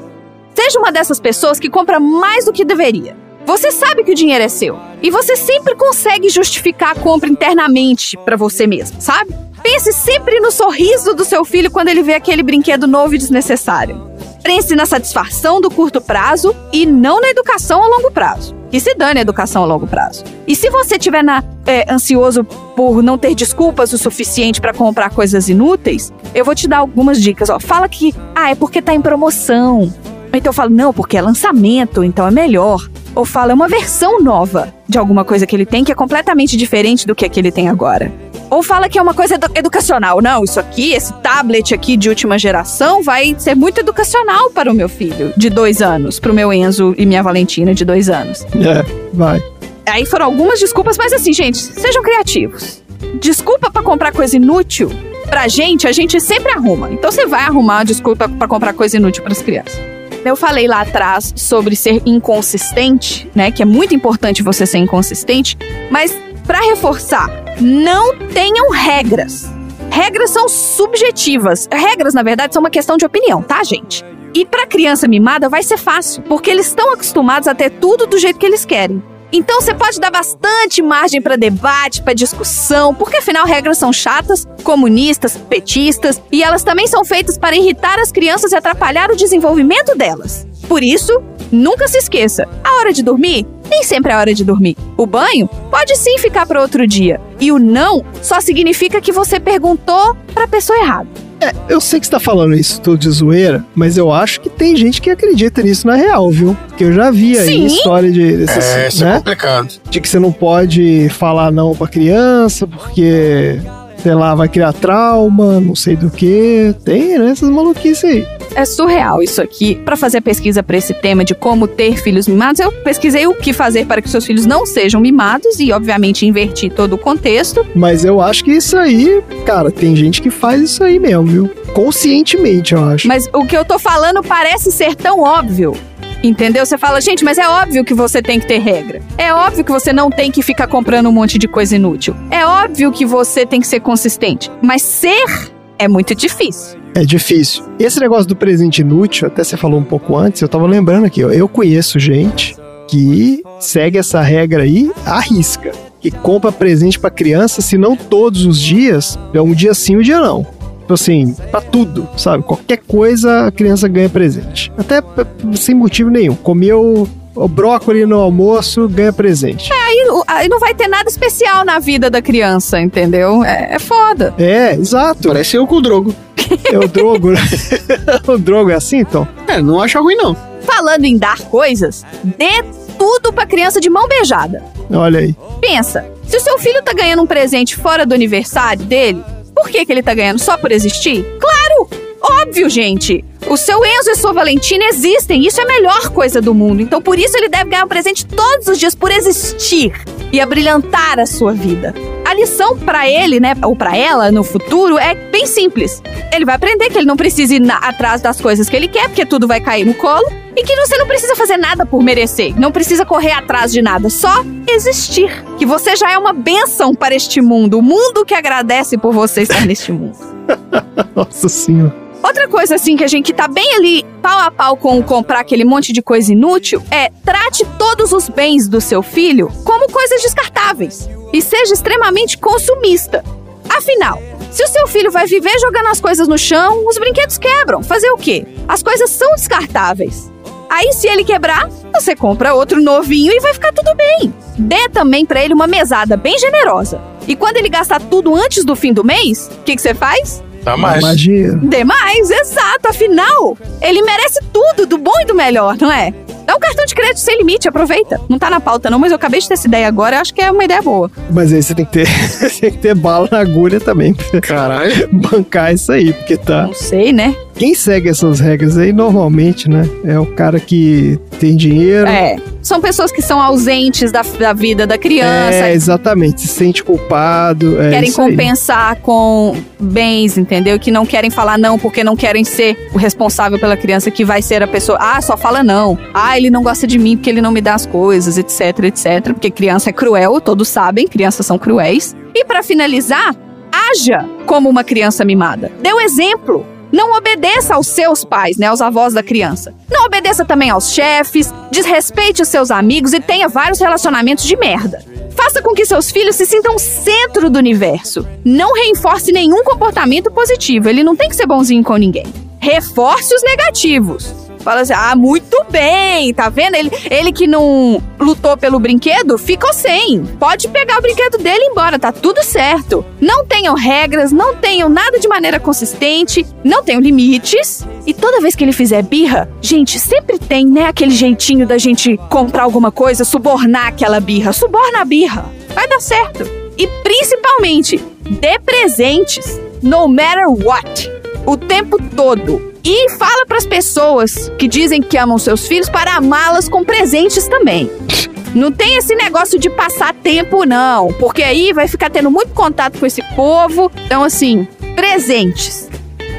B: Seja uma dessas pessoas que compra mais do que deveria. Você sabe que o dinheiro é seu e você sempre consegue justificar a compra internamente pra você mesmo, sabe? Pense sempre no sorriso do seu filho quando ele vê aquele brinquedo novo e desnecessário. Pense na satisfação do curto prazo e não na educação a longo prazo. Que se dane a educação a longo prazo. E se você estiver ansioso por não ter desculpas o suficiente para comprar coisas inúteis, eu vou te dar algumas dicas. Ó. Fala que, ah, é porque tá em promoção. Ou então fala, não, porque é lançamento, então é melhor. Ou fala, é uma versão nova de alguma coisa que ele tem que é completamente diferente do que, é que ele tem agora. Ou fala que é uma coisa edu- educacional. Não, isso aqui, esse tablet aqui de última geração vai ser muito educacional para o meu filho de dois anos, para o meu Enzo e minha Valentina de dois anos.
F: É, vai.
B: Aí foram algumas desculpas, mas assim, gente, sejam criativos. Desculpa pra comprar coisa inútil, pra gente, a gente sempre arruma. Então você vai arrumar uma desculpa pra comprar coisa inútil pras crianças. Eu falei lá atrás sobre ser inconsistente, né? Que é muito importante você ser inconsistente, mas pra reforçar, não tenham regras. Regras são subjetivas. Regras, na verdade, são uma questão de opinião, tá, gente? E pra criança mimada vai ser fácil, porque eles estão acostumados a ter tudo do jeito que eles querem. Então você pode dar bastante margem para debate, para discussão, porque afinal regras são chatas, comunistas, petistas, e elas também são feitas para irritar as crianças e atrapalhar o desenvolvimento delas. Por isso, Nunca se esqueça, a hora de dormir nem sempre é a hora de dormir. O banho pode sim ficar para outro dia. E o não só significa que você perguntou para a pessoa errada.
F: É, eu sei que você tá falando isso tudo de zoeira, mas eu acho que tem gente que acredita nisso na real, viu? Porque eu já vi aí
B: Sim.
F: história de. desses,
C: É, isso é
F: né?
C: complicado.
F: De que você não pode falar não pra criança, porque. Sei lá, vai criar trauma, não sei do que. Tem, né? Essas maluquices aí.
B: É surreal isso aqui. Para fazer a pesquisa para esse tema de como ter filhos mimados, eu pesquisei o que fazer para que seus filhos não sejam mimados e, obviamente, inverti todo o contexto.
F: Mas eu acho que isso aí, cara, tem gente que faz isso aí mesmo, viu? Conscientemente, eu acho.
B: Mas o que eu tô falando parece ser tão óbvio. Entendeu? Você fala, gente, mas é óbvio que você tem que ter regra. É óbvio que você não tem que ficar comprando um monte de coisa inútil. É óbvio que você tem que ser consistente. Mas ser é muito difícil.
F: É difícil. Esse negócio do presente inútil, até você falou um pouco antes, eu tava lembrando aqui, ó, eu conheço gente que segue essa regra aí à risca. Que compra presente pra criança, se não todos os dias, é um dia sim, um dia não. Tipo Assim, pra tudo, sabe? Qualquer coisa a criança ganha presente. Até p- p- sem motivo nenhum. Comeu o brócolis no almoço, ganha presente.
B: Aí, o- aí não vai ter nada especial na vida da criança, entendeu? É, é foda.
F: É, exato.
A: Parece eu com o Drogo.
F: É o Drogo, né? o Drogo é assim, então?
A: É, não acho ruim, não.
B: Falando em dar coisas, dê tudo pra criança de mão beijada.
F: Olha aí.
B: Pensa, se o seu filho tá ganhando um presente fora do aniversário dele, por que, que ele tá ganhando? Só por existir? Claro! Óbvio, gente! O seu Enzo e sua Valentina existem, isso é a melhor coisa do mundo. Então por isso ele deve ganhar um presente todos os dias por existir e abrilhantar a sua vida. A lição pra ele, né, ou pra ela no futuro é bem simples. Ele vai aprender que ele não precisa ir na- atrás das coisas que ele quer, porque tudo vai cair no colo, e que você não precisa fazer nada por merecer, não precisa correr atrás de nada, só existir. Que você já é uma bênção para este mundo, o mundo que agradece por você estar neste mundo.
F: Nossa senhora.
B: Outra coisa, assim, que a gente que tá bem ali pau a pau com o comprar aquele monte de coisa inútil é trate todos os bens do seu filho como coisas descartáveis e seja extremamente consumista. Afinal, se o seu filho vai viver jogando as coisas no chão, os brinquedos quebram. Fazer o quê? As coisas são descartáveis. Aí, se ele quebrar, você compra outro novinho e vai ficar tudo bem. Dê também pra ele uma mesada bem generosa. E quando ele gastar tudo antes do fim do mês, o que que você faz?
C: Tá mais.
F: Magia.
B: Demais, exato. Afinal, ele merece tudo, do bom e do melhor, não é? Dá um cartão de crédito sem limite, aproveita. Não tá na pauta, não, mas eu acabei de ter essa ideia agora, eu acho que é uma ideia boa.
F: Mas aí você tem que ter, tem que ter bala na agulha também. pra
A: Caralho.
F: Bancar isso aí, porque tá.
B: Não sei, né?
F: Quem segue essas regras aí normalmente, né? É o cara que tem dinheiro.
B: É. São pessoas que são ausentes da, da vida da criança,
F: É, exatamente. Se sente culpado. É
B: querem
F: isso aí.
B: compensar com bens, entendeu? Que não querem falar não porque não querem ser o responsável pela criança que vai ser a pessoa. Ah, só fala não. Ah, ele não gosta de mim porque ele não me dá as coisas, etc, etc. Porque criança é cruel, todos sabem, crianças são cruéis. E pra finalizar, haja como uma criança mimada. Dê o exemplo. Não obedeça aos seus pais, né, aos avós da criança. Não obedeça também aos chefes, desrespeite os seus amigos e tenha vários relacionamentos de merda. Faça com que seus filhos se sintam centro do universo. Não reforce nenhum comportamento positivo. Ele não tem que ser bonzinho com ninguém. Reforce os negativos. Fala assim, ah, muito bem, tá vendo? Ele, ele que não lutou pelo brinquedo, ficou sem. Pode pegar o brinquedo dele e ir embora, tá tudo certo. Não tenham regras, não tenham nada de maneira consistente, não tenham limites. E toda vez que ele fizer birra, gente, sempre tem, né, aquele jeitinho da gente comprar alguma coisa, subornar aquela birra. Suborna a birra, vai dar certo. E principalmente, dê presentes, no matter what o tempo todo. E fala pras pessoas que dizem que amam seus filhos para amá-las com presentes também. Não tem esse negócio de passar tempo, não. Porque aí vai ficar tendo muito contato com esse povo. Então, assim, presentes.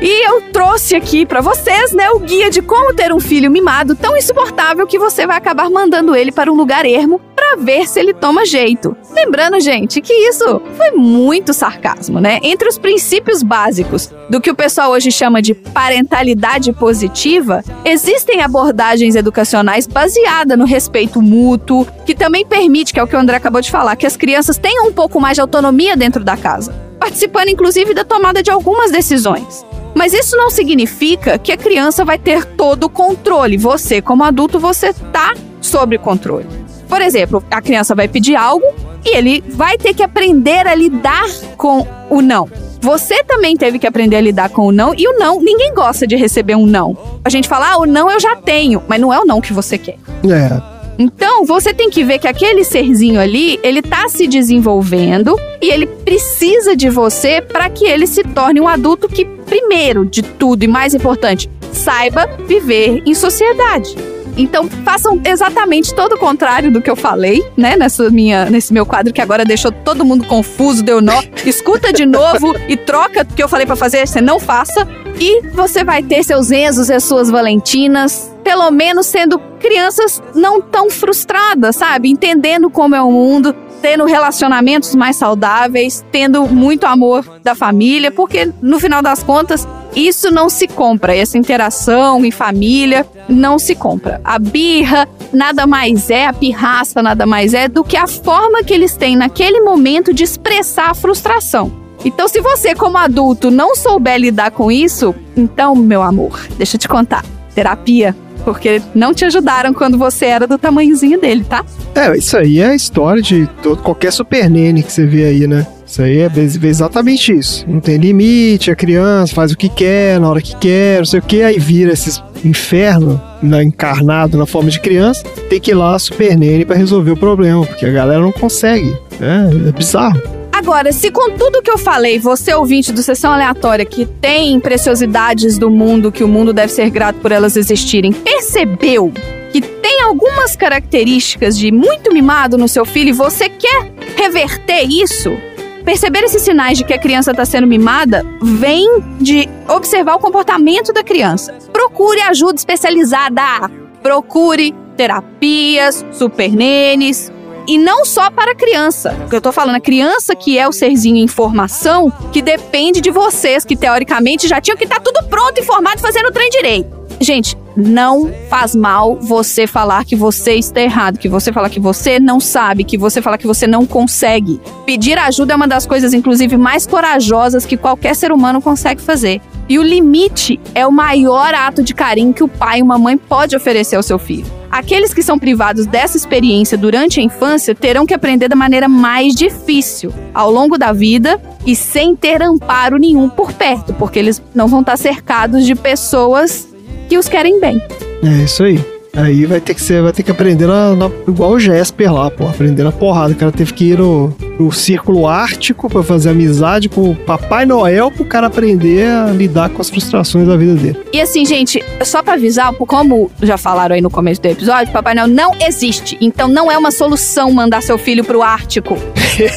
B: E eu trouxe aqui pra vocês, né, o guia de como ter um filho mimado tão insuportável que você vai acabar mandando ele para um lugar ermo pra ver se ele toma jeito. Lembrando, gente, que isso foi muito sarcasmo, né? Entre os princípios básicos do que o pessoal hoje chama de parentalidade positiva, existem abordagens educacionais baseadas no respeito mútuo, que também permite, que é o que o André acabou de falar, que as crianças tenham um pouco mais de autonomia dentro da casa, participando inclusive da tomada de algumas decisões. Mas isso não significa que a criança vai ter todo o controle. Você, como adulto, você tá sob controle. Por exemplo, a criança vai pedir algo e ele vai ter que aprender a lidar com o não. Você também teve que aprender a lidar com o não, e o não, ninguém gosta de receber um não. A gente fala, ah, o não eu já tenho, mas não é o não que você quer.
F: É.
B: Então, você tem que ver que aquele serzinho ali, ele tá se desenvolvendo e ele precisa de você para que ele se torne um adulto que, primeiro de tudo e mais importante, saiba viver em sociedade. Então, façam exatamente todo o contrário do que eu falei, né? Nessa minha, nesse meu quadro que agora deixou todo mundo confuso, deu nó. Escuta de novo e troca o que eu falei pra fazer, você não faça. E você vai ter seus Enzos e suas Valentinas, pelo menos sendo crianças não tão frustradas, sabe? Entendendo como é o mundo, tendo relacionamentos mais saudáveis, tendo muito amor da família, porque no final das contas, isso não se compra. Essa interação em família não se compra. A birra nada mais é, a pirraça nada mais é do que a forma que eles têm naquele momento de expressar a frustração. Então, se você, como adulto, não souber lidar com isso, então, meu amor, deixa eu te contar. Terapia. Porque não te ajudaram quando você era do tamanhozinho dele, tá?
F: É, isso aí é a história de todo, qualquer super nene que você vê aí, né? Isso aí é bas- exatamente isso. Não tem limite, a criança faz o que quer, na hora que quer, não sei o que, aí vira esse inferno né, encarnado na forma de criança, tem que ir lá super nene pra resolver o problema, porque a galera não consegue. É, é bizarro.
B: Agora, se com tudo que eu falei, você ouvinte do Sessão Aleatória, que tem preciosidades do mundo, que o mundo deve ser grato por elas existirem, percebeu que tem algumas características de muito mimado no seu filho e você quer reverter isso, perceber esses sinais de que a criança está sendo mimada vem de observar o comportamento da criança. Procure ajuda especializada. Procure terapias, supernenes, e não só para a criança. Eu tô falando, a criança que é o serzinho em formação, que depende de vocês, que teoricamente já tinham que estar tudo pronto e formado fazendo o trem direito. Gente, não faz mal você falar que você está errado, que você falar que você não sabe, que você falar que você não consegue. Pedir ajuda é uma das coisas, inclusive, mais corajosas que qualquer ser humano consegue fazer. E o limite é o maior ato de carinho que o pai e uma mãe pode oferecer ao seu filho. Aqueles que são privados dessa experiência durante a infância terão que aprender da maneira mais difícil, ao longo da vida e sem ter amparo nenhum por perto, porque eles não vão estar cercados de pessoas que os querem bem.
F: É isso aí. Aí vai ter que ser, vai ter que aprender na, na- igual o Jesper lá, pô, aprender na porrada. O cara teve que ir no, no círculo ártico pra fazer amizade com o Papai Noel pro cara aprender a lidar com as frustrações da vida dele.
B: E assim, gente, só pra avisar, como já falaram aí no começo do episódio, Papai Noel não existe. Então não é uma solução mandar seu filho pro Ártico.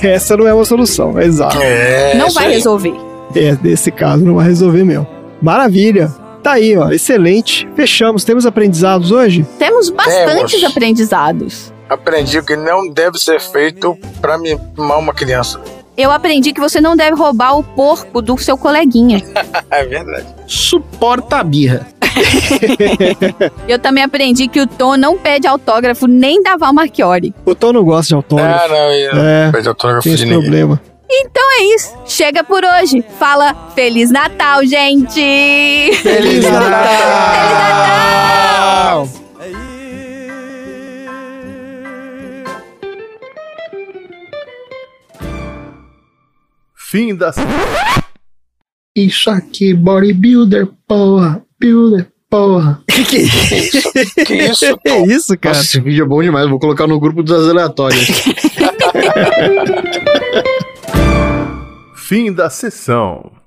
F: Essa não é uma solução, é exato.
B: não vai resolver.
F: É, nesse caso não vai resolver mesmo. Maravilha. Tá aí, ó, excelente. Fechamos. Temos aprendizados hoje?
B: Temos bastantes
C: Temos.
B: aprendizados.
C: Aprendi o que não deve ser feito pra mimar uma criança.
B: Eu aprendi que você não deve roubar o porco do seu coleguinha.
C: é verdade.
A: Suporta a birra.
B: Eu também aprendi que o Tom não pede autógrafo nem da Val Marchiori.
F: O Tom não gosta de autógrafo.
C: Ah, não, eu
F: É,
C: não pede autógrafo
F: tem
C: de
F: esse
C: ninguém.
F: problema.
B: Então é isso. Chega por hoje. Fala Feliz Natal, gente!
A: Feliz
B: Natal!
N: É
E: Fim da.
A: Isso aqui, bodybuilder, porra. Builder, porra.
F: Que que é isso?
C: Que isso,
F: Que é isso, cara?
N: Nossa, esse vídeo é bom demais. Vou colocar no grupo das aleatórias.
E: Fim da sessão.